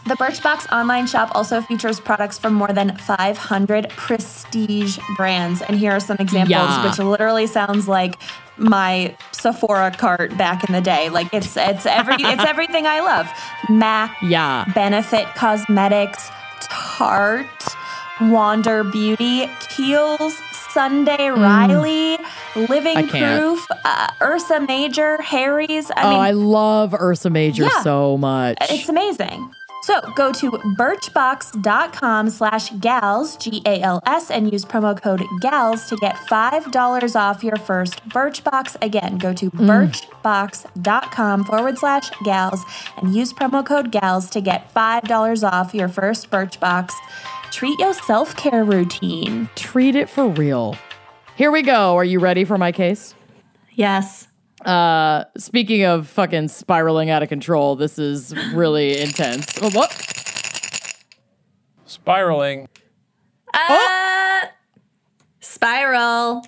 S1: The Birchbox online shop also features products from more than 500 prestige brands. And here are some examples,
S2: Yeah.
S1: which literally sounds like my Sephora cart back in the day. Like it's it's every it's everything I love. MAC,
S2: Yeah.
S1: Benefit Cosmetics, Tarte, Wander Beauty, Kiehl's, Sunday Riley,
S2: Mm. I
S1: Living
S2: can't.
S1: Proof, uh, Ursa Major, Harry's. I
S2: oh,
S1: mean,
S2: I love Ursa Major
S1: Yeah.
S2: so much.
S1: it's amazing. So go to birchbox.com slash gals, G A L S, and use promo code gals to get $5 off your first Birchbox. Again, go to
S2: Mm.
S1: birchbox.com forward slash gals and use promo code gals to get $5 off your first Birchbox. Treat your self care routine.
S2: Treat it for real. Here we go. Are you ready for my case?
S5: Yes.
S2: Uh, speaking of fucking spiraling out of control, this is really intense. Oh, what?
S4: Spiraling.
S5: Uh, spiral.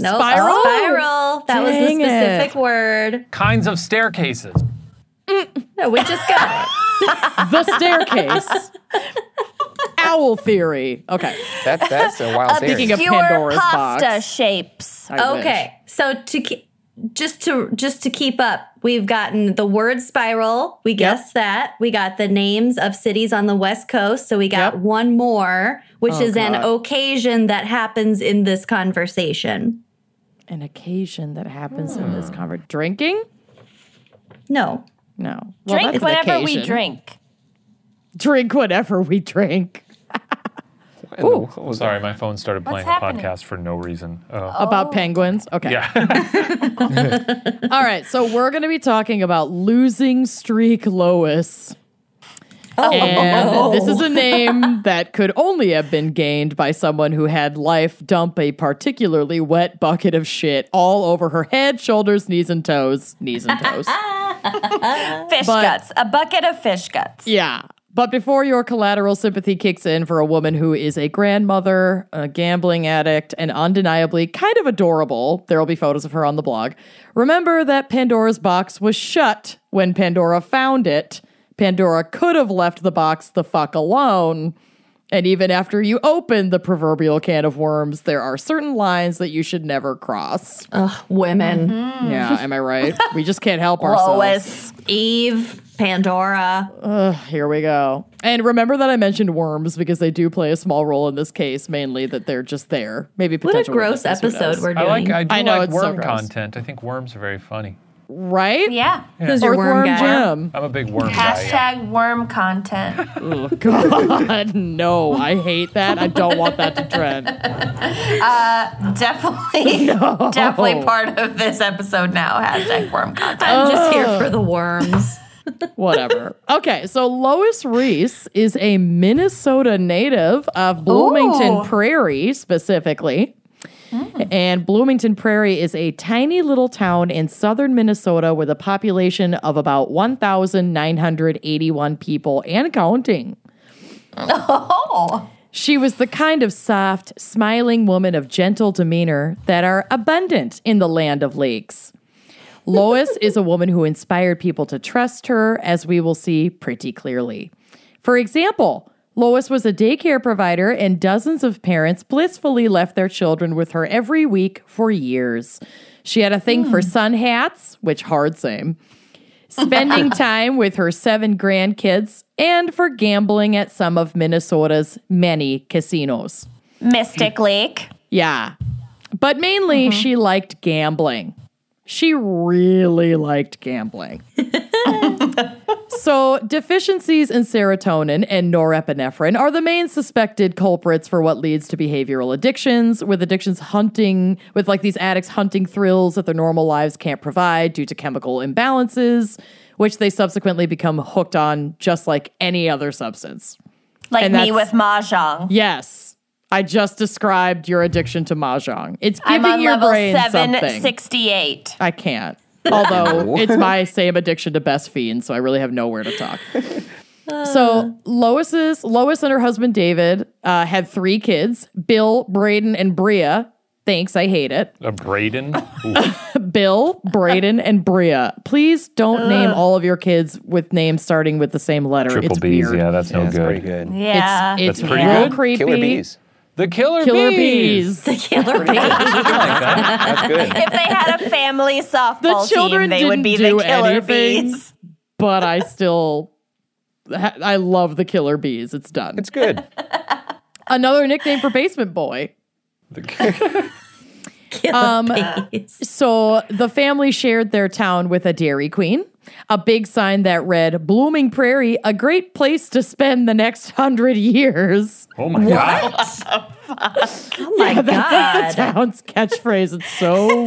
S5: No,
S2: Spiral?
S5: Spiral. That was the
S2: Dang it.
S5: specific word.
S4: Kinds of staircases.
S5: No, we just got it.
S2: The staircase. Owl theory. Okay.
S3: That, that's a wild theory.
S2: Speaking of
S1: Your
S2: Pandora's
S1: pasta
S2: box.
S1: shapes.
S2: I wish.
S5: Okay, so to ke- just to just to keep up, we've gotten the word spiral. We guessed that. We got the names of cities on the west coast. So we got
S2: Yep.
S5: one more, which is an
S2: God.
S5: occasion that happens in this conversation.
S2: An occasion that happens in this conversation. Drinking?
S5: No,
S2: No. Well,
S1: Drink
S2: that's an
S1: whatever we
S2: occasion.
S1: drink.
S2: Drink whatever we drink.
S4: Sorry, my phone started playing a
S1: happening?
S4: podcast for no reason. Uh,
S2: About penguins? Okay.
S4: Yeah.
S2: All right. So we're going to be talking about losing streak Lois.
S5: Oh.
S2: and this is a name that could only have been gained by someone who had life dump a particularly wet bucket of shit all over her head, shoulders, knees, and toes. Knees and toes.
S1: Fish
S2: But-
S1: guts. A bucket of fish guts.
S2: Yeah. But before your collateral sympathy kicks in for a woman who is a grandmother, a gambling addict, and undeniably kind of adorable, there will be photos of her on the blog. Remember that Pandora's box was shut when Pandora found it. Pandora could have left the box the fuck alone. And even after you open the proverbial can of worms, there are certain lines that you should never cross.
S5: women,
S2: Yeah, am I right? We just can't help ourselves.
S1: Lois.
S5: Eve, Pandora.
S2: Here we go. And remember that I mentioned worms because they do play a small role in this case, mainly that they're just there. Maybe
S5: What a
S2: potential
S5: gross
S2: witnesses, who
S5: episode
S2: knows.
S5: we're
S4: I
S5: doing.
S4: like I do
S2: I know,
S4: like
S2: it's so
S4: worm
S2: gross.
S4: content. I think worms are very funny.
S2: right?
S1: Yeah.
S5: Who's your worm, guy?
S2: Jim.
S4: I'm a big worm guy. yeah.
S1: Hashtag worm content.
S2: Oh, God, no! I hate that. I don't want that to trend.
S1: definitely, definitely part of this episode now. Hashtag worm content.
S5: I'm just here for the worms.
S2: Whatever. Okay, so Lois Reese is a Minnesota native of Bloomington
S1: Ooh.
S2: Prairie, specifically. And Bloomington Prairie is a tiny little town in southern Minnesota with a population of about 1,981 people and counting.
S1: Oh,
S2: She was the kind of soft, smiling woman of gentle demeanor that are abundant in the land of lakes. Lois is a woman who inspired people to trust her, as we will see pretty clearly. For example, Lois was a daycare provider, and dozens of parents blissfully left their children with her every week for years. She had a thing for sun hats, which hard same spending time with her seven grandkids, and for gambling at some of Minnesota's many casinos.
S1: Mystic Lake.
S2: Yeah. But mainly, she liked gambling. She really liked gambling. So, deficiencies in serotonin and norepinephrine are the main suspected culprits for what leads to behavioral addictions, with addictions hunting, with like these addicts hunting thrills that their normal lives can't provide due to chemical imbalances, which they subsequently become hooked on just like any other substance.
S1: Like
S2: And
S1: me
S2: that's-
S1: with mahjong.
S2: Yes. I just described your addiction to mahjong. It's
S1: I'm
S2: giving
S1: on
S2: your
S1: level
S2: brain something.
S1: 768.
S2: I can't. Although it's my same addiction to Best Fiend, so I really have nowhere to talk. so Lois's Lois and her husband David uh, had three kids: Bill, Braden, and Bria. Thanks, I hate it.
S6: A Braden? Ooh.
S2: Bill, Braden, and Bria. Please don't name all of your kids with names starting with the same letter.
S6: Triple
S2: it's
S6: B's.
S2: weird.
S6: Yeah, that's no
S3: that's pretty
S6: good.
S3: good.
S1: Yeah.
S2: It's, it's
S6: That's pretty
S2: real
S6: good.
S2: creepy.
S3: Killer bees.
S4: The killer,
S2: Killer
S4: bees.
S2: bees.
S5: The killer bee.
S4: I like that.
S3: That's good.
S1: if they had a family
S2: The
S1: softball team,
S2: children
S1: they
S2: didn't
S1: would be
S2: do
S1: the killer
S2: anything.
S1: bees.
S2: but I still, ha- I love the killer bees. It's done.
S3: It's good.
S2: Another nickname for basement boy.
S5: Killer bees.
S2: So the family shared their town with a Dairy Queen, a big sign that read "Blooming Prairie, a great place to spend the next hundred years."
S6: Oh my god.
S5: Oh my
S2: That's like
S5: god.
S2: the town's catchphrase. It's so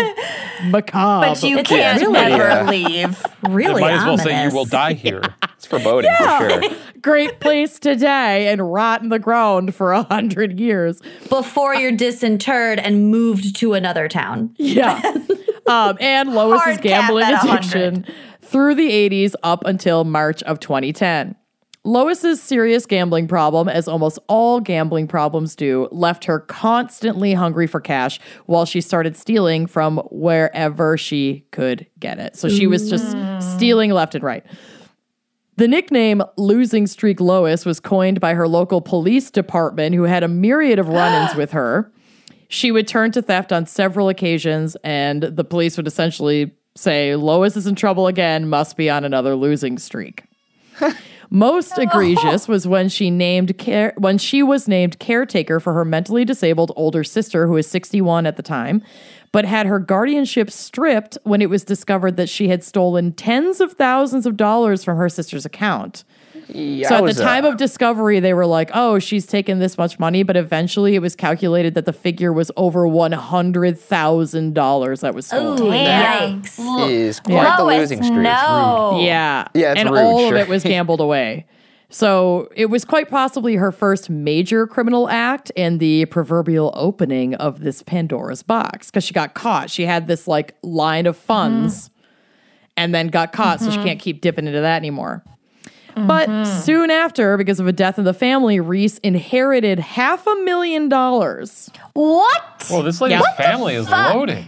S2: macabre.
S1: But you
S5: It's
S1: can't
S5: really,
S1: ever
S3: uh,
S1: leave.
S5: Really
S6: Might as well say you
S5: ominous.
S6: will die here.
S3: It's foreboding for sure.
S2: great place to die and rot in the ground for a hundred years.
S5: before you're disinterred and moved to another town.
S2: Yeah. um, and Lois's
S1: Hard cap
S2: gambling
S1: at 100.
S2: addiction through the 80s up until March of 2010. Lois's serious gambling problem, as almost all gambling problems do, left her constantly hungry for cash while she started stealing from wherever she could get it. So she was just
S1: Mm.
S2: stealing left and right. The nickname Losing Streak Lois was coined by her local police department, who had a myriad of run ins with her. She would turn to theft on several occasions, and the police would essentially say, Lois is in trouble again, must be on another losing streak. Most egregious was when she named care when she was named caretaker for her mentally disabled older sister who was 61 at the time but had her guardianship stripped when it was discovered that she had stolen tens of thousands of dollars from her sister's account. So at the
S3: Yowza.
S2: time of discovery, they were like, "Oh, she's taken this much money," but eventually, it was calculated that the figure was over one hundred thousand dollars that was stolen.
S1: Oh, Damn.
S5: Yikes.
S3: is quite the
S1: Lois,
S3: losing streak.
S1: No.
S2: Yeah.
S3: Yeah, it's
S2: and
S3: rude,
S2: all
S3: sure.
S2: of it was gambled away. So it was quite possibly her first major criminal act and the proverbial opening of this Pandora's box because she got caught. She had this like line of funds
S5: Mm-hmm.
S2: and then got caught, so she can't keep dipping into that anymore. But
S5: Mm-hmm.
S2: soon after, because of a death in the family, Reese inherited half a million dollars.
S1: What?
S4: Well, this lady's family is loaded.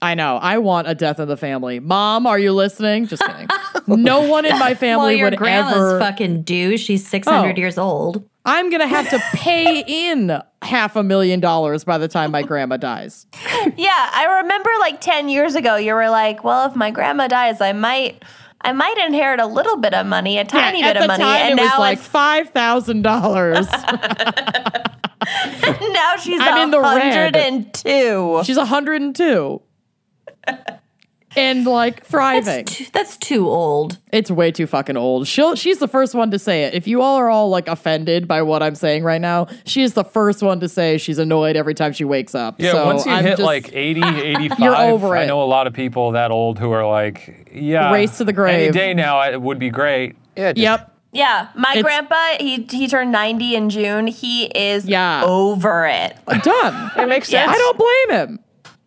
S2: I know. I want a death in the family. Mom, are you listening? Just kidding. no one in my
S5: Well,
S2: family
S5: your
S2: would
S5: grandma's
S2: ever
S5: fucking due. She's 600
S2: Oh.
S5: years old.
S2: I'm gonna have to pay in half a million dollars by the time my grandma dies.
S1: Yeah, I remember like 10 years ago you were like, "Well, if my grandma dies, I might I might inherit a little bit of money, a tiny
S2: At
S1: bit
S2: the
S1: of money."
S2: time,
S1: and
S2: it was
S1: now
S2: like five thousand dollars.
S1: it's, now she's
S2: I'm in the red.
S1: 102.
S2: She's 102, and like thriving.
S5: That's, too, that's too old.
S2: It's way too fucking old. She'll she's the first one to say it. If you all are all like offended by what I'm saying right now, she is the first one to say she's annoyed every time she wakes up.
S4: Yeah,
S2: So
S4: once you
S2: I'm
S4: hit
S2: just
S4: like 80, 85,
S2: You're over
S4: I
S2: it.
S4: know a lot of people that old who are like, yeah.
S2: Race to the
S4: Any
S2: grave.
S4: day now, it would be great.
S3: Yeah, just
S2: yep.
S1: yeah, my
S2: It's-
S1: grandpa, he he turned 90 in June. He is
S2: Yeah.
S1: over it.
S2: Done. It makes
S1: sense.
S2: I don't blame him.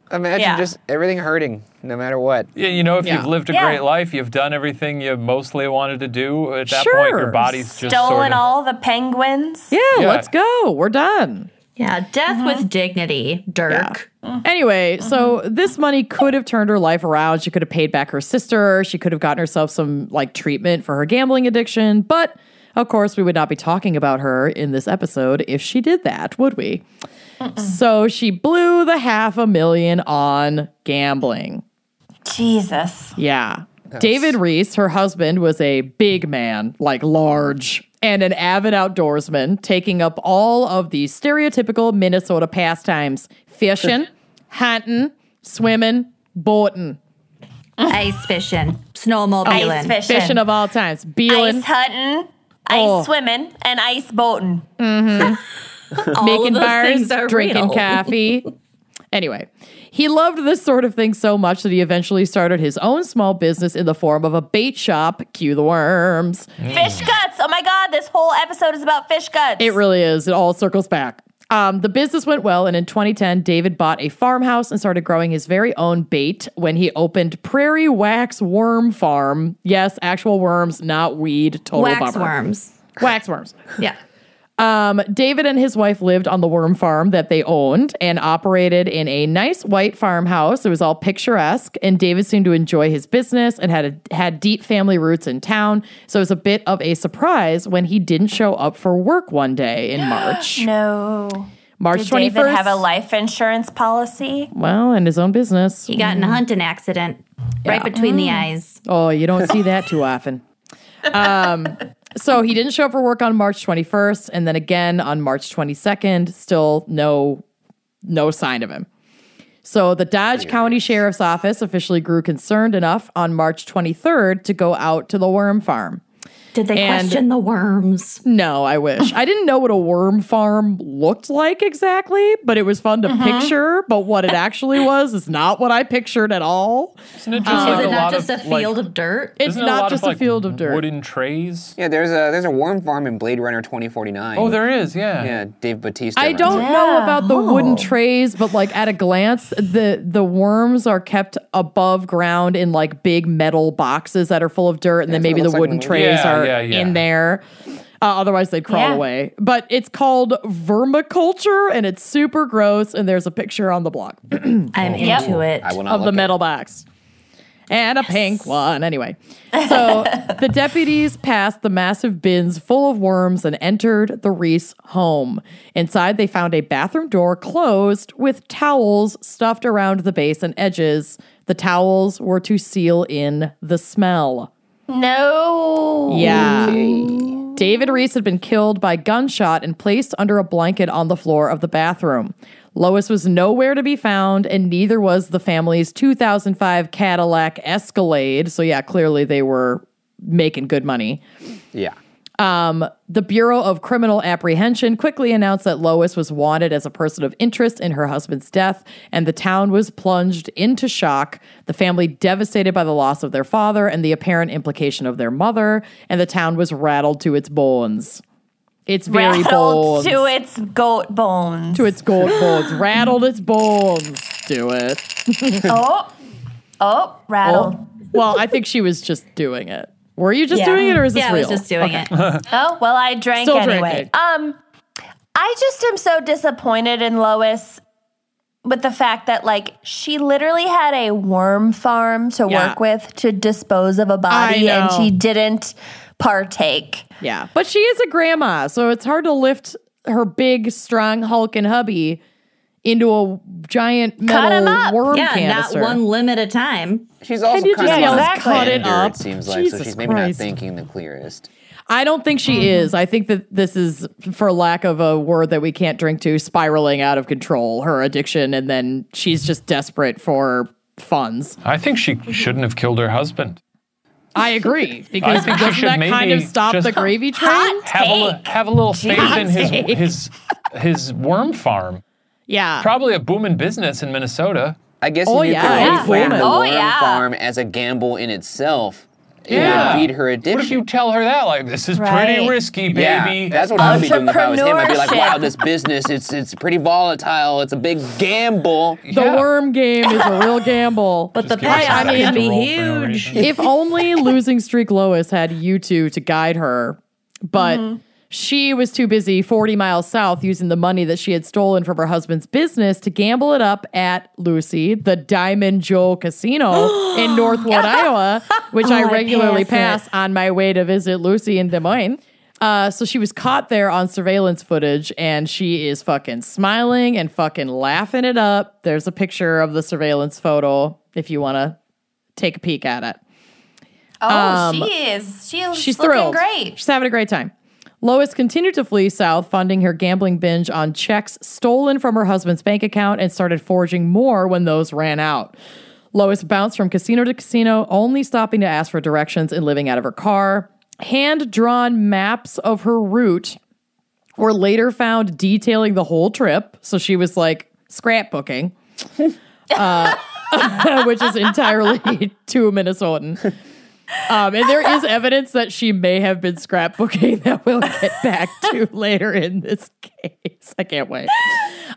S3: Imagine
S1: Yeah.
S3: just everything hurting, no matter what.
S4: Yeah, you know, if
S2: Yeah.
S4: you've lived a
S1: Yeah.
S4: great life, you've done everything you mostly wanted to do. At that point,
S2: Sure.
S4: your body's just
S1: Stolen
S4: sort of,
S1: all the penguins.
S2: Yeah,
S4: Yeah.
S2: let's go. We're done.
S5: Yeah, death with dignity, Dirk.
S2: Anyway, so this money could have turned her life around. She could have paid back her sister. She could have gotten herself some like treatment for her gambling addiction. But of course, we would not be talking about her in this episode if she did that, would we? So she blew the half a million on gambling.
S1: Jesus.
S2: Yeah. David Reese, her husband, was a big man, like large, and an avid outdoorsman, taking up all of the stereotypical Minnesota pastimes fishing, hunting, swimming, boating.
S5: ice fishing, snowmobiling.
S1: Ice fishing.
S2: Fishing of all times. Beeling,
S1: ice hunting, ice
S2: Oh.
S1: swimming, and ice boating.
S5: All
S2: making
S5: of those
S2: bars,
S5: things are
S2: drinking
S5: real.
S2: coffee. Anyway, he loved this sort of thing so much that he eventually started his own small business in the form of a bait shop. Cue the worms.
S1: Fish guts. Oh my God, this whole episode is about fish guts.
S2: It really is. It all circles back. Um, the business went well, and in 2010, David bought a farmhouse and started growing his very own bait when he opened Prairie Wax Worm Farm. Yes, actual worms, not weed. Total
S5: Wax
S2: bummer.
S5: worms.
S2: Wax worms.
S5: Yeah.
S2: Um, David and his wife lived on the worm farm that they owned and operated in a nice white farmhouse. It was all picturesque, and David seemed to enjoy his business and had a, had deep family roots in town. So it was a bit of a surprise when he didn't show up for work one day in March,
S1: No.
S2: March
S1: Did
S2: twenty
S1: David
S2: first.
S1: have a life insurance policy?
S2: well, and his own business.
S5: He got in a hunting accident right between the eyes.
S2: Oh, you don't see that too often. Um, so he didn't show up for work on March 21st, and then again on March 22nd. Still no, no sign of him. So the Dodge County Sheriff's Office officially grew concerned enough on March 23rd to go out to the worm farm.
S5: Did they
S2: And-
S5: question the worms?
S2: No, I wish. I didn't know what a worm farm looked like exactly, but it was fun
S1: Mm-hmm.
S2: to picture. But what it actually was is not what I pictured at all.
S4: Isn't it just like
S5: Is
S4: a
S5: it not
S4: lot
S5: just
S4: of
S5: a field
S4: like,
S5: of dirt?
S2: It's
S4: isn't it
S2: not
S4: lot
S2: just a
S4: like,
S2: field of dirt.
S4: Wooden trays.
S3: Yeah, there's a there's a worm farm in Blade Runner 2049.
S4: Oh, there is. Yeah.
S3: Yeah, Dave Batista.
S2: I
S3: runs
S2: don't
S3: it.
S2: know about the wooden trays, but like at a glance, the the worms are kept above ground in like big metal boxes that are full of dirt, and then
S3: That's what
S2: maybe
S3: it
S2: the
S3: looks like in
S2: wooden
S3: the movie.
S2: trays
S4: Yeah,
S2: are
S4: yeah, yeah.
S2: in there. Uh, otherwise, they'd crawl
S1: Yeah.
S2: away. But it's called vermiculture, and it's super gross. And there's a picture on the block
S5: I'm
S1: Yep.
S5: into it.
S3: I will not
S2: of the
S3: look at
S2: metal box. And a pink one. Anyway, so the deputies passed the massive bins full of worms and entered the Reese home. Inside, they found a bathroom door closed with towels stuffed around the base and edges. The towels were to seal in the smell.
S1: No.
S2: Yeah. David Reese had been killed by gunshot and placed under a blanket on the floor of the bathroom. Lois was nowhere to be found, and neither was the family's 2005 Cadillac Escalade. So, yeah, clearly they were making good money.
S3: Yeah.
S2: The Bureau of Criminal Apprehension quickly announced that Lois was wanted as a person of interest in her husband's death, and the town was plunged into shock. The family devastated by the loss of their father and the apparent implication of their mother, and the town was rattled to its bones. It's very
S1: Rattled
S2: bones.
S1: to its goat bones.
S2: To its gold bones. Rattled its bones. Do it.
S1: oh. Oh, rattled.
S2: Well, I think she was just doing it. Were you just
S1: Yeah.
S2: doing it, or is this
S5: yeah,
S2: real?
S5: I was just doing it.
S1: Oh, well, I drank
S2: Still
S1: anyway.
S2: drinking.
S1: Um, I just am so disappointed in Lois with the fact that like she literally had a worm farm to
S2: Yeah.
S1: work with to dispose of a body
S2: I
S1: and
S2: know.
S1: she didn't partake.
S2: Yeah. But she is a grandma, so it's hard to lift her big, strong Hulk and hubby into a giant
S1: Cut 'em
S2: metal
S1: up.
S2: worm
S5: yeah,
S2: canister.
S5: not one limb at a time.
S3: She's also
S2: you
S3: kind
S2: just
S3: of
S1: yell,
S3: on
S1: "Cut
S3: the standard,
S2: it up"?
S3: It seems like so
S2: Jesus
S3: she's maybe
S2: Christ.
S3: not thinking the clearest.
S2: I don't think she is. I think that this is, for lack of a word that we can't drink to, spiraling out of control, her addiction, and then she's just desperate for funds.
S4: I think she shouldn't have killed her husband.
S2: I agree. Because
S4: think she
S2: doesn't
S4: should
S2: that kind of
S4: maybe
S2: stop
S4: just-
S2: the gravy train?
S4: Have a, li- have a little faith in his
S2: Jake.
S4: his his worm farm.
S2: Yeah.
S4: Probably a booming business in Minnesota.
S3: I guess
S2: Oh,
S3: if you
S2: yeah.
S3: could
S2: Yeah.
S3: reframe the
S1: Oh,
S3: worm
S1: yeah.
S3: farm as a gamble in itself,
S4: Yeah.
S3: it would feed her
S4: What if
S3: addiction.
S4: you tell her that? Like, this is
S1: Right.
S4: pretty risky, baby.
S3: Yeah, that's what I'd be doing if I was him. I'd be like,
S1: Entrepreneurship.
S3: "Wow, this business, it's it's pretty volatile. It's a big gamble."
S2: the
S4: Yeah.
S2: worm game is a real gamble.
S5: But the
S4: Give yourself
S5: payoff
S4: that
S5: can
S4: extra
S5: be
S4: roll for no
S5: huge.
S4: reason.
S2: if only losing streak Lois had you two to guide her, but she was too busy 40 miles south using the money that she had stolen from her husband's business to gamble it up at Lucy, the Diamond Joe Casino in Northwood, Iowa, which Oh, I
S5: I
S2: regularly
S5: pass
S2: pass, on my way to visit Lucy in Des Moines. Uh, so she was caught there on surveillance footage, and she is fucking smiling and fucking laughing it up. There's a picture of the surveillance photo if you want to take a peek at it.
S1: Oh,
S5: Um,
S1: she is. She's,
S2: She's
S1: looking
S2: thrilled.
S1: great.
S2: She's having a great time. Lois continued to flee south, funding her gambling binge on checks stolen from her husband's bank account and started forging more when those ran out. Lois bounced from casino to casino, only stopping to ask for directions and living out of her car. Hand drawn maps of her route were later found detailing the whole trip. So she was like scrapbooking, uh, which is entirely too Minnesotan. Um, and there is evidence that she may have been scrapbooking that we'll get back to later in this case. I can't wait.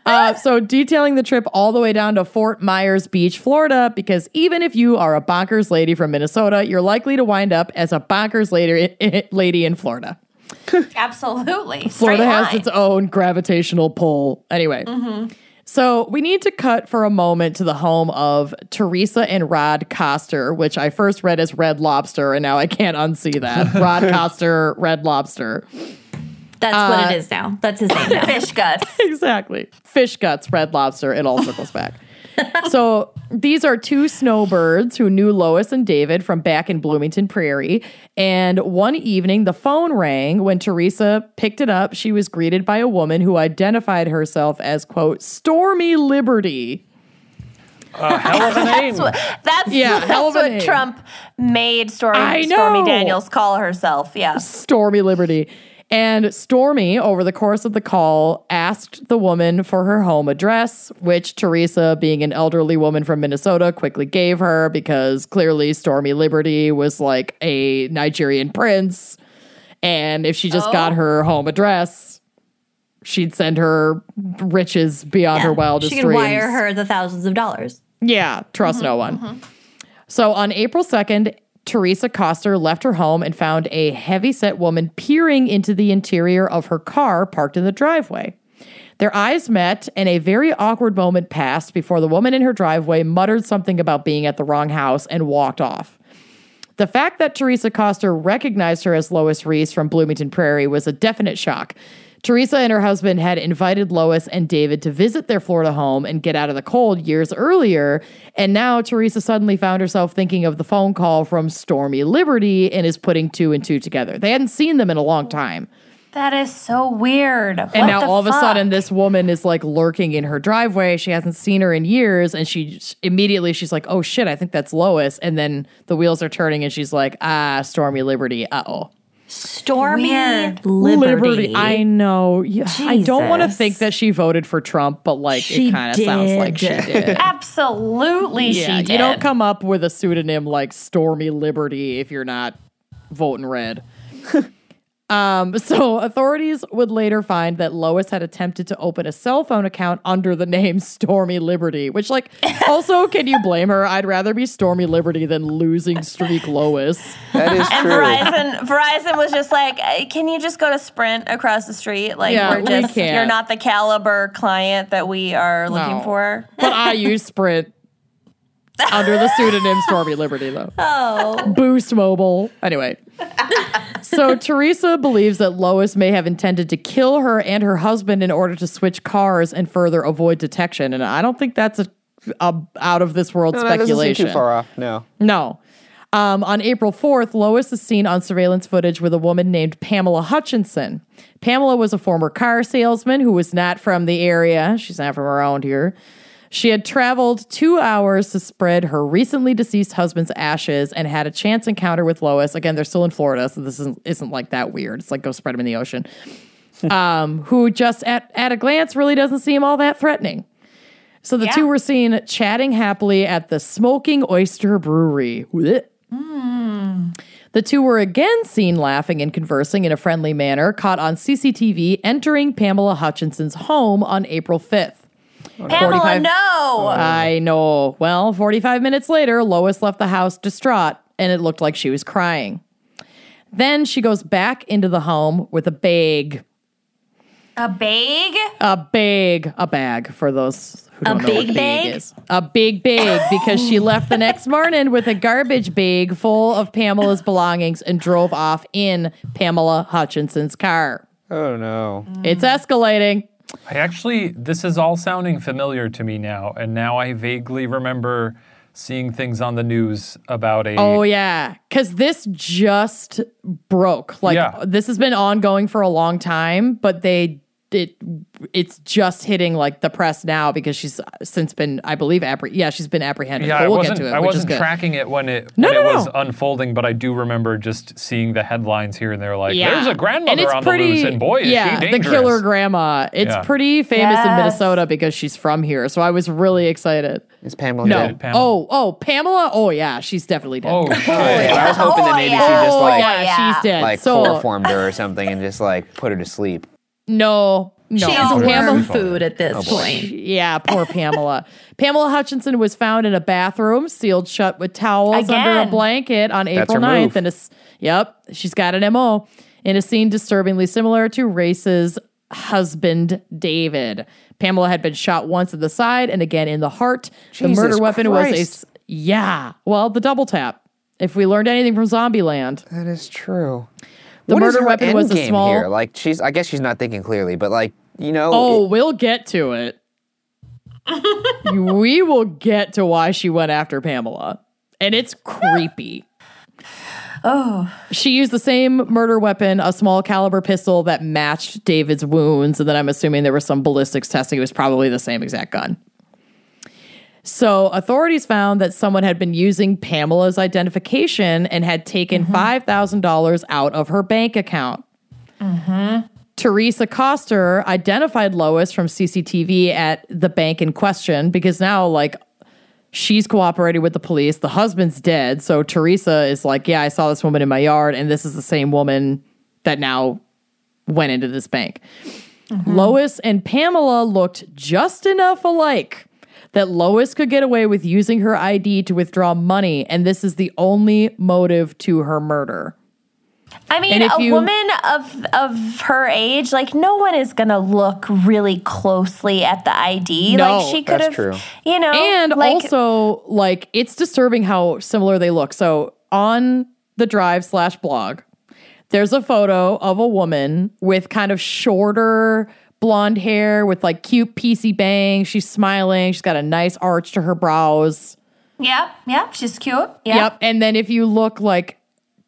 S2: Uh, so, detailing the trip all the way down to Fort Myers Beach, Florida, because even if you are a bonkers lady from Minnesota, you're likely to wind up as a bonkers lady, lady in Florida.
S1: Absolutely.
S2: Florida
S1: Straight
S2: has
S1: line.
S2: its own gravitational pull. Anyway. So we need to cut for a moment to the home of Teresa and Rod Coster, which I first read as Red Lobster, and now I can't unsee that. Rod Coster, Red Lobster.
S5: That's what it is now. Uh, That's his name now.
S1: fish guts.
S2: exactly. Fish guts, red lobster, it all circles back. so these are two snowbirds who knew Lois and David from back in Bloomington Prairie. And one evening, the phone rang. When Teresa picked it up, she was greeted by a woman who identified herself as, quote, Stormy Liberty.
S4: A hell of a name.
S1: That's,
S2: Yeah, hell
S1: that's
S2: of a
S1: what
S2: name.
S1: Trump made Stormy,
S2: I know.
S1: Stormy Daniels call herself. Yeah.
S2: Stormy Liberty. And Stormy, over the course of the call, asked the woman for her home address, which Teresa, being an elderly woman from Minnesota, quickly gave her because clearly Stormy Liberty was like a Nigerian prince. And if she just
S5: Oh.
S2: got her home address, she'd send her riches beyond her wildest
S5: she can
S2: dreams.
S5: wire her the thousands of dollars.
S2: Yeah, trust no one. So on April 2nd, Teresa Coster left her home and found a heavyset woman peering into the interior of her car parked in the driveway. Their eyes met, and a very awkward moment passed before the woman in her driveway muttered something about being at the wrong house and walked off. The fact that Teresa Coster recognized her as Lois Reese from Bloomington Prairie was a definite shock. Teresa and her husband had invited Lois and David to visit their Florida home and get out of the cold years earlier, and now Teresa suddenly found herself thinking of the phone call from Stormy Liberty and is putting two and two together. They hadn't seen them in a long time.
S1: That is so weird.
S2: And now all of a sudden this woman is like lurking in her driveway. She hasn't seen her in years and she j- immediately she's like, "Oh shit, I think that's Lois." And then the wheels are turning and she's like, "Ah, Stormy Liberty. Uh-oh."
S5: Stormy
S1: Weird.
S5: Liberty.
S2: I know. Yeah, I don't want to
S5: Jesus.
S2: think that she voted for Trump, but like
S5: She
S2: it kind of sounds like she
S5: did.
S2: did.
S1: Absolutely,
S2: yeah,
S1: she did.
S2: you don't come up with a pseudonym like Stormy Liberty if you're not voting red. um, so authorities would later find that Lois had attempted to open a cell phone account under the name Stormy Liberty, which like also can you blame her? I'd rather be Stormy Liberty than losing streak Lois.
S3: That is
S1: and
S3: true.
S1: Verizon, Verizon was just like, "Uh, "Can you just go to Sprint across the street? Like,
S2: Yeah,
S1: we're
S2: we
S1: just
S2: can't.
S1: you're not the caliber client that we are looking
S2: No.
S1: for."
S2: But I use Sprint under the pseudonym Stormy Liberty though.
S5: Oh,
S2: Boost Mobile. Anyway. so Teresa believes that Lois may have intended to kill her and her husband in order to switch cars and further avoid detection. And I don't think that's a, a out of this world
S3: No, that doesn't seem
S2: speculation.
S3: too far off. No.
S2: No. Um, on April 4th, Lois is seen on surveillance footage with a woman named Pamela Hutchinson. Pamela was a former car salesman who was not from the area. She's not from around here. She had traveled two hours to spread her recently deceased husband's ashes and had a chance encounter with Lois. Again, they're still in Florida, so this isn't, isn't like that weird. It's like go spread them in the ocean. um, who just at, at a glance really doesn't seem all that threatening. So the two were seen chatting happily at the Smoking Oyster Brewery. Blech. The two were again seen laughing and conversing in a friendly manner, caught on CCTV entering Pamela Hutchinson's home on April 5th.
S1: Pamela,
S2: 45
S1: no,
S2: I know. Well, 45 minutes later, Lois left the house distraught and it looked like she was crying. Then she goes back into the home with a bag,
S1: a bag.
S2: a bag, a bag for those who don't know
S5: big
S2: what bag,
S5: bag?
S2: is. A big bag because she left the next morning with a garbage bag full of Pamela's belongings and drove off in Pamela Hutchinson's car.
S3: Oh no.
S2: It's escalating.
S4: I actually, this is all sounding familiar to me now, and now I vaguely remember seeing things on the news about a.
S2: Oh yeah, because this just broke. Like
S4: Yeah.
S2: this has been ongoing for a long time, but they it it's just hitting like the press now because she's since been I believe appre- yeah she's been apprehended.
S4: Yeah,
S2: but
S4: I
S2: we'll
S4: wasn't,
S2: get to it.
S4: I
S2: which is
S4: wasn't
S2: good.
S4: tracking it when it,
S2: No,
S4: when
S2: no,
S4: it was
S2: no.
S4: unfolding, but I do remember just seeing the headlines here and there like,
S2: Yeah.
S4: there's a grandmother
S2: And it's
S4: on
S2: pretty,
S4: the loose, and boy, is
S2: yeah,
S4: she dangerous.
S2: the killer grandma. It's
S4: Yeah.
S2: pretty famous in
S1: Yes.
S2: Minnesota because she's from here. So I was really excited.
S3: Is Pamela
S2: No.
S3: dead?
S4: Pamela.
S2: Oh, oh, Pamela. Oh, yeah, she's definitely dead.
S4: Oh, shit.
S3: Oh, yeah, I was hoping that
S1: Oh,
S3: maybe
S1: yeah.
S3: she just
S2: Oh,
S3: like
S2: yeah,
S1: Yeah.
S2: she's dead.
S3: like
S2: so
S3: chloroformed her or something and just like put her to sleep.
S2: no, no.
S5: She's
S4: Oh,
S5: worm
S4: Pam-
S5: food at
S2: Oh,
S5: this point.
S2: Yeah, poor Pamela. Pamela Hutchinson was found in a bathroom, sealed shut with towels under
S1: Again.
S2: a blanket on
S3: That's
S2: April
S3: her
S2: 9th.
S3: move.
S2: And a, s- yep, she's got an MO in a scene disturbingly similar to Race's husband, David. Pamela had been shot once in the side and again in the heart. the
S3: Jesus
S2: murder weapon was a.
S3: Christ.
S2: s- Yeah, well, the double tap. If we learned anything from Zombieland,
S3: That is true.
S2: the
S3: What is
S2: murder
S3: her
S2: weapon
S3: end
S2: was a
S3: game
S2: small.
S3: Here? Like she's, I guess she's not thinking clearly, but like you know,
S2: Oh, we'll get to it. we will get to why she went after Pamela. And it's creepy.
S1: Oh,
S2: She used the same murder weapon, a small caliber pistol that matched David's wounds. And then I'm assuming there was some ballistics testing. It was probably the same exact gun. So authorities found that someone had been using Pamela's identification and had taken $5,000 out of her bank account. Teresa Coster identified Lois from CCTV at the bank in question because now, like, she's cooperating with the police. The husband's dead. So Teresa is like, Yeah, I saw this woman in my yard, and this is the same woman that now went into this bank. Lois and Pamela looked just enough alike that Lois could get away with using her ID to withdraw money, and this is the only motive to her murder.
S1: I mean,
S2: And if
S1: a
S2: you-
S1: woman of of her age, like no one is gonna look really closely at the ID.
S2: No.
S1: like she could have,
S3: That's true.
S1: you know,
S2: and
S1: like,
S2: also like it's disturbing how similar they look so on the drive slash blog there's a photo of a woman with kind of shorter blonde hair with like cute pc bangs she's smiling she's got a nice arch to her brows
S1: yeah, yeah, she's cute. Yeah.
S2: yep and then if you look like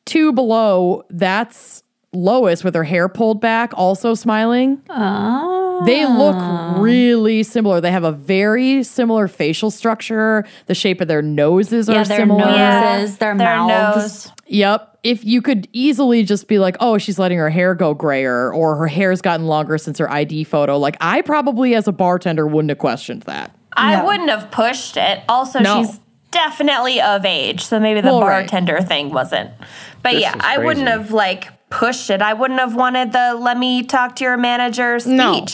S2: two below that's lois with her hair pulled back also smiling
S5: Ah.
S2: they look really similar. They have a very similar facial structure. The shape of their noses
S5: Yeah,
S2: are
S5: their
S2: similar.
S5: noses, their,
S1: Their
S5: mouths.
S1: nose.
S2: Yep. If you could easily just be like, oh, she's letting her hair go grayer or her hair's gotten longer since her ID photo. Like, I probably as a bartender wouldn't have questioned that.
S1: I wouldn't have pushed it. Also,
S2: No.
S1: she's definitely of age, so maybe the
S2: Well, right.
S1: bartender thing wasn't. But yeah,
S3: is
S1: I wouldn't
S3: crazy.
S1: have like pushed it. I wouldn't have wanted the "let me talk to your manager" speech.
S2: No.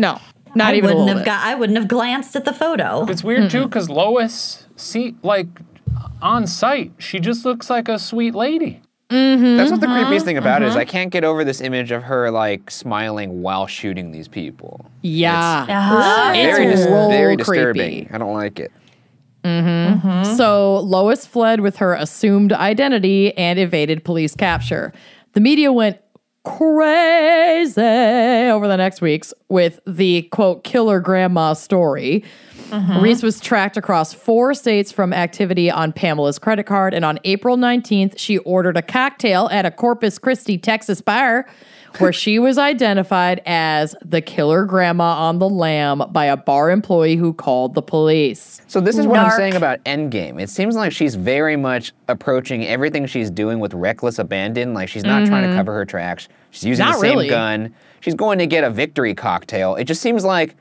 S2: No, not
S5: I
S2: even a little
S5: wouldn't
S2: bit.
S5: have got. I wouldn't have glanced at the photo.
S4: It's weird
S2: Mm-hmm.
S4: too, 'cause too because Lois, see, like on site, she just looks like a sweet lady.
S3: that's what the creepiest thing
S2: uh-huh,
S3: about it is. I can't get over this image of her like smiling while shooting these people.
S2: yeah.
S1: Ah.
S2: It's
S3: very, dis-
S2: real
S3: very
S2: creepy.
S3: disturbing. I don't like it.
S2: So Lois fled with her assumed identity and evaded police capture. The media went crazy over the next weeks with the quote killer grandma story. Reese was tracked across four states from activity on Pamela's credit card, and on April 19th, she ordered a cocktail at a Corpus Christi, Texas bar, where she was identified as the killer grandma on the lam by a bar employee who called the police.
S3: So this is what I'm
S1: Narc.
S3: saying about Endgame. It seems like she's very much approaching everything she's doing with reckless abandon. Like she's not trying to cover her tracks. She's using
S2: Mm-hmm. Not
S3: the same
S2: really.
S3: gun. She's going to get a victory cocktail. It just seems like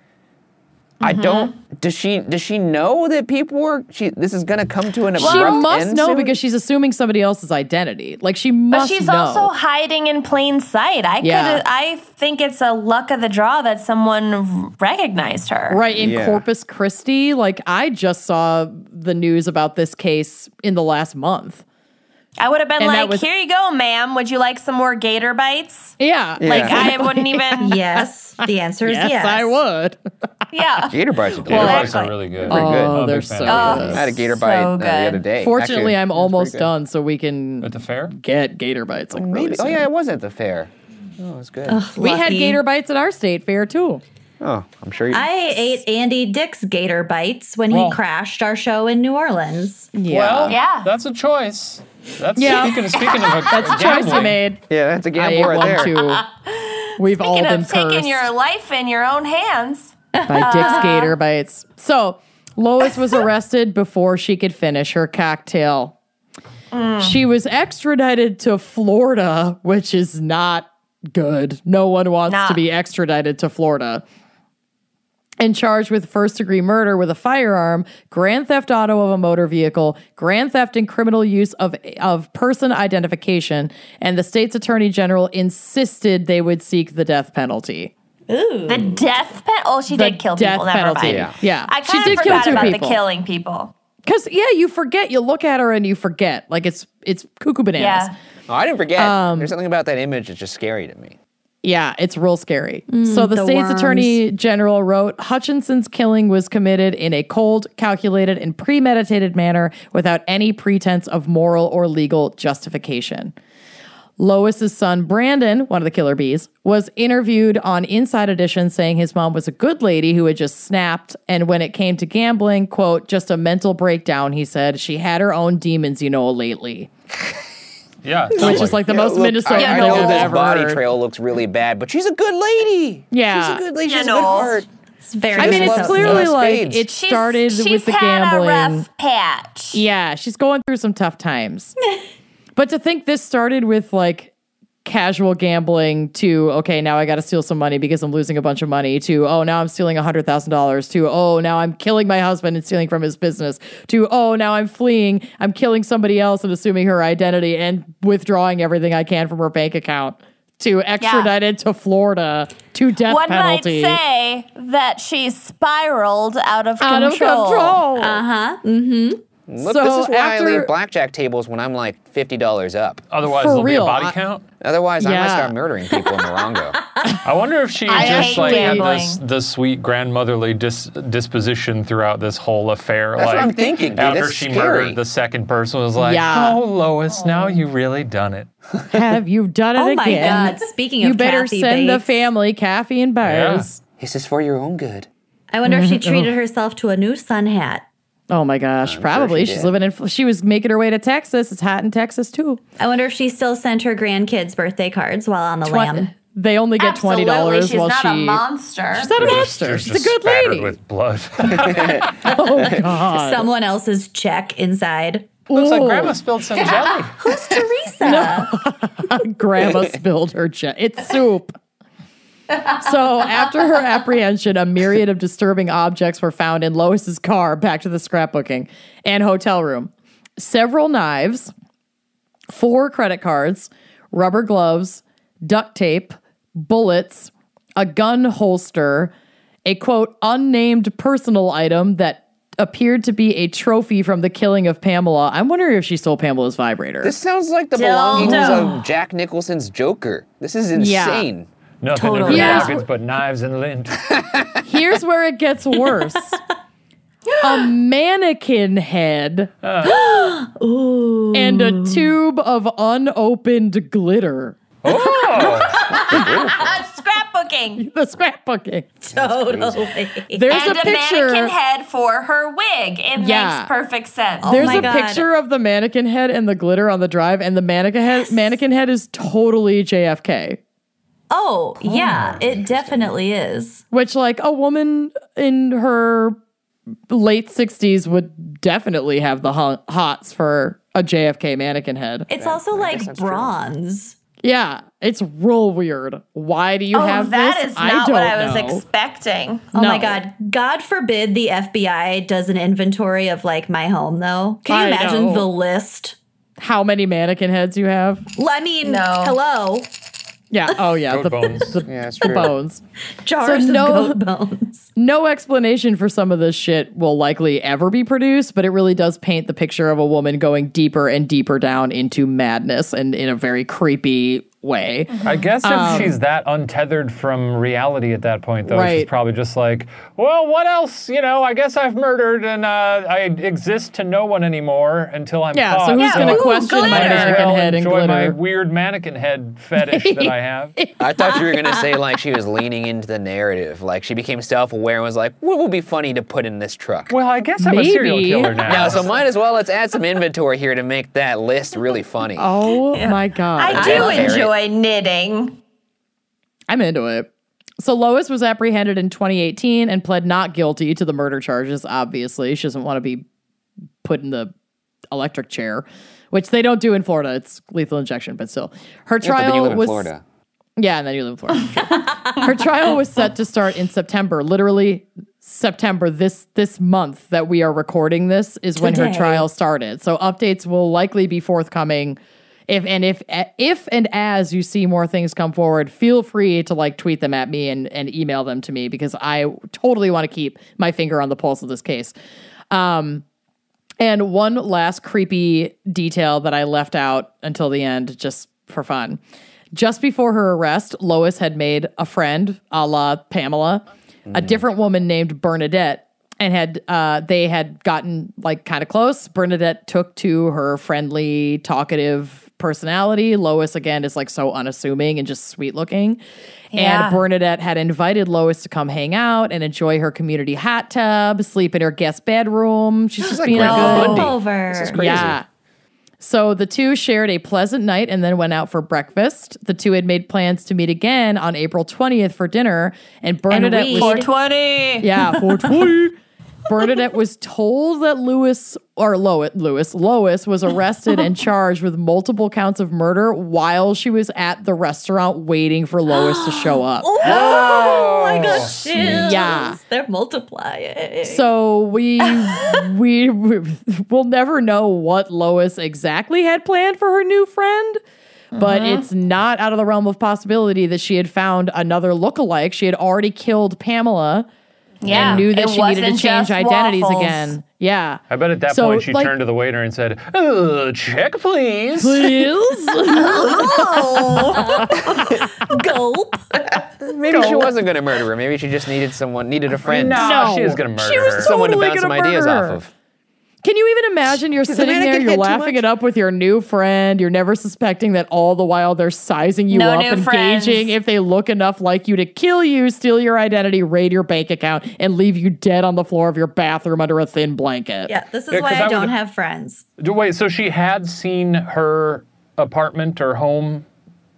S3: I
S2: Mm-hmm.
S3: don't. Does she? Does she know that people were? She. This is going to come to an abrupt
S2: She must
S3: end
S2: know
S3: soon?
S2: because she's assuming somebody else's identity. Like she
S1: But
S2: must
S1: she's
S2: know.
S1: also hiding in plain sight. I
S2: Yeah.
S1: could. I think it's a luck of the draw that someone recognized her.
S2: right in
S3: Yeah.
S2: Corpus Christi. Like I just saw the news about this case in the last month.
S1: I would have been
S2: And that
S1: like,
S2: was-
S1: "Here you go, ma'am. Would you like some more gator bites?"
S2: Yeah,
S3: Yeah.
S1: Like I wouldn't even.
S5: yes, the answer is
S2: yes,
S5: yes.
S2: I would.
S1: Yeah.
S3: Gator bites are
S4: Gator
S3: delicious.
S4: bites are
S1: Exactly.
S4: really good.
S3: Pretty good.
S2: Oh,
S4: I'm a
S2: they're
S4: big fan
S2: so
S3: I
S4: of gator
S2: good.
S4: bites.
S3: had a gator
S1: So
S3: bite uh, the other
S1: good.
S3: day.
S2: Fortunately,
S3: actually.
S2: I'm
S3: It was pretty
S2: almost
S3: good.
S2: done, so we can
S4: At the fair?
S2: get gator bites. Like really
S3: Maybe. Oh
S2: soon.
S3: yeah, it was at the fair. Oh, it was good.
S2: we had
S5: Lucky.
S2: gator bites at our state fair too.
S3: Oh, I'm sure you.
S5: I ate Andy Dick's Gator Bites when
S4: Well-
S2: Oh.
S5: he crashed our show in New Orleans.
S2: Yeah,
S4: Well,
S1: Yeah.
S4: that's a choice. That's
S2: Yeah.
S4: speaking, speaking of a
S2: that's a choice
S4: gambling,
S2: you made.
S3: yeah, that's a
S2: I
S3: gamble
S2: ate
S3: right
S2: one
S3: there.
S2: too. We've all
S1: Speaking
S2: been
S1: of taking
S2: cursed
S1: your life in your own hands.
S2: by Dick's Gator Bites. So Lois was arrested before she could finish her cocktail. She was extradited to Florida, which is not good. No one wants
S1: Nah.
S2: to be extradited to Florida. And charged with first degree murder with a firearm, grand theft auto of a motor vehicle, grand theft and criminal use of, of person identification. And the state's attorney general insisted they would seek the death penalty.
S1: The death penalty. Oh, she did kill
S2: Mm. death
S1: people. Never
S2: penalty.
S1: mind.
S2: Yeah. Yeah.
S1: I
S2: She
S1: kind
S2: did
S1: of
S2: kill
S1: forgot
S2: two
S1: about
S2: people.
S1: the killing people.
S2: Cause yeah, you forget. You look at her and you forget. Like it's it's cuckoo bananas.
S1: Yeah.
S3: Oh, I didn't forget.
S2: Um,
S3: There's something about that image that's just scary to me.
S2: Yeah, it's real scary. so the,
S5: Mm, the
S2: state's
S5: worms.
S2: attorney general wrote Hutchinson's killing was committed in a cold, calculated, and premeditated manner without any pretense of moral or legal justification. Lois's son Brandon, one of the killer bees, was interviewed on Inside Edition saying his mom was a good lady who had just snapped and when it came to gambling, quote, just a mental breakdown, he said, she had her own demons, you know, lately.
S4: Yeah.
S2: Which is like the
S3: Yeah,
S2: most
S3: look,
S2: Minnesota
S3: I, I
S2: thing
S3: know
S2: I've
S3: this
S2: ever
S3: body
S2: heard.
S3: trail looks really bad, but she's a good lady.
S2: Yeah.
S3: she's a good lady. She
S1: You
S3: has a
S1: know.
S3: good heart.
S5: It's very.
S2: I mean,
S3: just
S2: it's
S3: love-
S2: clearly
S3: love
S2: like
S3: spades.
S2: it
S1: She's,
S2: started
S1: she's
S2: with the
S1: had
S2: gambling.
S1: a rough patch.
S2: Yeah, she's going through some tough times. but to think this started with like casual gambling to okay, now I got to steal some money because I'm losing a bunch of money to oh, now I'm stealing $100,000 to oh, now I'm killing my husband and stealing from his business to oh, now I'm fleeing, I'm killing somebody else and assuming her identity and withdrawing everything I can from her bank account to extradited to Florida to death
S1: One
S2: penalty.
S1: might say that she spiraled out of
S2: out
S1: control. Uh,
S2: of control.
S3: Look,
S2: So
S3: this is why I
S2: after-
S3: leave blackjack tables when I'm like fifty dollars up.
S4: Otherwise,
S2: For
S4: there'll
S2: real,
S4: be a
S2: I-
S4: body count.
S3: Otherwise, I might
S2: Yeah.
S3: start murdering people in Morongo.
S4: I wonder if she
S1: I
S4: just
S1: hate
S4: like had
S1: gambling.
S4: this, the sweet grandmotherly dis- disposition throughout this whole affair.
S3: That's
S4: like,
S3: what I'm thinking, dude.
S4: After
S3: That's
S4: she
S3: scary.
S4: murdered the second person, was like,
S2: Yeah.
S4: "Oh, Lois, now you really done it."
S2: Have you done it
S5: Oh my
S2: again?
S5: God! Speaking
S2: you
S5: of
S2: better
S5: Kathy
S2: send the
S5: Bates,
S2: family caffeine bars.
S3: this is for your own good.
S5: I wonder if she treated herself to a new sun hat.
S2: Oh my gosh, probably.
S3: she
S2: She's
S3: did.
S2: living in. She was making her way to Texas. It's hot in Texas too.
S5: I wonder if she still sent her grandkids birthday cards while on the lamb.
S2: They only get twenty
S1: Absolutely,
S2: dollars
S1: She's
S2: while
S1: not
S2: she.
S1: a monster.
S2: She's not a monster.
S4: She's just
S2: She's a good
S4: spattered
S2: lady.
S4: with blood.
S5: Someone else's check inside.
S4: Looks like Grandma spilled some jelly.
S5: Who's Teresa?
S2: Grandma spilled her jet. It's soup. so after her apprehension, a myriad of disturbing objects were found in Lois's car, back to the scrapbooking, and hotel room. Several knives, four credit cards, rubber gloves, duct tape, bullets, a gun holster, a quote, unnamed personal item that appeared to be a trophy from the killing of Pamela. I'm wondering if she stole Pamela's vibrator.
S3: This sounds like the belongings of Jack Nicholson's Joker. This is insane.
S4: Nothing in her
S5: Totally.
S2: Yeah.
S4: pockets but knives and lint.
S2: Here's where it gets worse. a mannequin head and a tube of unopened glitter.
S4: Oh,
S1: Uh, scrapbooking.
S2: The scrapbooking.
S5: totally.
S2: There's
S1: and
S2: a
S1: a,
S2: picture.
S1: mannequin head for her wig. It
S2: Yeah.
S1: makes perfect sense.
S2: There's
S5: my
S2: a
S5: God.
S2: picture of the mannequin head and the glitter on the drive, and the mannequin head mannequin head is totally JFK.
S5: Oh, yeah, it definitely is.
S2: Which like a woman in her late sixties would definitely have the hot- hots for a JFK mannequin head.
S5: It's also like bronze.
S2: Yeah, it's real weird. Why do you
S1: oh,
S2: have
S1: that
S2: this?
S1: is not
S2: don't
S1: what I was
S2: know.
S1: expecting.
S5: Oh
S2: No.
S5: my God. God forbid the FBI does an inventory of like my home though. Can you
S2: I
S5: imagine
S2: know.
S5: the list?
S2: How many mannequin heads you have?
S5: Well, I mean,
S1: No.
S5: hello,
S2: Yeah. Oh yeah. the
S4: goat bones.
S3: Yeah, that's
S2: the
S3: true.
S2: bones.
S5: jars
S2: no-
S5: of goat bones.
S2: No explanation for some of this shit will likely ever be produced, but it really does paint the picture of a woman going deeper and deeper down into madness and in a very creepy way.
S1: Mm-hmm.
S4: I guess if
S2: Um,
S4: she's that untethered from reality at that point, though,
S2: Right.
S4: she's probably just like, well, what else? You know, I guess I've murdered and uh, I exist to no one anymore until I'm
S2: Yeah, so
S4: caught.
S2: who's gonna
S4: I
S2: question
S4: might
S1: my
S4: as
S1: mannequin
S4: well
S2: head and
S4: enjoy my
S2: glitter?
S4: weird mannequin head fetish that I have.
S3: I thought you were gonna say like she was leaning into the narrative, like she became self-aware and was like, "What would be funny to put in this truck?"
S4: Well, I guess I'm a serial
S2: Maybe.
S4: killer now.
S3: yeah, so might as well let's add some inventory here to make that list really funny.
S2: Oh my god.
S1: I
S3: I
S1: do
S3: love it.
S1: enjoy knitting.
S2: I'm into it. So Lois was apprehended in 2018 and pled not guilty to the murder charges. Obviously, she doesn't want to be put in the electric chair, which they don't do in Florida. It's lethal injection, but still, her
S3: Yeah,
S2: trial
S3: but then you live in
S2: was
S3: Florida.
S2: yeah, and then you live in Florida. Sure. Her trial was set to start in September, literally September this this month that we are recording this is when her
S5: Today.
S2: trial started. So updates will likely be forthcoming. If and if if and as you see more things come forward, feel free to like tweet them at me and and email them to me because I totally want to keep my finger on the pulse of this case. Um, And one last creepy detail that I left out until the end, just for fun. Just before her arrest, Lois had made a friend, a la Pamela, a different woman named Bernadette, and had uh, they had gotten like kind of close. Bernadette took to her friendly, talkative personality. Lois again is like so unassuming and just sweet looking.
S1: Yeah.
S2: And Bernadette had invited Lois to come hang out and enjoy her community hot tub, sleep in her guest bedroom. She's just
S3: like
S2: being a
S3: Grandma
S2: good
S3: Bundy.
S5: over.
S3: This is crazy.
S2: yeah. So the two shared a pleasant night and then went out for breakfast. The two had made plans to meet again on April 20th for dinner, and Bernadette
S5: we-
S2: was
S1: 420.
S2: yeah, 420. Bernadette was told that Lewis or Lois, Lewis, Lois was arrested and charged with multiple counts of murder while she was at the restaurant waiting for Lois to show up.
S3: Oh
S5: Oh my gosh.
S2: Yeah.
S5: chills. They're multiplying.
S2: So we we will never know what Lois exactly had planned for her new friend, but
S1: Mm-hmm.
S2: it's not out of the realm of possibility that she had found another lookalike. She had already killed Pamela
S1: Yeah.
S2: and knew
S1: It
S2: that she needed to
S1: wasn't
S2: change
S1: just
S2: identities
S1: waffles.
S2: again. Yeah.
S4: I bet at that
S2: So,
S4: point she
S2: like-
S4: turned to the waiter and said, "Uh, check, please.
S2: Please.
S5: Oh. Gulp.
S3: Maybe she wasn't going to murder her. Maybe she just needed someone, needed a friend.
S4: No,
S2: No.
S4: she was going to murder
S2: She was
S4: her.
S3: Someone to
S2: Totally
S3: bounce some
S2: gonna
S3: ideas
S2: murder
S3: off
S2: her.
S3: of.
S2: Can you even imagine you're
S3: the
S2: sitting there,
S3: mannequin
S2: you're
S3: had too
S2: laughing
S3: much?
S2: it up with your new friend, you're never suspecting that all the while they're sizing you
S1: No
S2: up
S1: new
S2: and
S1: friends.
S2: gauging if they look enough like you to kill you, steal your identity, raid your bank account, and leave you dead on the floor of your bathroom under a thin blanket.
S5: Yeah, this is
S4: Yeah, 'cause
S5: why
S4: I
S5: I
S4: would-
S5: don't have friends.
S4: D- Wait, so she had seen her apartment or home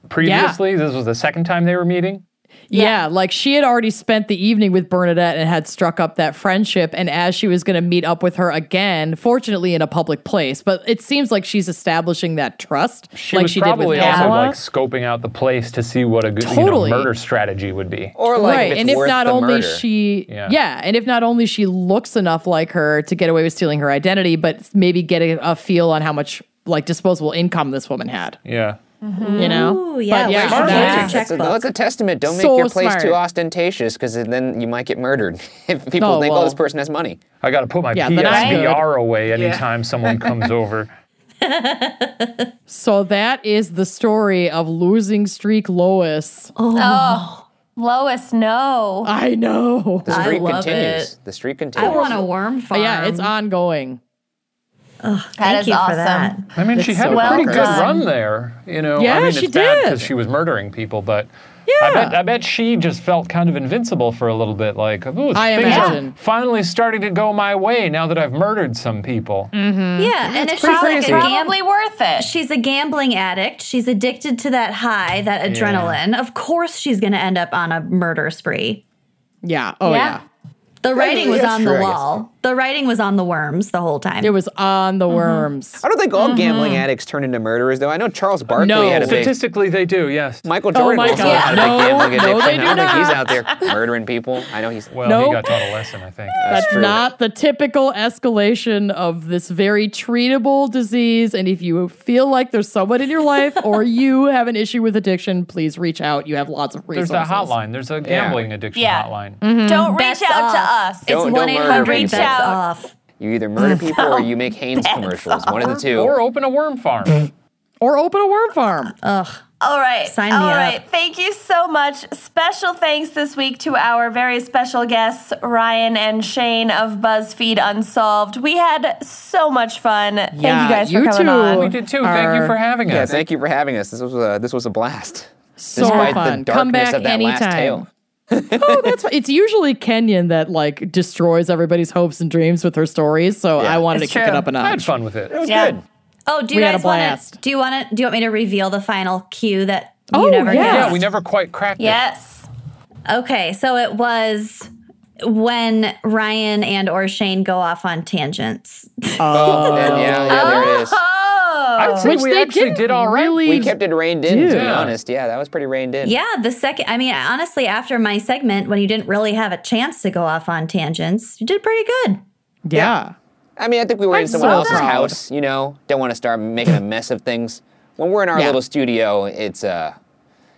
S4: previously? This was the second time they were meeting?
S2: Yeah, like she had already spent the evening with Bernadette and had struck up that friendship. And as she was going to meet up with her again, fortunately in a public place, but it seems like she's establishing that trust,
S4: She
S2: like
S4: was
S2: she did
S4: probably
S2: with
S4: also
S2: Pamela.
S4: like scoping out the place to see what a good you know,
S2: Totally.
S4: murder strategy would be.
S3: Or like,
S2: right,
S3: if it's
S2: and if
S3: worth
S2: not
S3: the
S2: only
S3: murder.
S2: she,
S4: Yeah.
S2: yeah. and if not only she looks enough like her to get away with stealing her identity, but maybe get a, a feel on how much like disposable income this woman had,
S4: Yeah.
S2: you know?
S5: Ooh, yeah,
S2: but
S5: where's
S2: yeah,
S5: your
S2: that's-
S5: check?
S3: That's a, that's a testament. Don't make
S2: So
S3: your place too
S2: smart.
S3: ostentatious because then you might get murdered if people
S2: Oh,
S3: think, oh,
S2: well.
S3: this person has money.
S4: I got to put my
S2: Yeah, then I
S4: PSVR away anytime someone comes over.
S2: so that is the story of losing streak Lois.
S5: Oh.
S1: Oh, Lois, no.
S2: I know.
S3: The
S5: I
S3: streak
S5: love
S3: continues.
S5: it.
S3: The streak
S5: I
S3: continues.
S5: want a worm farm.
S2: yeah, it's ongoing.
S1: that
S5: Thank
S1: is
S5: you
S1: awesome.
S5: for that.
S4: I mean, she
S2: That's
S4: had
S2: so
S4: a pretty
S2: bonkers.
S4: good run there, you know.
S2: Yeah,
S4: I mean,
S2: she
S4: it's bad
S2: did.
S4: because she was murdering people, but I bet I bet she just felt kind of invincible for a little bit, like, ooh,
S2: I
S4: things
S2: imagine.
S4: are finally starting to go my way now that I've murdered some people.
S3: Mm.
S5: Yeah, and if she's
S1: Probably,
S5: like a gambling,
S1: probably worth it.
S5: she's a gambling addict. She's addicted to that high, that adrenaline. Of course, she's going to end up on a murder spree.
S2: Yeah. Oh, yeah.
S1: Yeah.
S5: The writing was
S3: that's
S5: on
S3: true, I
S5: the
S3: guess.
S5: wall. The writing was on the worms the whole time.
S2: It was on
S5: Mm-hmm.
S2: the worms.
S3: I don't think all gambling addicts turn into murderers, though. I know Charles Barkley
S2: Mm-hmm. No.
S3: had a big.
S4: Statistically, they do, yes.
S3: Michael Jordan
S2: Oh my
S3: also
S2: God.
S3: had a
S2: No,
S3: big gambling
S2: no,
S3: addiction.
S2: they do
S3: I don't think he's
S2: not.
S3: out there murdering people. I know he's.
S4: Well,
S2: Nope.
S4: he got taught a lesson, I think.
S2: That's
S3: true.
S2: not the typical escalation of this very treatable disease. And if you feel like there's someone in your life or you have an issue with addiction, please reach out. You have lots of
S4: There's
S2: resources.
S4: a hotline. There's a gambling addiction
S1: Yeah.
S4: hotline.
S2: Mm-hmm.
S1: Don't reach
S5: Bets
S1: out to
S5: off.
S1: us.
S3: Don't- don't
S5: it's 1
S3: murder
S5: 800
S3: people.
S5: bets off.
S3: You either murder people or you make Haynes commercials. One of the two.
S4: Or open a worm
S2: Mm.
S4: farm.
S2: Or open a worm farm.
S1: All right.
S5: Sign
S1: all
S5: me up.
S1: right. Thank you so much. Special thanks this week to our very special guests, Ryan and Shane of BuzzFeed Unsolved. We had so much fun. Thank you
S2: Yeah,
S1: guys
S2: you
S1: for coming
S2: too.
S1: on.
S4: we did too. Thank you
S2: Our-
S4: for having
S3: yeah,
S4: us.
S3: thank you for having us. This was a, this was a blast.
S2: so
S3: Despite
S2: fun.
S3: the
S2: Come
S3: darkness
S2: back
S3: of that
S2: anytime.
S3: last tale.
S2: oh, that's fun. It's usually Kenyon that like destroys everybody's hopes and dreams with her stories. So I wanted
S1: It's
S2: to kick
S1: true.
S2: it up a
S4: I had
S2: notch.
S4: fun with it.
S1: Yeah.
S3: Good.
S5: Oh, do you
S2: We had a
S5: guys want to?
S2: blast.
S5: Do you want to? Do you want me to reveal the final cue that you
S2: Oh,
S5: never
S2: yeah.
S5: guessed?
S4: Yeah, we never quite cracked it.
S1: Yes.
S5: Okay, so it was when Ryan and or Shane go off on tangents.
S3: Oh, then, yeah, yeah, there it
S2: Oh.
S3: is.
S4: I would say
S2: Which
S4: we
S2: they
S4: actually
S2: didn't
S4: did all right.
S2: really
S3: We kept it reined in, to be
S4: Yeah.
S3: honest. Yeah, that was pretty reined in.
S5: yeah, the second I mean honestly after my segment when you didn't really have a chance to go off on tangents, you did pretty good.
S2: Yeah.
S3: I mean, I think we were in someone
S2: so
S3: else's
S2: proud.
S3: house, you know. Don't want to start making a mess of things. When we're in our
S2: Yeah.
S3: little studio, it's uh,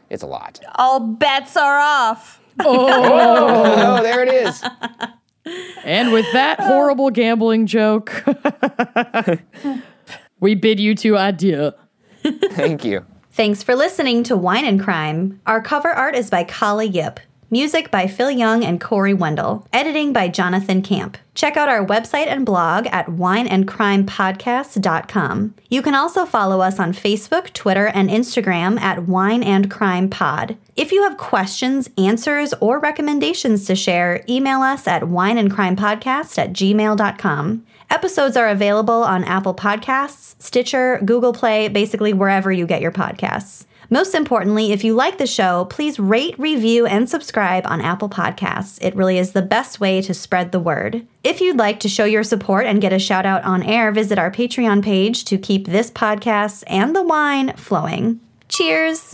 S3: it's a lot.
S1: All bets are off.
S3: Oh, there it is.
S2: And with that horrible gambling joke, we bid you two adieu.
S3: Thank you.
S5: Thanks for listening to Wine and Crime. Our cover art is by Kali Yip. Music by Phil Young and Corey Wendell. Editing by Jonathan Camp. Check out our website and blog at wineandcrimepodcast.com. You can also follow us on Facebook, Twitter, and Instagram at Wine and Crime Pod. If you have questions, answers, or recommendations to share, email us at wineandcrimepodcast at gmail.com. Episodes are available on Apple Podcasts, Stitcher, Google Play, basically wherever you get your podcasts. Most importantly, if you like the show, please rate, review, and subscribe on Apple Podcasts. It really is the best way to spread the word. If you'd like to show your support and get a shout out on air, visit our Patreon page to keep this podcast and the wine flowing. Cheers!